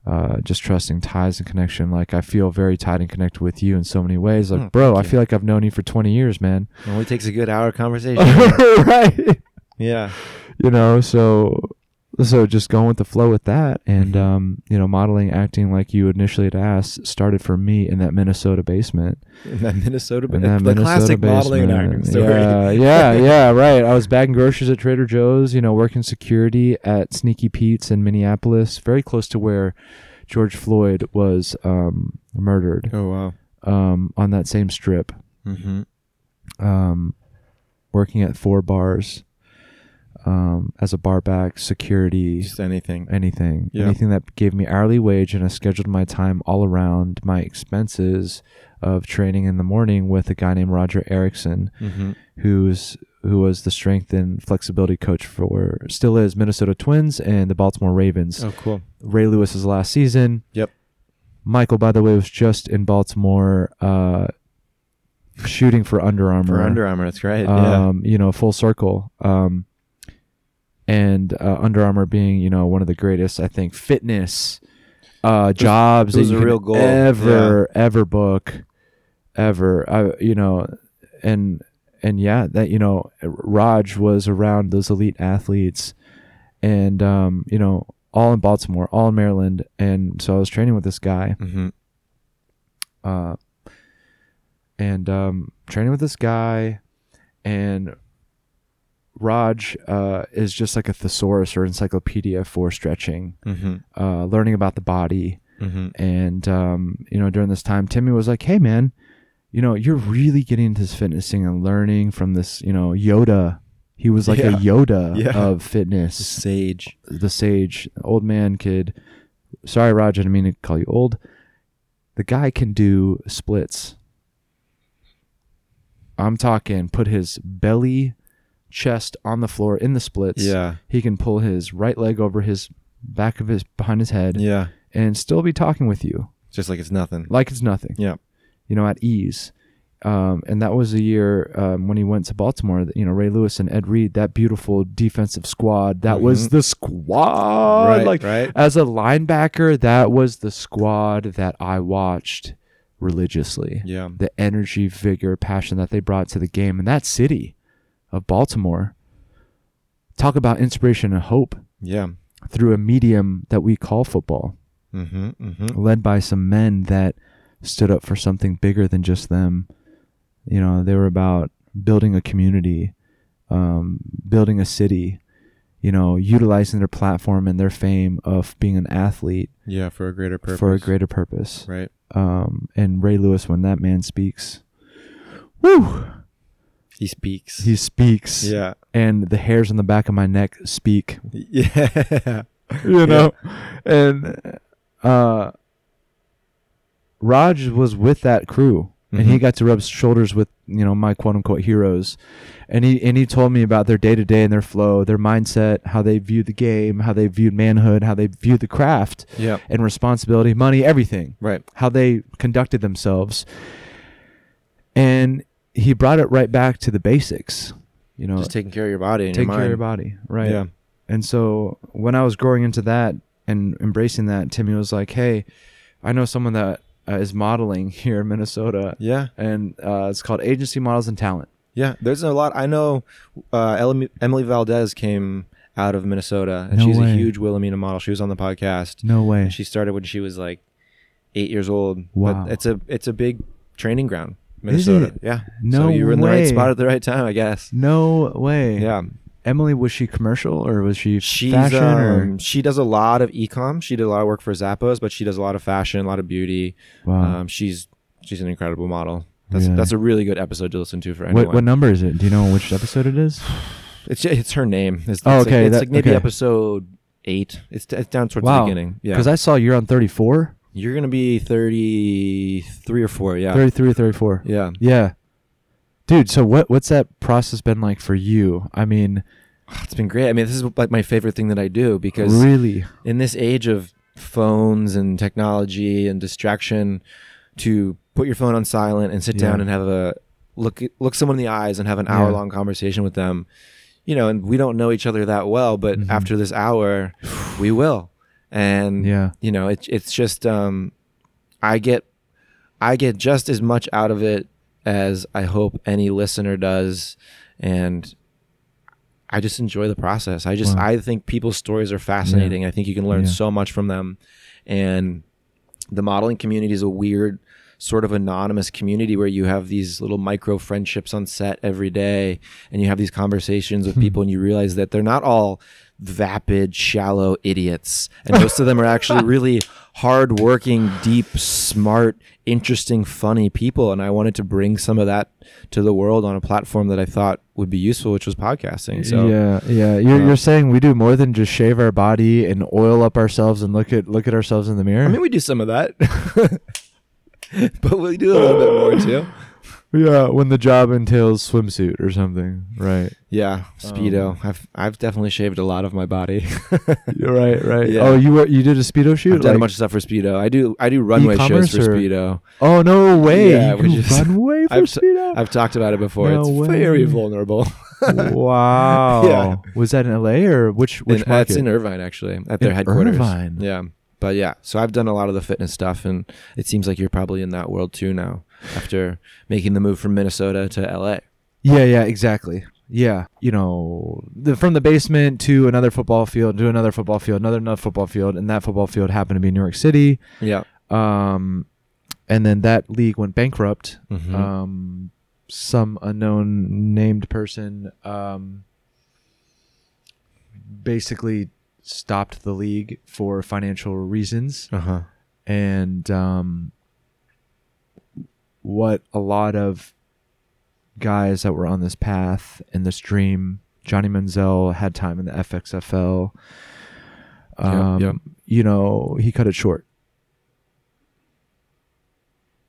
Speaker 2: uh, just trusting ties and connection. Like I feel very tied and connected with you in so many ways. Like,
Speaker 1: Oh,
Speaker 2: bro, I
Speaker 1: thank you.
Speaker 2: feel like I've known you for 20 years, man.
Speaker 1: It only takes a good hour
Speaker 2: [LAUGHS]
Speaker 1: conversation.
Speaker 2: right.
Speaker 1: yeah.
Speaker 2: you know so so just going with the flow with that and
Speaker 1: Mhm.
Speaker 2: um you know modeling acting like you initially had asked started for me in that minnesota basement
Speaker 1: In that Minnesota,
Speaker 2: in
Speaker 1: the
Speaker 2: that
Speaker 1: classic modeling and acting story.
Speaker 2: yeah [LAUGHS] yeah yeah right i was bagging groceries at trader joe's you know working security at sneaky pete's in minneapolis very close to where george floyd was um murdered
Speaker 1: [LAUGHS] Oh wow.
Speaker 2: um on that same strip
Speaker 1: Mm-hmm.
Speaker 2: um, working at four bars um, as a bar back, security,
Speaker 1: Just anything.
Speaker 2: anything,
Speaker 1: Yeah.
Speaker 2: anything that gave me hourly wage, and I scheduled my time all around my expenses of training in the morning with a guy named Roger Erickson,
Speaker 1: Mm-hmm.
Speaker 2: who's who was the strength and flexibility coach for still is Minnesota Twins and the Baltimore Ravens.
Speaker 1: Oh cool.
Speaker 2: Ray Lewis's last season.
Speaker 1: Yep.
Speaker 2: Michael, by the way, was just in Baltimore uh, shooting for Under Armour
Speaker 1: For Under Armour, that's right. yeah.
Speaker 2: um, you know, full circle. Um, and uh, Under Armour being, you know, one of the greatest, I think, fitness uh, jobs
Speaker 1: it was
Speaker 2: that
Speaker 1: a
Speaker 2: you could
Speaker 1: real goal.
Speaker 2: ever, ever book, ever. I, you know, and and yeah, that you know, Raj was around those elite athletes, and um, you know, all in Baltimore, all in Maryland, and so I was training with this guy,
Speaker 1: Mm-hmm.
Speaker 2: uh, and um, training with this guy, and Raj uh, is just like a thesaurus or encyclopedia for stretching,
Speaker 1: Mm-hmm.
Speaker 2: uh, learning about the body.
Speaker 1: Mm-hmm.
Speaker 2: And um, you know, during this time, Timmy was like, "Hey, man, you know, you're really getting into this fitness thing and learning from this, you know, Yoda." He was like a
Speaker 1: Yeah.
Speaker 2: Yoda
Speaker 1: Yeah.
Speaker 2: of fitness
Speaker 1: Sage.
Speaker 2: the sage, old man kid. Sorry, Raj, I didn't mean to call you old. The guy can do splits. I'm talking put his belly, chest on the floor in the splits.
Speaker 1: Yeah.
Speaker 2: He can pull his right leg over his back of his behind his head
Speaker 1: Yeah.
Speaker 2: and still be talking with you
Speaker 1: Just like it's nothing.
Speaker 2: like it's nothing.
Speaker 1: Yeah.
Speaker 2: You know, at ease. Um, and that was the year um, when he went to Baltimore. that, You know, Ray Lewis and Ed Reed, that beautiful defensive squad. That was the squad.
Speaker 1: Mm-hmm. Right,
Speaker 2: oh, like
Speaker 1: right.
Speaker 2: as a linebacker, that was the squad that I watched religiously.
Speaker 1: Yeah.
Speaker 2: The energy, vigor, passion that they brought to the game and that city of Baltimore. Talk about inspiration and hope
Speaker 1: Yeah.
Speaker 2: through a medium that we call football
Speaker 1: Mm-hmm. Mm-hmm.
Speaker 2: led by some men that stood up for something bigger than just them. You know, they were about building a community, um, building a city, you know, utilizing their platform and their fame of being an athlete
Speaker 1: Yeah. For a greater purpose.
Speaker 2: for a greater purpose.
Speaker 1: Right.
Speaker 2: Um, and Ray Lewis, when that man speaks, woo,
Speaker 1: He speaks.
Speaker 2: he
Speaker 1: [LAUGHS]
Speaker 2: speaks.
Speaker 1: yeah.
Speaker 2: And the hairs on the back of my neck speak. [LAUGHS]
Speaker 1: Yeah. [LAUGHS]
Speaker 2: you know and uh raj was with that crew and he
Speaker 1: Mhm.
Speaker 2: got to rub shoulders with you know my quote unquote heroes and he and he told me about their day to day and their flow their mindset how they viewed the game how they viewed manhood how they viewed the craft
Speaker 1: Yeah.
Speaker 2: and responsibility money everything
Speaker 1: Right.
Speaker 2: how they conducted themselves and he brought it right back to the basics you know
Speaker 1: Just taking care of your body and
Speaker 2: take
Speaker 1: your
Speaker 2: care of your
Speaker 1: mind.
Speaker 2: body right
Speaker 1: Yeah.
Speaker 2: and so when I was growing into that and embracing that, Timmy was like, "Hey, I know someone that uh, is modeling [LAUGHS] here in Minnesota,
Speaker 1: Yeah.
Speaker 2: and uh, it's called Agency Models and Talent."
Speaker 1: Yeah. There's a lot. I know uh, Ele- Emily Valdez came out of Minnesota and
Speaker 2: No
Speaker 1: she's
Speaker 2: way.
Speaker 1: a huge Wilhelmina model. She was on the podcast.
Speaker 2: No way.
Speaker 1: And she started when she was like eight years old.
Speaker 2: Wow.
Speaker 1: But it's a it's a big training ground, Minnesota.
Speaker 2: it?
Speaker 1: Yeah.
Speaker 2: No
Speaker 1: So you were in the
Speaker 2: way.
Speaker 1: right spot at the right time, I guess.
Speaker 2: no way.
Speaker 1: Yeah.
Speaker 2: Emily, was she commercial or was she
Speaker 1: She's
Speaker 2: fashion?
Speaker 1: um, she does a lot of ecom. She did a lot of work for Zappos, but she does a lot of fashion, a lot of beauty.
Speaker 2: or wow.
Speaker 1: Um, she's she's an incredible model. That's
Speaker 2: Really?
Speaker 1: that's a really good episode to listen to for anyone.
Speaker 2: what what number is it? Do you know which episode it is?
Speaker 1: It's it's her name. It's,
Speaker 2: Oh,
Speaker 1: it's
Speaker 2: okay,
Speaker 1: Like, it's
Speaker 2: that-
Speaker 1: like maybe
Speaker 2: okay.
Speaker 1: episode eight. It's, it's down towards
Speaker 2: Wow.
Speaker 1: the beginning. Yeah,
Speaker 2: Because I saw you're on 34,
Speaker 1: you're gonna be thirty three or four. Yeah,
Speaker 2: 33 or 34.
Speaker 1: yeah.
Speaker 2: Yeah. Dude, so what what's that process been like for you? I mean,
Speaker 1: It's been great. I mean, this is like my favorite thing that I do because
Speaker 2: really.
Speaker 1: in this age of phones and technology and distraction, to put your phone on silent and sit
Speaker 2: Yeah.
Speaker 1: down and have a look look someone in the eyes and have an hour long conversation with them you know and we don't know each other that well but after this hour we will and
Speaker 2: Yeah.
Speaker 1: you know it, it's just um i get i get just as much out of it as i hope any listener does and i just enjoy the process i just
Speaker 2: Wow.
Speaker 1: i think people's stories are fascinating i think you can learn
Speaker 2: Yeah.
Speaker 1: so much from them and the modeling community is a weird sort of anonymous community where you have these little micro friendships on set every day and you have these conversations with people and you realize that they're not all vapid shallow idiots and most of them are actually really hard working deep smart interesting funny people and I wanted to bring some of that to the world on a platform that I thought would be useful which was podcasting so
Speaker 2: yeah, yeah. You're,
Speaker 1: Uh,
Speaker 2: you're saying we do more than just shave our body and oil up ourselves and look at look at ourselves in the mirror.
Speaker 1: I mean we do some of that [LAUGHS] but we do a little bit more too
Speaker 2: yeah, when the job entails swimsuit or something,
Speaker 1: [LAUGHS]
Speaker 2: right?
Speaker 1: Yeah, speedo.
Speaker 2: Um,
Speaker 1: I've I've definitely shaved a lot of my body.
Speaker 2: You're right, right.
Speaker 1: Yeah.
Speaker 2: Oh, you were you did a speedo shoot?
Speaker 1: I've done a
Speaker 2: Like-
Speaker 1: bunch of stuff for speedo. I do I do runway shows
Speaker 2: E-commerce
Speaker 1: for
Speaker 2: or-
Speaker 1: speedo.
Speaker 2: Oh no way!
Speaker 1: Yeah,
Speaker 2: you
Speaker 1: we
Speaker 2: can
Speaker 1: just-
Speaker 2: run
Speaker 1: [LAUGHS]
Speaker 2: away from
Speaker 1: I've t-
Speaker 2: speedo.
Speaker 1: I've talked about it before.
Speaker 2: No
Speaker 1: it's
Speaker 2: way.
Speaker 1: very vulnerable.
Speaker 2: wow.
Speaker 1: Yeah.
Speaker 2: Was that in L.A. or which which
Speaker 1: In- uh,
Speaker 2: market?
Speaker 1: it's in Irvine actually, at their
Speaker 2: In
Speaker 1: headquarters.
Speaker 2: Irvine.
Speaker 1: Yeah. But yeah, so I've done a lot of the fitness stuff and it seems like you're probably in that world too now after making the move from Minnesota to LA.
Speaker 2: Yeah, yeah, exactly. Yeah, you know, the, from the basement to another football field, to another football field, another another football field, and that football field happened to be New York City.
Speaker 1: Yeah.
Speaker 2: Um, and then that league went bankrupt.
Speaker 1: Mhm.
Speaker 2: Um, some unknown named person um, basically stopped the league for financial reasons
Speaker 1: Uh-huh.
Speaker 2: and um, what a lot of guys that were on this path in this dream. Johnny Manziel had time in the FXFL. Um,
Speaker 1: yep.
Speaker 2: You know, he cut it short.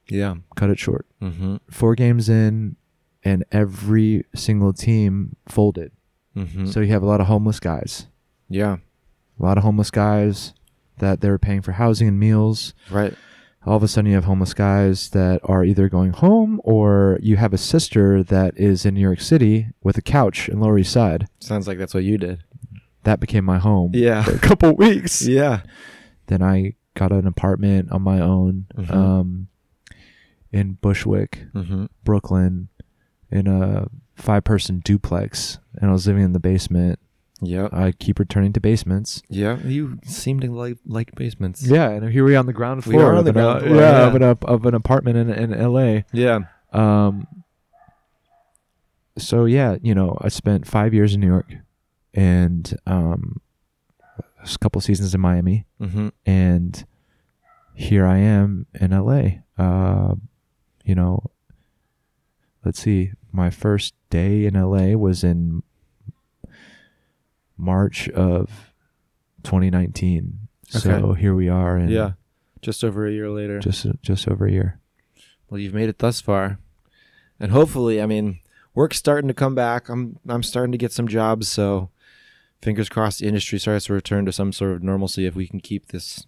Speaker 1: Yeah.
Speaker 2: Cut it short.
Speaker 1: Mhm.
Speaker 2: Four games in, and every single team folded.
Speaker 1: Mhm.
Speaker 2: So you have a lot of homeless guys.
Speaker 1: yeah.
Speaker 2: A lot of homeless guys that they were paying for housing and meals.
Speaker 1: Right.
Speaker 2: all of a sudden you have homeless guys that are either going home or you have a sister that is in New York City with a couch in Lower East Side.
Speaker 1: Sounds like that's what you did.
Speaker 2: That became my home
Speaker 1: [LAUGHS] Yeah.
Speaker 2: for a couple weeks.
Speaker 1: yeah.
Speaker 2: Then I got an apartment on my own
Speaker 1: Mhm.
Speaker 2: um, in Bushwick,
Speaker 1: Mhm.
Speaker 2: Brooklyn, in a five person duplex. And I was living in the basement.
Speaker 1: Yeah.
Speaker 2: I keep returning to basements.
Speaker 1: Yeah, you seem to like like basements.
Speaker 2: Yeah, and here we are on the ground
Speaker 1: We are
Speaker 2: floor.
Speaker 1: on
Speaker 2: of
Speaker 1: the
Speaker 2: an-
Speaker 1: ground floor,
Speaker 2: yeah,
Speaker 1: yeah.
Speaker 2: Of, an, of an apartment in, in LA.
Speaker 1: yeah,
Speaker 2: Um, so yeah, you know, I spent five years in New York, and um, a couple seasons in Miami,
Speaker 1: hmm
Speaker 2: and here I am in LA. Uh, you know, let's see, my first day in LA was in March of 2019. So
Speaker 1: Okay.
Speaker 2: here we are, and
Speaker 1: yeah. Just over a year later.
Speaker 2: just just over a year.
Speaker 1: well, you've made it thus far, and hopefully, I mean, work's starting to come back. I'm I'm starting to get some jobs, so fingers crossed, the industry starts to return to some sort of normalcy if we can keep this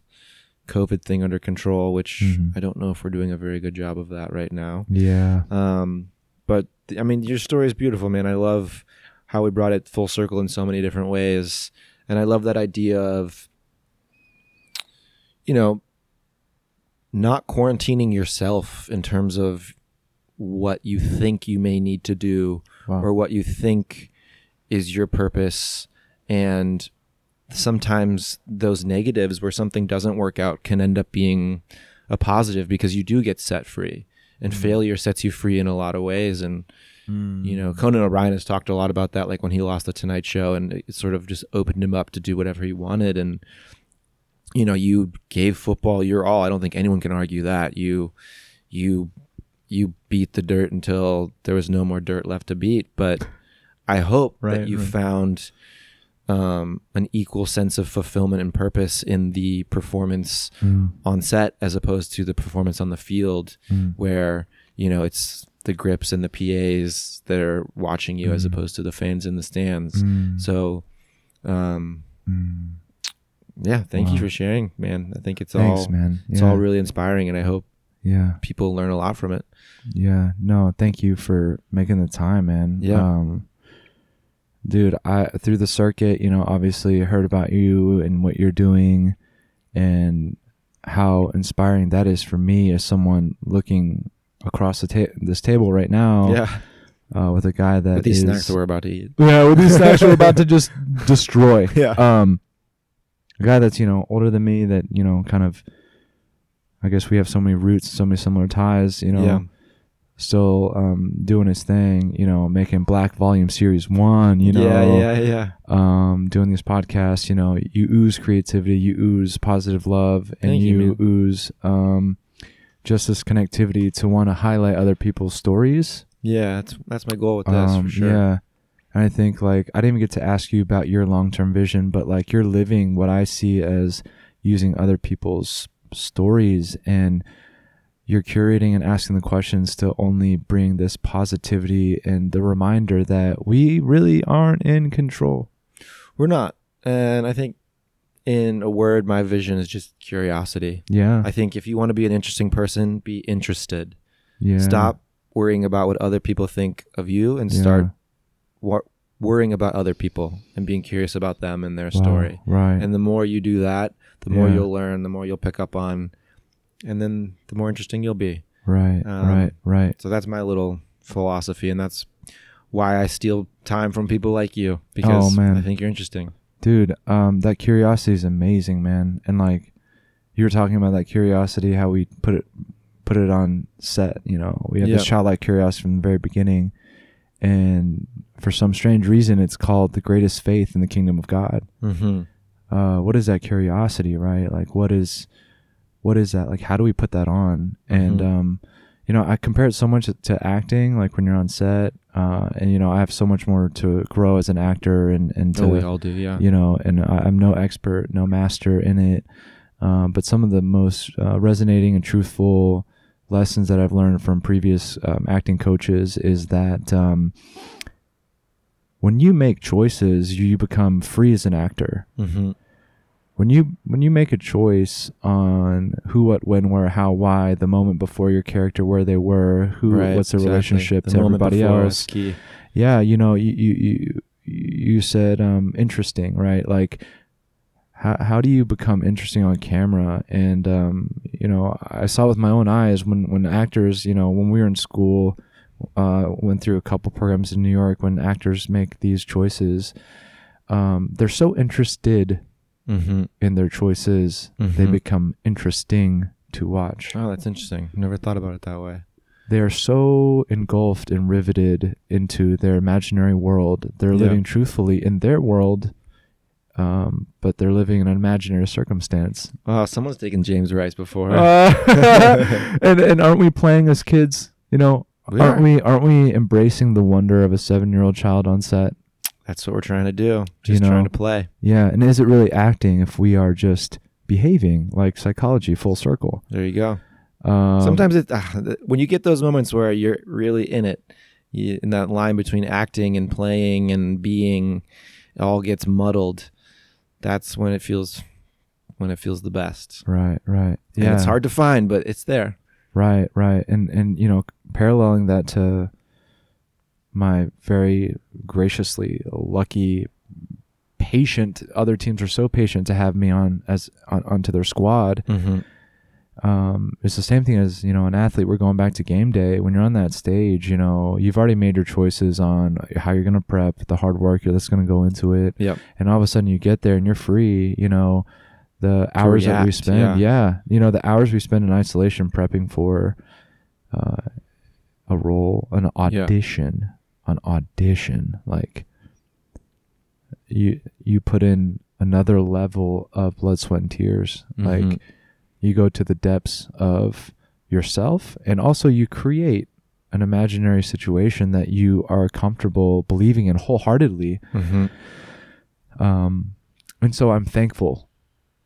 Speaker 1: COVID thing under control. Which
Speaker 2: Mhm.
Speaker 1: I don't know if we're doing a very good job of that right now.
Speaker 2: Yeah.
Speaker 1: Um, but th- I mean, your story is beautiful, man. I love how we brought it full circle in so many different ways, and I love that idea of, you know, not quarantining yourself in terms of what you think you may need to do
Speaker 2: Wow.
Speaker 1: or what you think is your purpose and sometimes those negatives where something doesn't work out can end up being a positive because you do get set free and
Speaker 2: Mm.
Speaker 1: failure sets you free in a lot of ways and you know conan o'brien has talked a lot about that like when he lost the tonight show and it sort of just opened him up to do whatever he wanted and you know you gave football your all i don't think anyone can argue that you you you beat the dirt until there was no more dirt left to beat but i hope
Speaker 2: Right,
Speaker 1: that you
Speaker 2: right.
Speaker 1: found um, an equal sense of fulfillment and purpose in the performance
Speaker 2: Mm.
Speaker 1: on set as opposed to the performance on the field
Speaker 2: Mm.
Speaker 1: where you know it's the grips and the pas that are watching you
Speaker 2: Mm-hmm.
Speaker 1: as opposed to the fans in the stands
Speaker 2: Mm.
Speaker 1: so um,
Speaker 2: Mm.
Speaker 1: yeah thank you
Speaker 2: Wow.
Speaker 1: for sharing man i think it's
Speaker 2: Thanks,
Speaker 1: all
Speaker 2: man.
Speaker 1: it's
Speaker 2: Yeah.
Speaker 1: all really inspiring and i hope
Speaker 2: Yeah.
Speaker 1: people learn a lot from it.
Speaker 2: Yeah. No, thank you for making the time, man.
Speaker 1: Yeah.
Speaker 2: Um, dude, I through the circuit, you know, obviously heard about you and what you're doing and how inspiring that is for me as someone looking across the ta- this table right now
Speaker 1: yeah,
Speaker 2: uh, with a guy that
Speaker 1: with these
Speaker 2: is-
Speaker 1: snacks that we're about to eat.
Speaker 2: yeah,
Speaker 1: [LAUGHS]
Speaker 2: with these snacks we're about to just destroy.
Speaker 1: Yeah.
Speaker 2: Um, a guy that's you know older than me that you know kind of, I guess we have so many roots, so many similar ties. You know,
Speaker 1: Yeah.
Speaker 2: still um, doing his thing. You know, making Black Volume Series One. You know,
Speaker 1: yeah, yeah, yeah.
Speaker 2: um, doing these podcasts. You know, you ooze creativity, you ooze positive love, and
Speaker 1: Thank you,
Speaker 2: you,
Speaker 1: man.
Speaker 2: ooze um, just this connectivity to want to highlight other people's stories.
Speaker 1: Yeah, that's that's my goal with this
Speaker 2: Um,
Speaker 1: for sure.
Speaker 2: Yeah. And I think like I didn't even get to ask you about your long term vision, but like you're living what I see as using other people's stories and you're curating and asking the questions to only bring this positivity and the reminder that we really aren't in control.
Speaker 1: We're not, and I think, in a word, my vision is just curiosity.
Speaker 2: Yeah.
Speaker 1: I think if you want to be an interesting person, be interested.
Speaker 2: yeah.
Speaker 1: Stop worrying about what other people think of you, and
Speaker 2: Yeah.
Speaker 1: start wor- worrying about other people and being curious about them and their
Speaker 2: Wow.
Speaker 1: story.
Speaker 2: Right.
Speaker 1: And the more you do that, the more
Speaker 2: Yeah.
Speaker 1: you'll learn, the more you'll pick up on, and then the more interesting you'll be.
Speaker 2: right.
Speaker 1: um,
Speaker 2: right. Right.
Speaker 1: So that's my little philosophy, and that's why I steal time from people like you because
Speaker 2: Oh, man.
Speaker 1: I think you're interesting.
Speaker 2: Dude, um, that curiosity is amazing, man. And like you were talking about that curiosity, how we put it put it on set, you know. We have
Speaker 1: Yeah.
Speaker 2: this childlike curiosity from the very beginning. And for some strange reason it's called the greatest faith in the kingdom of God.
Speaker 1: Mm-hmm.
Speaker 2: Uh, what is that curiosity, right? Like what is what is that? Like how do we put that on? And
Speaker 1: Mhm.
Speaker 2: um, you know, I compare it so much to acting, like when you're on set, uh, and you know, I have so much more to grow as an actor and, and to
Speaker 1: So Oh, we all do, yeah.
Speaker 2: you know, and I, I'm no expert, no master in it. Um, but some of the most uh, resonating and truthful lessons that I've learned from previous um, acting coaches is that um, when you make choices, you become free as an actor.
Speaker 1: Mm-hmm.
Speaker 2: When you when you make a choice on who, what, when, where, how, why, the moment before your character, where they were, who, what's their relationship to everybody else,
Speaker 1: Key.
Speaker 2: yeah you know you you you, you said um interesting right like how, how do you become interesting on camera and um you know i saw with my own eyes when when actors you know when we were in school uh went through a couple programs in new york when actors make these choices um they're so interested
Speaker 1: Mm-hmm.
Speaker 2: in their choices they
Speaker 1: Mhm.
Speaker 2: become interesting to watch
Speaker 1: Oh, that's interesting. Never thought about it that way.
Speaker 2: they are so engulfed and riveted into their imaginary world. They're
Speaker 1: Yeah.
Speaker 2: living truthfully in their world, um, but they're living in an imaginary circumstance.
Speaker 1: Oh, someone's taken James Rice before.
Speaker 2: Uh, [LAUGHS] and and aren't we playing as kids? You know,
Speaker 1: We
Speaker 2: aren't
Speaker 1: are.
Speaker 2: we? Aren't we embracing the wonder of a seven-year-old child on set?
Speaker 1: that's what we're trying to do. Just
Speaker 2: know.
Speaker 1: trying to play.
Speaker 2: Yeah, and is it really acting if we are just behaving like psychology, full circle?
Speaker 1: There you go.
Speaker 2: Um,
Speaker 1: Sometimes it ah, th- when you get those moments where you're really in it, you, and that line between acting and playing and being it all gets muddled. That's when it feels when it feels the best.
Speaker 2: Right, right.
Speaker 1: Yeah,
Speaker 2: Yeah,
Speaker 1: and it's hard to find, but it's there.
Speaker 2: Right, right. And and you know, paralleling that to my very graciously lucky patient other teams are so patient to have me on as on, onto their squad
Speaker 1: Mm-hmm.
Speaker 2: um it's the same thing as you know an athlete we're going back to game day when you're on that stage you know you've already made your choices on how you're going to prep the hard work that's going to go into it
Speaker 1: Yep.
Speaker 2: and all of a sudden you get there and you're free you know the hours that we
Speaker 1: react,
Speaker 2: spend
Speaker 1: yeah.
Speaker 2: yeah. you know the hours we spend in isolation prepping for uh, a role an audition an audition like you you put in another level of blood sweat and tears
Speaker 1: Mhm.
Speaker 2: like you go to the depths of yourself and also you create an imaginary situation that you are comfortable believing in wholeheartedly
Speaker 1: Mm-hmm.
Speaker 2: um, and so I'm thankful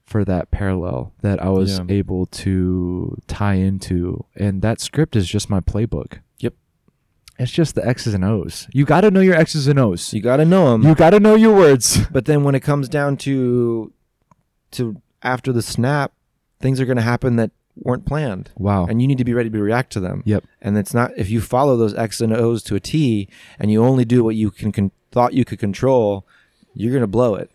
Speaker 2: for that parallel that I was
Speaker 1: Yeah.
Speaker 2: able to tie into, and that script is just my playbook.
Speaker 1: Yep.
Speaker 2: It's just the X's and O's. You got to know your X's and O's.
Speaker 1: You got to know them.
Speaker 2: You got to know your words.
Speaker 1: But then when it comes down to to after the snap, things are going to happen that weren't planned.
Speaker 2: Wow.
Speaker 1: And you need to be ready to react to them.
Speaker 2: Yep.
Speaker 1: And it's not if you follow those X and O's to a T, and you only do what you can, con- thought you could control, you're gonna blow it.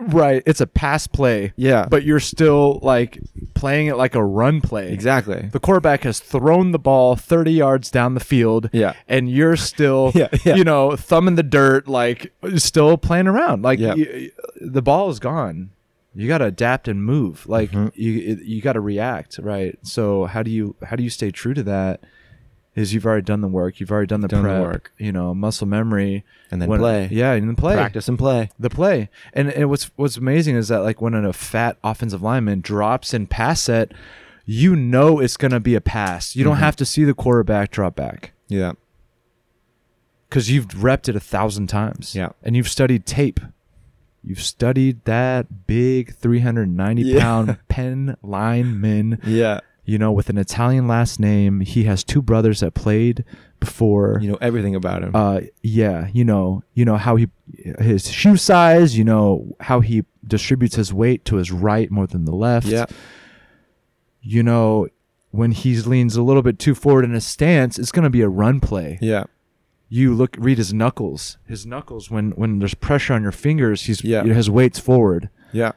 Speaker 2: right. It's a pass play.
Speaker 1: Yeah.
Speaker 2: But you're still like playing it like a run play.
Speaker 1: exactly.
Speaker 2: The quarterback has thrown the ball 30 yards down the field.
Speaker 1: Yeah.
Speaker 2: And you're still,
Speaker 1: [LAUGHS] Yeah, yeah.
Speaker 2: you know, thumb in the dirt, like still playing around. Like
Speaker 1: Yeah.
Speaker 2: y- y- the ball is gone. You got to adapt and move. Like
Speaker 1: Mm-hmm.
Speaker 2: you, you got to react, right? So how do you how do you stay true to that? Is you've already done the work. You've already done the
Speaker 1: Done the
Speaker 2: prep.
Speaker 1: work.
Speaker 2: You know, muscle memory,
Speaker 1: And then play.
Speaker 2: Yeah, and then play
Speaker 1: Practice and play.
Speaker 2: the play. And, and what's what's amazing is that like when a fat offensive lineman drops in pass set, you know it's gonna be a pass. You don't
Speaker 1: Mm-hmm.
Speaker 2: have to see the quarterback drop back
Speaker 1: Yeah.
Speaker 2: because you've repped it a thousand times.
Speaker 1: Yeah.
Speaker 2: and you've studied tape. You've studied that big 390
Speaker 1: Yeah.
Speaker 2: pound
Speaker 1: [LAUGHS]
Speaker 2: pen lineman.
Speaker 1: Yeah.
Speaker 2: You know, with an Italian last name, he has two brothers that played before
Speaker 1: You know everything about him.
Speaker 2: uh yeah you know you know how he his shoe size you know how he distributes his weight to his right more than the left
Speaker 1: yeah.
Speaker 2: you know when he leans a little bit too forward in his stance it's going to be a run play
Speaker 1: Yeah.
Speaker 2: you look read his knuckles his knuckles when when there's pressure on your fingers he's
Speaker 1: Yeah.
Speaker 2: his weight's forward
Speaker 1: Yeah.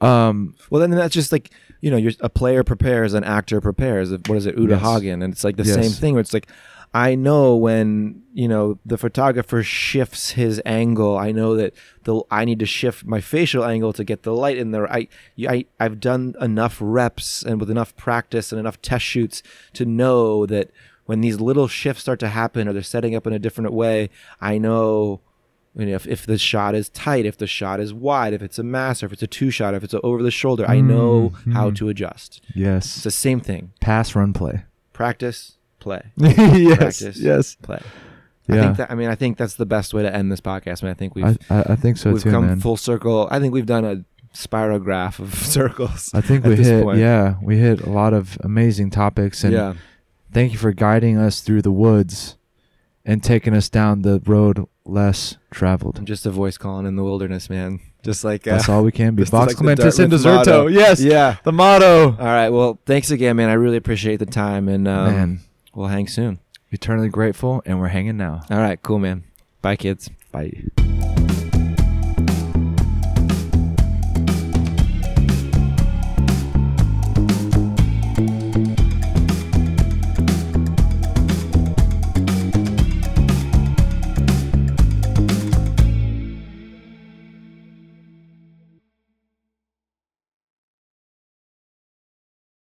Speaker 2: um
Speaker 1: Well, then that's just like you know, you're, a player prepares, an actor prepares. What is it, Uta
Speaker 2: Yes.
Speaker 1: Hagen? And it's like the
Speaker 2: Yes.
Speaker 1: same thing. Where it's like, I know when you know the photographer shifts his angle. I know that the I need to shift my facial angle to get the light in there. I you- I I've done enough reps and with enough practice and enough test shoots to know that when these little shifts start to happen or they're setting up in a different way, I know you know, if, if the shot is tight, if the shot is wide, if it's a master, if it's a two shot, if it's a over the shoulder, I know
Speaker 2: Mm-hmm.
Speaker 1: how to adjust. It's
Speaker 2: yes
Speaker 1: the same thing.
Speaker 2: pass run play
Speaker 1: Practice, play.
Speaker 2: [LAUGHS] yes
Speaker 1: Practice,
Speaker 2: yes
Speaker 1: play. I
Speaker 2: yeah
Speaker 1: think that, I mean, I think that's the best way to end this podcast. I mean, I think we've,
Speaker 2: I, I, I think so
Speaker 1: we've
Speaker 2: too
Speaker 1: come
Speaker 2: man
Speaker 1: full circle. I think we've done a spirograph of [LAUGHS] circles.
Speaker 2: I think
Speaker 1: at
Speaker 2: we
Speaker 1: this
Speaker 2: hit
Speaker 1: point.
Speaker 2: yeah we hit a lot of amazing topics and
Speaker 1: yeah.
Speaker 2: Thank you for guiding us through the woods and taking us down the road less
Speaker 1: I'm
Speaker 2: traveled.
Speaker 1: just a voice calling in the wilderness, man. Just like, uh,
Speaker 2: That's all we can be.
Speaker 1: this is
Speaker 2: Vox
Speaker 1: like the
Speaker 2: Clementis in
Speaker 1: Dartmouth motto.
Speaker 2: Deserto.
Speaker 1: [LAUGHS]
Speaker 2: Yes.
Speaker 1: yeah.
Speaker 2: The motto.
Speaker 1: All right. Well, thanks again, man. I really appreciate the time and, um,
Speaker 2: Man,
Speaker 1: we'll hang soon.
Speaker 2: eternally grateful, and we're hanging now.
Speaker 1: All right. Cool, man. Bye kids.
Speaker 2: Bye.